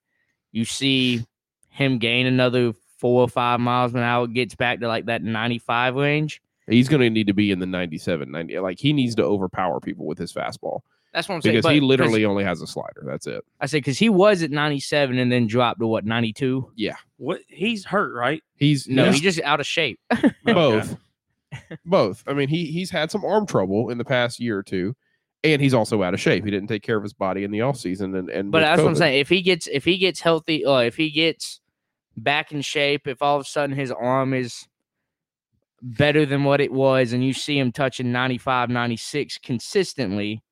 Speaker 1: you see him gain another four or five miles an hour, gets back to like that ninety five range.
Speaker 3: He's going to need to be in the 97, 90. Like he needs to overpower people with his fastball
Speaker 1: That's what I'm saying.
Speaker 3: because
Speaker 1: but-
Speaker 3: he literally only has a slider. That's it.
Speaker 1: I said because he was at ninety seven and then dropped to what ninety two.
Speaker 2: What he's hurt, right?
Speaker 3: He's
Speaker 1: No,
Speaker 3: he's
Speaker 1: he's just out of shape.
Speaker 3: both. both. I mean, he he's had some arm trouble in the past year or two, and he's also out of shape. He didn't take care of his body in the offseason. And, and
Speaker 1: But
Speaker 3: with
Speaker 1: that's what I'm
Speaker 3: COVID.
Speaker 1: saying. If he gets if he gets healthy, or if he gets back in shape, if all of a sudden his arm is better than what it was, and you see him touching 95, 96 consistently,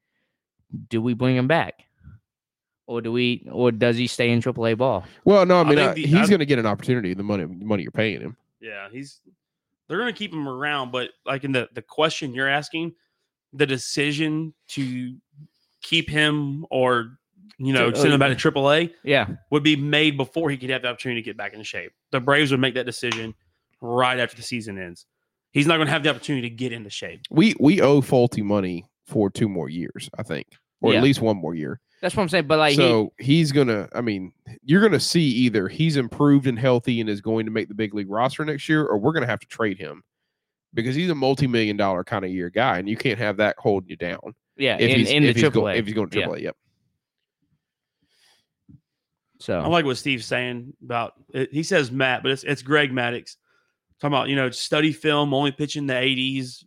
Speaker 1: do we bring him back, or do we, or does he stay in AAA ball?
Speaker 3: Well, no, I
Speaker 2: I
Speaker 3: mean,
Speaker 2: think
Speaker 3: I-
Speaker 2: the- I-
Speaker 3: he's going to get an opportunity. The money money you're paying him.
Speaker 2: Yeah, he's they're gonna keep him around, but like in the the question you're asking, the decision to keep him or you know
Speaker 1: To-
Speaker 2: send him back to AAA
Speaker 1: Yeah,
Speaker 2: would be made before he could have the opportunity to get back in shape. The Braves would make that decision right after the season ends. He's not gonna have the opportunity to get into shape.
Speaker 3: We we owe faulty money for two more years, I think, or
Speaker 1: Yeah.
Speaker 3: at least one more year.
Speaker 1: that's what I'm saying. But like, he,
Speaker 3: so he's gonna. I mean, you're gonna see either he's improved and healthy and is going to make the big league roster next year, or we're gonna have to trade him because he's a multi-million dollar kind of year guy, and you can't have that holding you down
Speaker 1: yeah,
Speaker 3: if
Speaker 1: in,
Speaker 3: he's
Speaker 1: in the
Speaker 3: if he's, go-
Speaker 1: AAA.
Speaker 3: if he's going to
Speaker 1: Yeah,
Speaker 3: AAA. Yep.
Speaker 2: I
Speaker 1: So
Speaker 2: like what Steve's saying about it. He says Matt, but it's it's Greg Maddox talking about you know study film, only pitching the eighties,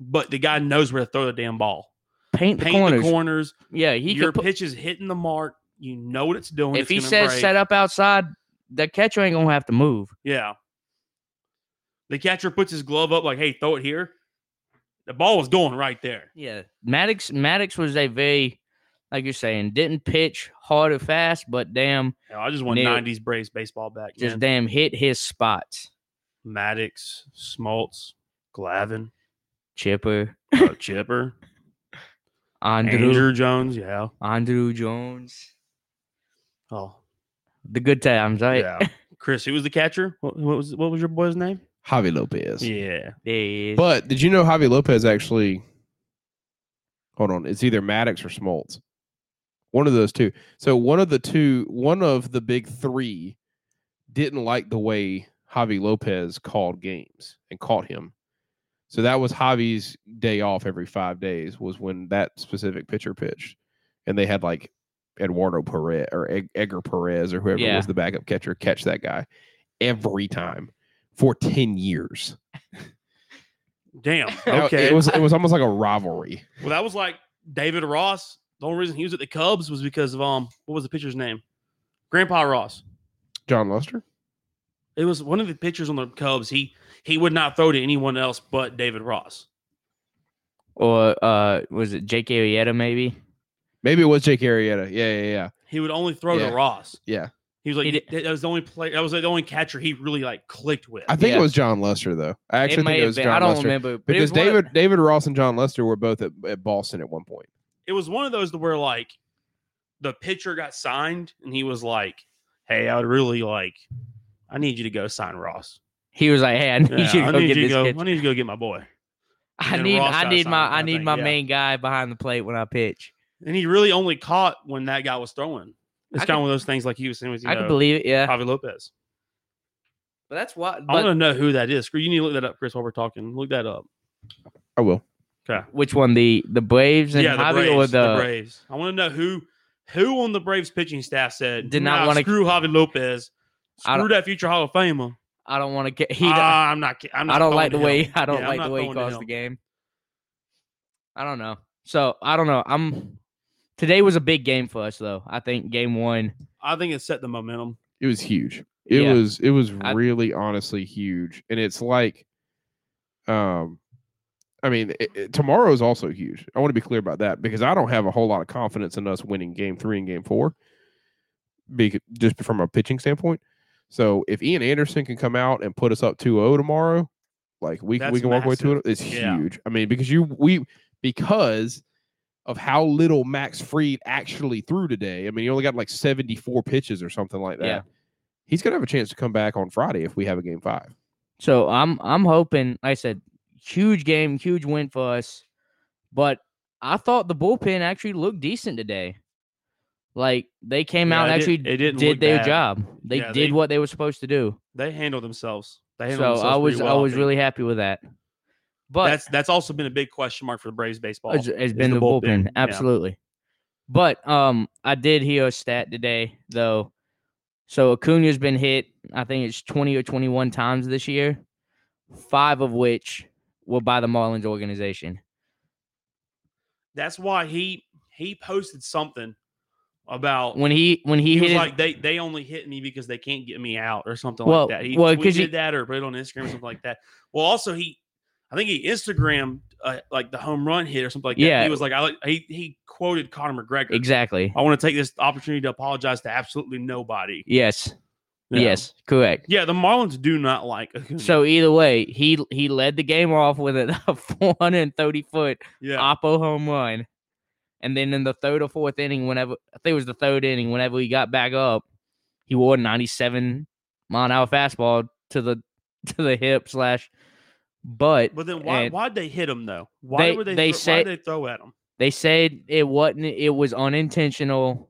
Speaker 2: but the guy knows where to throw the damn ball.
Speaker 1: paint the
Speaker 2: Paint
Speaker 1: corners.
Speaker 2: the corners.
Speaker 1: Yeah, he
Speaker 2: Your
Speaker 1: could. Put,
Speaker 2: pitch is hitting the mark. You know what it's doing.
Speaker 1: if
Speaker 2: it's
Speaker 1: he
Speaker 2: gonna
Speaker 1: says
Speaker 2: break.
Speaker 1: set up outside, the catcher ain't gonna have to move.
Speaker 2: yeah. The catcher puts his glove up, like, "Hey, throw it here." The ball was going right there.
Speaker 1: Yeah, Maddox. Maddox was a very, like you're saying, didn't pitch hard or fast, but damn,
Speaker 2: Hell, I just want
Speaker 1: Nailed.
Speaker 2: '90s Braves baseball back.
Speaker 1: just
Speaker 2: man.
Speaker 1: damn hit his spots.
Speaker 2: Maddox, Smoltz, Glavin,
Speaker 1: Chipper,
Speaker 2: uh, Chipper,
Speaker 1: Andrew,
Speaker 2: Andrew Jones. Yeah.
Speaker 1: Andrew Jones.
Speaker 2: Oh,
Speaker 1: the good times, right? Yeah.
Speaker 2: Yeah. Chris, who was the catcher? What, what was what was your boy's name?
Speaker 3: Javi Lopez.
Speaker 2: Yeah.
Speaker 1: he is.
Speaker 3: But did you know Javi Lopez actually? Hold on, it's either Maddox or Smoltz. One of those two. So one of the two, one of the big three, didn't like the way Javi Lopez called games and caught him. So that was Javi's day off every five days was when that specific pitcher pitched, and they had like Eduardo Perez or Ed- Edgar Perez or whoever
Speaker 1: Yeah.
Speaker 3: was the backup catcher catch that guy every time for ten years.
Speaker 2: Damn.
Speaker 3: That-
Speaker 2: Okay.
Speaker 3: It was it was almost like a rivalry.
Speaker 2: well, that was like David Ross. The only reason he was at the Cubs was because of um what was the pitcher's name? Grandpa Ross.
Speaker 3: John Lester?
Speaker 2: It was one of the pitchers on the Cubs. He he would not throw to anyone else but David Ross.
Speaker 1: or uh, was it Jake Arrieta maybe?
Speaker 3: Maybe it was Jake Arrieta. Yeah, yeah, yeah.
Speaker 2: He would only throw
Speaker 3: Yeah.
Speaker 2: to Ross.
Speaker 3: Yeah.
Speaker 2: He was like
Speaker 1: He did-
Speaker 2: that that was the only player that was like the only catcher he really like clicked with.
Speaker 3: I think
Speaker 1: Yeah.
Speaker 3: it was John Lester though. I actually
Speaker 1: it may
Speaker 3: think it
Speaker 1: have
Speaker 3: was
Speaker 1: been.
Speaker 3: John
Speaker 1: I don't
Speaker 3: Lester.
Speaker 1: remember. but it
Speaker 3: Because
Speaker 1: was one of-
Speaker 3: David David Ross and John Lester were both at, at Boston at one point.
Speaker 2: it was one of those to where like the pitcher got signed and he was like, Hey, I would really like I need you to go sign Ross.
Speaker 1: he was like, "Hey, I need
Speaker 2: Yeah,
Speaker 1: you to
Speaker 2: I
Speaker 1: go
Speaker 2: need
Speaker 1: get
Speaker 2: you
Speaker 1: this
Speaker 2: to go,
Speaker 1: kid.
Speaker 2: I need you to go get my boy.
Speaker 1: I
Speaker 2: then
Speaker 1: need,
Speaker 2: Ross
Speaker 1: I
Speaker 2: got
Speaker 1: need
Speaker 2: signed,
Speaker 1: my,
Speaker 2: I
Speaker 1: I need
Speaker 2: think,
Speaker 1: my
Speaker 2: yeah.
Speaker 1: main guy behind the plate when I pitch.
Speaker 2: And he really only caught when that guy was throwing. It's
Speaker 1: I
Speaker 2: kind
Speaker 1: could-
Speaker 2: of one of those things like you was saying with you
Speaker 1: I can
Speaker 2: know,
Speaker 1: believe it. Yeah,
Speaker 2: Javi Lopez.
Speaker 1: but that's what.
Speaker 2: Uh, I
Speaker 1: But
Speaker 2: want to know who that is. Screw you need to look that up, Chris, while we're talking. Look that up.
Speaker 3: I will.
Speaker 1: which one? The the Braves and
Speaker 2: yeah, the
Speaker 1: Javi
Speaker 2: Braves,
Speaker 1: or
Speaker 2: the...
Speaker 1: the,
Speaker 2: Braves. I want to know who who on the Braves pitching staff said
Speaker 1: Did not
Speaker 2: "Nah,
Speaker 1: wanna-
Speaker 2: screw Javi Lopez.
Speaker 1: I don't-
Speaker 2: Screw that future Hall of Famer.
Speaker 1: I don't want to get. He,
Speaker 2: He, I'm not. ki- I'm not
Speaker 1: I don't like the
Speaker 2: throwing to
Speaker 1: way
Speaker 2: him.
Speaker 1: I don't
Speaker 2: Yeah, I'm
Speaker 1: like
Speaker 2: not
Speaker 1: the way he
Speaker 2: throwing to
Speaker 1: calls the
Speaker 2: him.
Speaker 1: game. I don't know. So I don't know. I'm today was a big game for us though. I think game one.
Speaker 2: I think it set the momentum.
Speaker 3: It was huge. It
Speaker 1: Yeah.
Speaker 3: was it was
Speaker 1: I-
Speaker 3: really honestly huge. And it's like um I mean, it, it- tomorrow is also huge. I want to be clear about that because I don't have a whole lot of confidence in us winning game 3 and game 4. Be, just from a pitching standpoint. So if Ian Anderson can come out and put us up 2-0 tomorrow, like we
Speaker 2: That's
Speaker 3: we can walk away oh to it.
Speaker 2: massive.
Speaker 3: It's
Speaker 2: Yeah.
Speaker 3: huge. I mean, because you we because of how little Max Freed actually threw today. I mean, he only got like 74 pitches or something like that.
Speaker 1: Yeah.
Speaker 3: He's gonna have a chance to come back on Friday if we have a game five.
Speaker 1: So I'm I'm hoping. Like I said huge game, huge win for us. But I thought the bullpen actually looked decent today. Like they came
Speaker 2: Yeah,
Speaker 1: out and
Speaker 2: it
Speaker 1: actually
Speaker 2: didn't- it didn't
Speaker 1: did
Speaker 2: look
Speaker 1: their
Speaker 2: bad.
Speaker 1: job. They
Speaker 2: Yeah,
Speaker 1: did
Speaker 2: they-
Speaker 1: what they were supposed to do.
Speaker 2: They handled themselves. They
Speaker 1: So
Speaker 2: handled
Speaker 1: I
Speaker 2: themselves
Speaker 1: was
Speaker 2: pretty well,
Speaker 1: I was
Speaker 2: think.
Speaker 1: really happy with that. But
Speaker 2: that's that's also been a big question mark for the Braves baseball.
Speaker 1: It's, it's been
Speaker 2: the
Speaker 1: the, bullpen,
Speaker 2: bullpen, yeah.
Speaker 1: absolutely. But um, I did hear a stat today though. So Acuna's been hit. I think it's twenty or twenty-one times this year, five of which were by the Marlins organization.
Speaker 2: That's why he he posted something about
Speaker 1: When he when he,
Speaker 2: he,
Speaker 1: hit
Speaker 2: was
Speaker 1: his-
Speaker 2: like they they only hit me because they can't get me out or something
Speaker 1: Well,
Speaker 2: like that. He
Speaker 1: well, 'cause
Speaker 2: tweeted
Speaker 1: he-
Speaker 2: that or put it on Instagram or something like that. Well, also he, I think he Instagrammed uh, like the home run hit or something like that.
Speaker 1: Yeah.
Speaker 2: He was like I like he he quoted Conor McGregor.
Speaker 1: exactly,
Speaker 2: I want to take this opportunity to apologize to absolutely nobody.
Speaker 1: yes,
Speaker 2: Yeah.
Speaker 1: yes, correct.
Speaker 2: Yeah, the Marlins do not like Acuna.
Speaker 1: So either way, he he led the game off with a 430 foot
Speaker 2: yeah.
Speaker 1: Oppo home run. And then in the third or fourth inning, whenever I think it was the third inning, whenever he got back up, he wore a 97 mile an hour fastball to the to the hip slash butt.
Speaker 2: But then why
Speaker 1: and
Speaker 2: why'd they hit him though? Why
Speaker 1: They-
Speaker 2: were they,
Speaker 1: they
Speaker 2: thro-
Speaker 1: said-
Speaker 2: why'd they throw at him?
Speaker 1: They said it wasn't it was unintentional,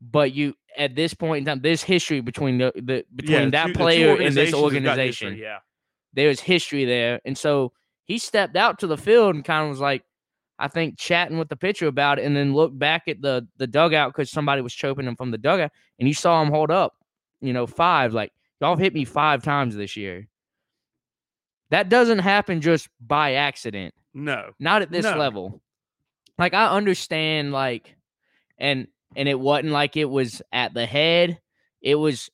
Speaker 1: but you at this point in time, there's history between the, the between
Speaker 2: Yeah,
Speaker 1: that
Speaker 2: two- the two
Speaker 1: player and
Speaker 2: organizations
Speaker 1: this
Speaker 2: have gotten history,
Speaker 1: organization.
Speaker 2: Yeah.
Speaker 1: there's history there. And so he stepped out to the field and kind of was like, I think chatting with the pitcher about it, and then looked back at the the dugout because somebody was choking him from the dugout, and you saw him hold up, you know, five. Like y'all have hit me five times this year. That doesn't happen just by accident.
Speaker 2: No.
Speaker 1: Not at this
Speaker 2: No.
Speaker 1: level. Like I understand, like, and and it wasn't like it was at the head. It was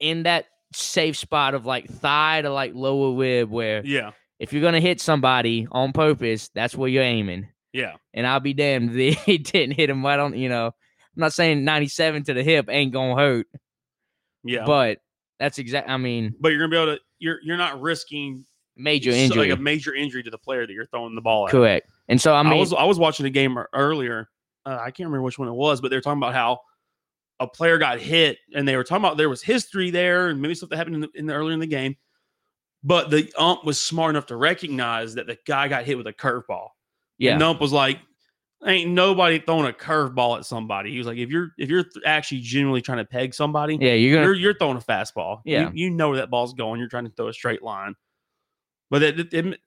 Speaker 1: in that safe spot of like thigh to like lower rib where
Speaker 2: Yeah.
Speaker 1: if you're gonna hit somebody on purpose, that's where you're aiming.
Speaker 2: Yeah.
Speaker 1: And I'll be damned if he- he didn't hit him right on. You know, I'm not saying 97 to the hip ain't gonna hurt,
Speaker 2: Yeah. But,
Speaker 1: but that's exact. I mean,
Speaker 2: you're gonna be able to you're you're not risking
Speaker 1: major
Speaker 2: so-
Speaker 1: injury,
Speaker 2: like a major injury to the player that you're throwing the ball at.
Speaker 1: correct. And so I
Speaker 2: I
Speaker 1: mean,
Speaker 2: er, was I was watching a game ear- earlier. Uh, I can't remember which one it was, but they were talking about how a player got hit and they were talking about there was history there and maybe something happened in the, in the earlier in the game. But the ump was smart enough to recognize that the guy got hit with a curveball.
Speaker 1: Yeah.
Speaker 2: And Nump was like, "Ain't nobody throwing a curveball at somebody." He was like, "If you're if you're th- actually genuinely trying to peg somebody,
Speaker 1: yeah. You're gonna.
Speaker 2: you're you're throwing a fastball. You-
Speaker 1: Yeah.
Speaker 2: you, know where that ball's going. You're trying to throw a straight line." But that, that- it-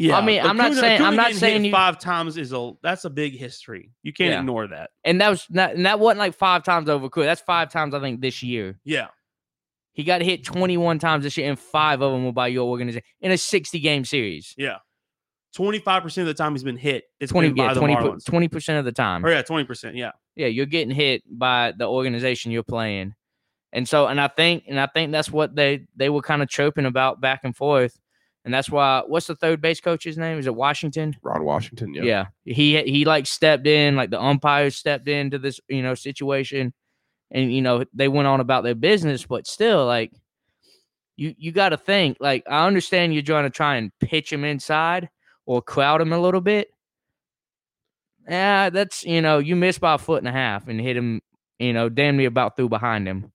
Speaker 2: yeah,
Speaker 1: I mean, I'm not
Speaker 2: Acuna-
Speaker 1: saying- I'm
Speaker 2: Acuna
Speaker 1: not
Speaker 2: getting hit
Speaker 1: saying you-
Speaker 2: five times is a that's a big history. You can't
Speaker 1: Yeah.
Speaker 2: ignore that.
Speaker 1: and that was not, and that wasn't like five times over. Cool. That's five times I think this year.
Speaker 2: Yeah,
Speaker 1: He got hit 21 times this year, and five of them were by your organization in a 60 game series.
Speaker 2: yeah. Twenty five percent of the time he's been hit. It's
Speaker 1: 20,
Speaker 2: been by
Speaker 1: yeah,
Speaker 2: the
Speaker 1: 20,
Speaker 2: Marlins.
Speaker 1: percent of the time.
Speaker 2: Or yeah, twenty percent. Yeah,
Speaker 1: Yeah, you're getting hit by the organization you're playing. And so and I think and I think that's what they they were kind of chirping about back and forth. And that's why what's the third base coach's name? Is it Washington?
Speaker 3: Ron Washington. Yeah.
Speaker 1: Yeah. He he like stepped in, like the umpires stepped into this, you know, situation. And you know, they went on about their business, but still like you you got to think like I understand you're trying to try and pitch him inside or crowd him a little bit. Yeah, that's you know, you missed by a foot and a half and hit him, you know, damn near about through behind him.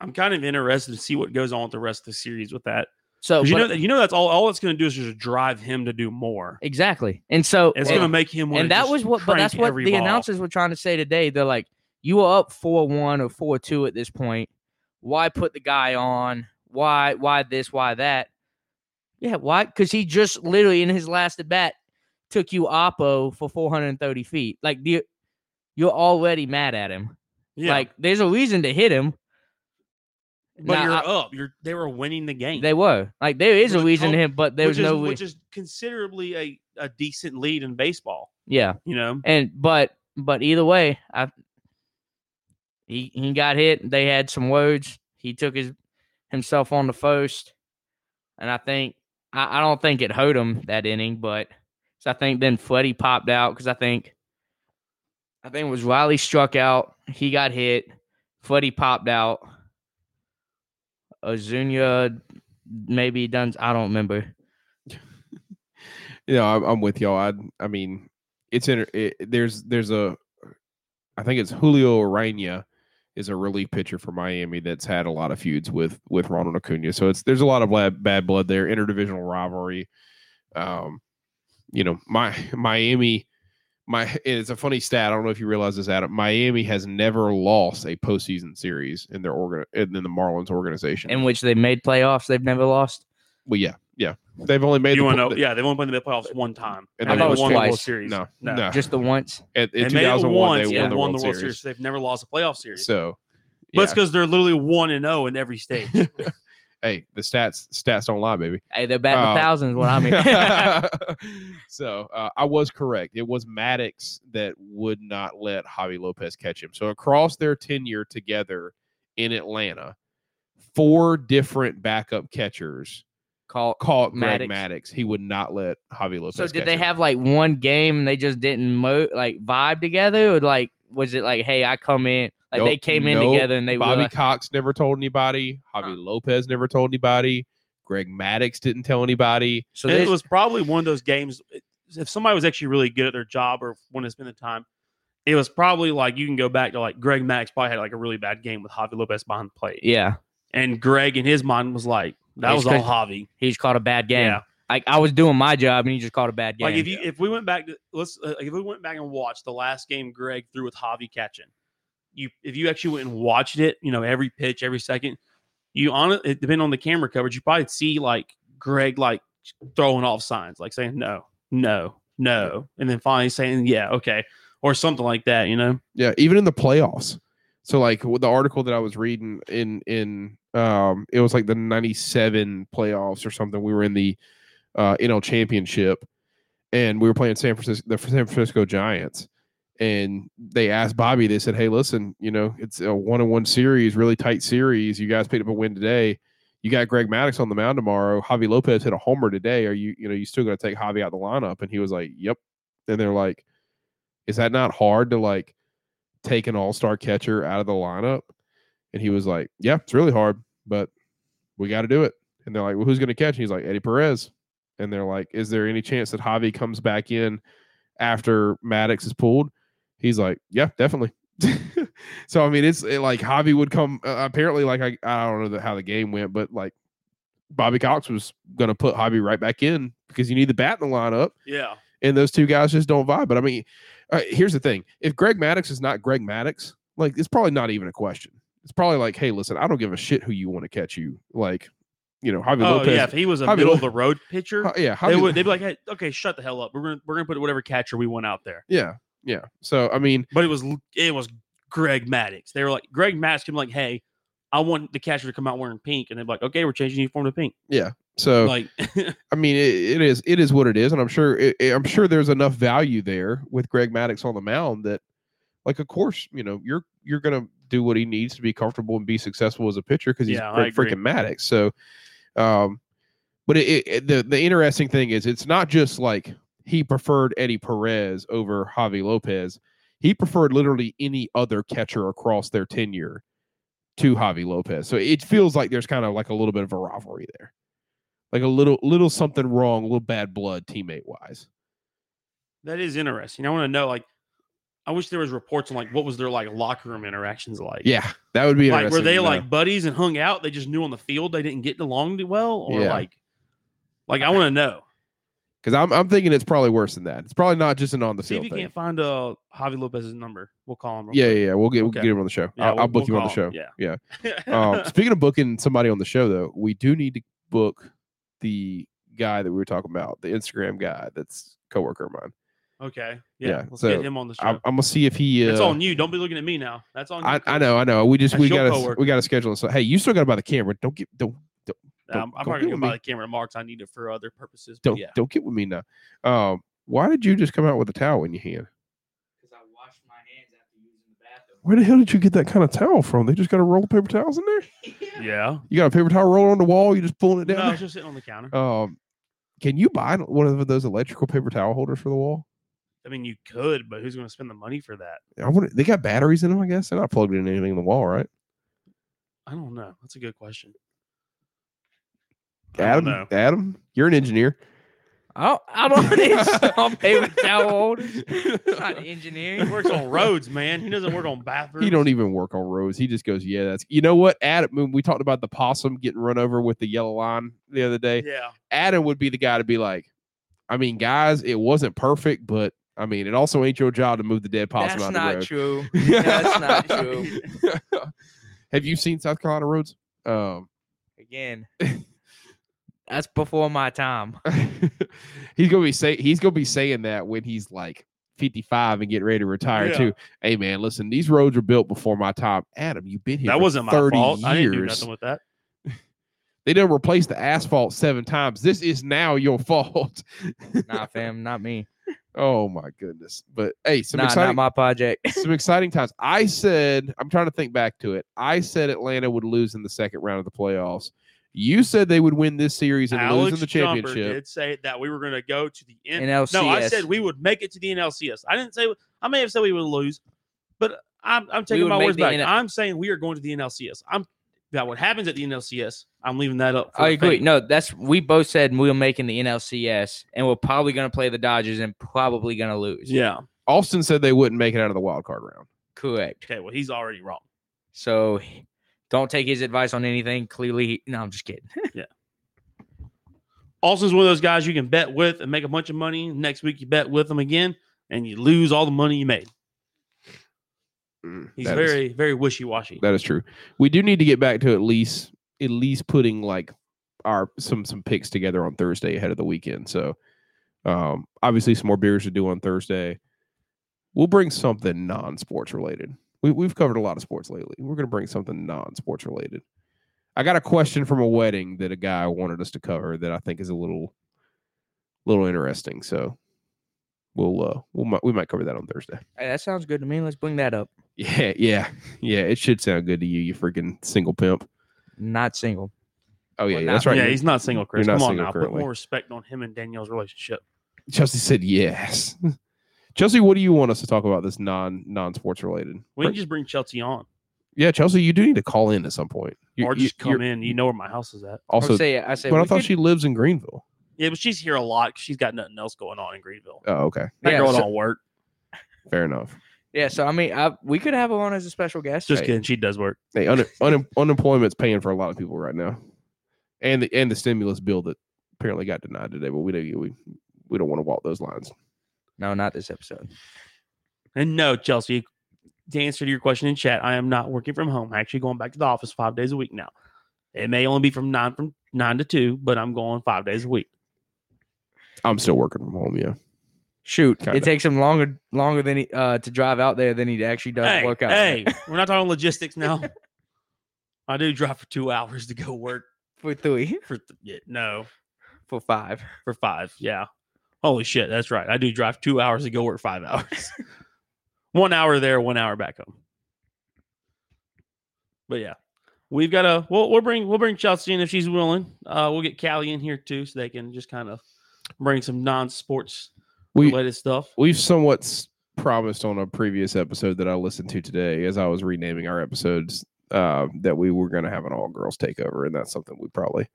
Speaker 2: I'm kind of interested to see what goes on with the rest of the series with that.
Speaker 1: So
Speaker 2: 'Cause you
Speaker 1: Oh, but-
Speaker 2: know that you know that's all. All it's going to do is just drive him to do more.
Speaker 1: exactly. And so
Speaker 2: It's
Speaker 1: and-
Speaker 2: going to make him. wanna
Speaker 1: and that
Speaker 2: just
Speaker 1: was what but
Speaker 2: crank
Speaker 1: that's what
Speaker 2: every
Speaker 1: the
Speaker 2: ball.
Speaker 1: announcers were trying to say today they're like you are up 4-1 or 4-2 at this point why put the guy on why why this why that yeah why because he just literally in his last at bat took you oppo for 430 feet like the, you're already mad at him
Speaker 2: Yeah,
Speaker 1: like there's a reason to hit him
Speaker 2: but
Speaker 1: Nah,
Speaker 2: you're
Speaker 1: I-
Speaker 2: up. You're they were winning the game.
Speaker 1: they were like there is
Speaker 2: Which
Speaker 1: a
Speaker 2: is
Speaker 1: reason to
Speaker 2: com-
Speaker 1: him but there was
Speaker 2: which is,
Speaker 1: no re-
Speaker 2: which is considerably a, a decent lead in baseball.
Speaker 1: yeah
Speaker 2: You know,
Speaker 1: And but but either way, I he he got hit. They had some words. He took his himself on the first, and I think I, I don't think it hurt him that inning, but 'cause I think then Freddie popped out because I think I think it was Riley struck out. He got hit. Freddie popped out. Azunia maybe done. I don't remember.
Speaker 3: you know, I'm, I'm with y'all. I I mean, it's in it, there's there's a I think it's Julio Arania is a relief pitcher for Miami that's had a lot of feuds with with Ronald Acuna. So it's there's a lot of bad, bad blood there, interdivisional rivalry. Um, you know, my Miami, my it's a funny stat. I don't know if you realize this, Adam. Miami has never lost a postseason series in their organ in the Marlins organization.
Speaker 1: In which they made playoffs. They've never lost.
Speaker 3: well, yeah, yeah, they've only made
Speaker 2: you
Speaker 3: the
Speaker 2: want to
Speaker 3: pl-
Speaker 2: know? Yeah, they've only played in the playoffs one time.
Speaker 3: And
Speaker 1: I
Speaker 2: they
Speaker 1: thought it was
Speaker 2: won the World
Speaker 1: twice.
Speaker 2: Series.
Speaker 3: No,
Speaker 2: no.
Speaker 3: no.
Speaker 1: Just the once.
Speaker 3: At- in
Speaker 2: They made it
Speaker 3: 2001
Speaker 2: once
Speaker 3: they
Speaker 2: and
Speaker 3: won the World, Series.
Speaker 2: so they've never lost a playoff series.
Speaker 3: So,
Speaker 2: but it's
Speaker 3: yeah.
Speaker 2: because they're literally one and zero in every state.
Speaker 3: hey, the stats stats don't lie, baby.
Speaker 1: Hey, they're back
Speaker 3: Oh.
Speaker 1: to thousands. What I mean.
Speaker 3: so uh, I was correct. It was Maddox that would not let Javi Lopez catch him. So across their tenure together in Atlanta, four different backup catchers
Speaker 1: Call.
Speaker 3: caught Greg
Speaker 1: Maddox.
Speaker 3: Maddox. He would not let Javi Lopez.
Speaker 1: So did
Speaker 3: catch
Speaker 1: they
Speaker 3: him.
Speaker 1: have like one game and they just didn't mo- like vibe together, or like was it like, hey, I come in, like they
Speaker 3: Nope,
Speaker 1: came in
Speaker 3: nope.
Speaker 1: together and they
Speaker 3: Bobby
Speaker 1: were like,
Speaker 3: Cox never told anybody. Javi Lopez never told anybody. Greg Maddox didn't tell anybody.
Speaker 1: so
Speaker 2: And
Speaker 1: this,
Speaker 2: it was probably one of those games. If somebody was actually really good at their job or wanted to spend the time, it was probably like you can go back to like Greg Max probably had like a really bad game with Javi Lopez behind the plate,
Speaker 1: yeah,
Speaker 2: and Greg in his mind was like, "That
Speaker 1: It's
Speaker 2: was all
Speaker 1: cause-
Speaker 2: Javi."
Speaker 1: he's caught a bad game.
Speaker 2: Yeah.
Speaker 1: Like I was doing my job and he just caught a bad game.
Speaker 2: Like if you if we went back to let's uh, like if we went back and watched the last game Greg threw with Javi catching, you if you actually went and watched it, you know every pitch, every second, you on it depending on the camera coverage, you probably see like Greg like throwing off signs, like saying no, no, no, and then finally saying yeah, okay, or something like that. You know,
Speaker 3: Yeah, even in the playoffs. So like with the article that I was reading in in um it was like the 97 playoffs or something. We were in the uh NL Championship and we were playing San Francisco the San Francisco Giants and they asked Bobby they said, "Hey, listen, you know, it's a one-on-one series, really tight series. You guys picked up a win today. You got Greg Maddox on the mound tomorrow. Javi Lopez hit a homer today. Are you, you know, you still going to take Javi out the lineup?" And he was like, "Yep." And they're like, "Is that not hard to like take an all star catcher out of the lineup? And he was like, Yeah, it's really hard, but we got to do it. And they're like, Well, who's going to catch? And he's like, Eddie Perez. And they're like, Is there any chance that Javi comes back in after Maddox is pulled? He's like, Yeah, definitely. so I mean, it's it, like Javi would come. Uh, apparently, like I, I don't know the, how the game went, but like Bobby Cox was gonna put Javi right back in because you need the bat in the lineup,
Speaker 2: Yeah.
Speaker 3: and those two guys just don't vibe. But I mean, uh, here's the thing: if Greg Maddox is not Greg Maddox, like it's probably not even a question. It's probably like, hey, listen, I don't give a shit who you want to catch you. Like, you know, Javi
Speaker 2: Oh
Speaker 3: Lopez.
Speaker 2: yeah. If he was a
Speaker 3: Javi
Speaker 2: middle of
Speaker 3: Lo-
Speaker 2: the road pitcher,
Speaker 3: Ha- yeah,
Speaker 2: they
Speaker 3: Javi-
Speaker 2: would. They'd be like, hey, okay, shut the hell up. We're gonna we're gonna put whatever catcher we want out there.
Speaker 3: yeah, yeah. So I mean,
Speaker 2: But it was it was Greg Maddox. They were like Greg Maddox. Came like, hey, I want the catcher to come out wearing pink, and they're like, okay, we're changing uniform to pink.
Speaker 3: so
Speaker 2: Like,
Speaker 3: I mean, it, it is it is what it is, and I'm sure it, it- I'm sure there's enough value there with Greg Maddox on the mound that, like, of course, you know, you're you're gonna do what he needs to be comfortable and be successful as a pitcher because he's
Speaker 2: Yeah, I
Speaker 3: Greg
Speaker 2: agree.
Speaker 3: freaking Maddox. So, um, but it, it, it- the the interesting thing is it's not just like he preferred Eddie Perez over Javi Lopez. He preferred literally any other catcher across their tenure to Javi Lopez. So it feels like there's kind of like a little bit of a rivalry there like a little little something wrong, a little bad blood teammate wise.
Speaker 2: That is interesting. I want to know, like, I wish there was reports on like what was their like locker room interactions like.
Speaker 3: Yeah, that would be
Speaker 2: like were
Speaker 3: interesting
Speaker 2: they
Speaker 3: to know.
Speaker 2: like buddies and hung out? They just knew on the field they didn't get along too well, or
Speaker 3: Yeah.
Speaker 2: like, like I want to know.
Speaker 3: Because I'm I'm thinking it's probably worse than that. It's probably not just an on the
Speaker 2: See if
Speaker 3: field
Speaker 2: you
Speaker 3: thing.
Speaker 2: can't find uh Javi Lopez's number. We'll call him. real
Speaker 3: Yeah,
Speaker 2: quick.
Speaker 3: yeah, yeah. We'll get we'll
Speaker 2: Okay.
Speaker 3: get him on the show.
Speaker 2: Yeah,
Speaker 3: I'll, I'll
Speaker 2: we'll-
Speaker 3: book
Speaker 2: we'll
Speaker 3: you on the show.
Speaker 2: call him,
Speaker 3: yeah.
Speaker 2: yeah.
Speaker 3: Um, speaking of booking somebody on the show, though, we do need to book the guy that we were talking about, the Instagram guy that's coworker of mine.
Speaker 2: okay. Yeah.
Speaker 3: yeah,
Speaker 2: Let's
Speaker 3: so
Speaker 2: get him on the show.
Speaker 3: I'm, I'm gonna see if he. Uh,
Speaker 2: It's on you. Don't be looking at me now. That's on. You,
Speaker 3: I, I
Speaker 2: Chris.
Speaker 3: know, I know. We just
Speaker 2: That's
Speaker 3: we
Speaker 2: your
Speaker 3: gotta
Speaker 2: coworker.
Speaker 3: we gotta schedule. it. So hey, you still gotta buy the camera. Don't get don't
Speaker 2: Nah, I'm,
Speaker 3: Don't-
Speaker 2: I'm
Speaker 3: don't
Speaker 2: probably
Speaker 3: do it
Speaker 2: gonna
Speaker 3: with
Speaker 2: go buy
Speaker 3: me.
Speaker 2: the camera marks I need it for other purposes. But
Speaker 3: don't
Speaker 2: yeah.
Speaker 3: don't get with me now. Um, why did you just come out with a towel in your hand?
Speaker 1: Because I washed my hands after using the bathroom.
Speaker 3: Where the hell did you get that kind of towel from? They just got a roll of paper towels in there.
Speaker 2: Yeah.
Speaker 3: You got a paper towel roll on the wall. You just pulling it
Speaker 2: No,
Speaker 3: down.
Speaker 2: it's just sitting on the counter.
Speaker 3: Um, can you buy one of those electrical paper towel holders for the wall?
Speaker 2: I mean, you could, but who's gonna spend the money for that?
Speaker 3: I want. They got batteries in them. I guess they're not plugged in anything in the wall, right?
Speaker 2: I don't know. That's a good question. I don't
Speaker 3: Adam,
Speaker 2: know.
Speaker 3: Adam, you're an engineer.
Speaker 1: I don't, I don't need some paper towel holders. It's not
Speaker 2: He
Speaker 1: engineering.
Speaker 2: works on roads, man. He doesn't work on bathrooms.
Speaker 3: He don't even work on roads. He just goes, yeah, that's. You know what, Adam? When we talked about the possum getting run over with the yellow line the other day,
Speaker 2: Yeah,
Speaker 3: Adam would be the guy to be like, I mean, guys, it wasn't perfect, but I mean, it also ain't your job to move the dead possum
Speaker 1: That's
Speaker 3: out the
Speaker 1: not
Speaker 3: road.
Speaker 1: true. That's not true.
Speaker 3: Have you seen South Carolina roads? Um,
Speaker 1: Again, that's before my time.
Speaker 3: he's gonna be say he's gonna be saying that when he's like 55 and getting ready to retire
Speaker 2: Yeah.
Speaker 3: too. Hey man, listen, these roads were built before my time. Adam, you've been here.
Speaker 2: that
Speaker 3: for
Speaker 2: wasn't my
Speaker 3: 30
Speaker 2: fault.
Speaker 3: Years.
Speaker 2: I didn't do nothing with that.
Speaker 3: They done replaced the asphalt seven times. This is now your fault.
Speaker 1: Nah, fam, not me.
Speaker 3: Oh my goodness. But hey, some
Speaker 1: nah,
Speaker 3: exciting
Speaker 1: not my project.
Speaker 3: some exciting times. I said, I'm trying to think back to it. I said Atlanta would lose in the second round of the playoffs. You said they would win this series and lose in
Speaker 2: Alex
Speaker 3: the
Speaker 2: Jumper
Speaker 3: championship.
Speaker 2: did say that we were going to go to the N-
Speaker 1: NLCS.
Speaker 2: No, I said we would make it to the NLCS. I didn't say I may have said we would lose, but I'm, I'm taking
Speaker 1: would
Speaker 2: my
Speaker 1: make
Speaker 2: words
Speaker 1: the
Speaker 2: back.
Speaker 1: NL
Speaker 2: I'm saying we are going to the NLCS. I'm that what happens at the NLCS. I'm leaving that up. for
Speaker 1: I
Speaker 2: the
Speaker 1: agree.
Speaker 2: fans.
Speaker 1: No, that's we both said we'll make in the NLCS, and we're probably going to play the Dodgers and probably going to lose.
Speaker 2: Yeah.
Speaker 3: Austin said they wouldn't make it out of the wild card round.
Speaker 1: correct.
Speaker 2: Okay. Well, he's already wrong.
Speaker 1: So, don't take his advice on anything. Clearly, he- no, I'm just kidding.
Speaker 2: Austin's one of those guys you can bet with and make a bunch of money. Next week you bet with him again, and you lose all the money you made.
Speaker 3: Mm,
Speaker 2: He's
Speaker 3: that is-
Speaker 2: very, very wishy washy.
Speaker 3: that is true. We do need to get back to at least at least putting like our some some picks together on Thursday ahead of the weekend. So um obviously some more beers to do on Thursday. We'll bring something non-sports related. We we've covered a lot of sports lately. We're gonna bring something non-sports related. I got a question from a wedding that a guy wanted us to cover that I think is a little little interesting. So we'll uh we'll mi- we might cover that on Thursday.
Speaker 1: Hey, that sounds good to me. Let's bring that up.
Speaker 3: Yeah, yeah, yeah. It should sound good to you, you freaking single pimp.
Speaker 1: Not single.
Speaker 3: Oh yeah,
Speaker 1: Well,
Speaker 3: yeah
Speaker 1: not-
Speaker 3: that's right.
Speaker 2: Yeah, he's not single, Chris.
Speaker 3: You're not
Speaker 2: Come on
Speaker 3: single
Speaker 2: now. Put
Speaker 3: currently.
Speaker 2: more respect on him and Danielle's relationship.
Speaker 3: Chelsea said yes. Chelsea, what do you want us to talk about this non non sports related?
Speaker 2: We can just bring Chelsea on
Speaker 3: yeah, Chelsea, you do need to call in at some point. You,
Speaker 2: or
Speaker 3: you-
Speaker 2: just come
Speaker 3: you're-
Speaker 2: in. You know where my house is at.
Speaker 1: Also,
Speaker 3: Also,
Speaker 1: say, I said,
Speaker 3: but I
Speaker 1: we
Speaker 3: thought
Speaker 1: could-
Speaker 3: she lives in Greenville.
Speaker 2: Yeah, but she's here a lot 'cause she's got nothing else going on in Greenville.
Speaker 3: Oh, okay,
Speaker 2: That
Speaker 1: Uh, Yeah,
Speaker 2: girl
Speaker 1: so-
Speaker 2: don't work.
Speaker 3: fair enough.
Speaker 1: Yeah, so I mean, I, we could have her on as a special guest.
Speaker 2: Just
Speaker 1: right?
Speaker 2: kidding. She does work.
Speaker 3: Hey, un- un- unemployment's paying for a lot of people right now, and the and the stimulus bill that apparently got denied today. But we don't we we don't want to walk those lines.
Speaker 1: No, not this episode.
Speaker 2: And no, Chelsea, to answer to your question in chat, I am not working from home. I'm actually going back to the office five days a week now. It may only be from nine from nine to two, but I'm going five days a week.
Speaker 3: I'm still working from home. Yeah,
Speaker 1: Shoot,
Speaker 3: Kinda.
Speaker 1: it takes him longer longer than he, uh, to drive out there than he actually does
Speaker 2: hey,
Speaker 1: work out. there.
Speaker 2: hey, we're not talking logistics now. I do drive for two hours to go work
Speaker 1: for three,
Speaker 2: for th- yeah, no
Speaker 1: for five.
Speaker 2: for five. Yeah, holy shit, that's right. I do drive two hours to go work five hours. one hour there, one hour back home. But yeah, we've got a we'll we'll bring we'll bring Chelsea in if she's willing. Uh, we'll get Callie in here too, so they can just kind of bring some non-sports
Speaker 3: we
Speaker 2: related stuff.
Speaker 3: we've somewhat s- promised on a previous episode that I listened to today as I was renaming our episodes uh, that we were going to have an all girls takeover, and that's something we probably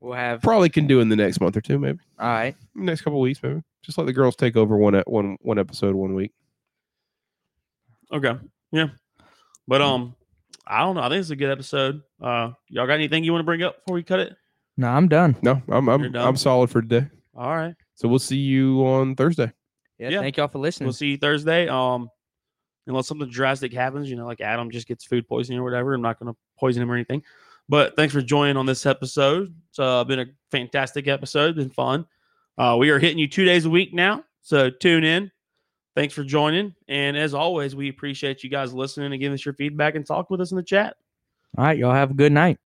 Speaker 1: We'll have
Speaker 3: probably can do in the next month or two, maybe
Speaker 1: all right.
Speaker 3: next couple weeks, maybe just let the girls take over one e- one one episode one week.
Speaker 2: Okay, yeah, but um, I don't know. I think it's a good episode. Uh, y'all got anything you want to bring up before we cut it?
Speaker 1: No, I'm done.
Speaker 3: No, I'm
Speaker 2: You're
Speaker 3: I'm
Speaker 2: done.
Speaker 3: I'm solid for today.
Speaker 2: All right.
Speaker 3: So we'll see you on Thursday.
Speaker 1: Yeah,
Speaker 2: Yeah.
Speaker 1: thank y'all for listening.
Speaker 2: We'll see you Thursday. Um, unless something drastic happens, you know, like Adam just gets food poisoning or whatever. I'm not going to poison him or anything. But thanks for joining on this episode. It's uh, been a fantastic episode. Been fun. Uh, we are hitting you two days a week now, so tune in. Thanks for joining, and as always, we appreciate you guys listening and giving us your feedback and talking with us in the chat.
Speaker 1: All right, y'all have a good night.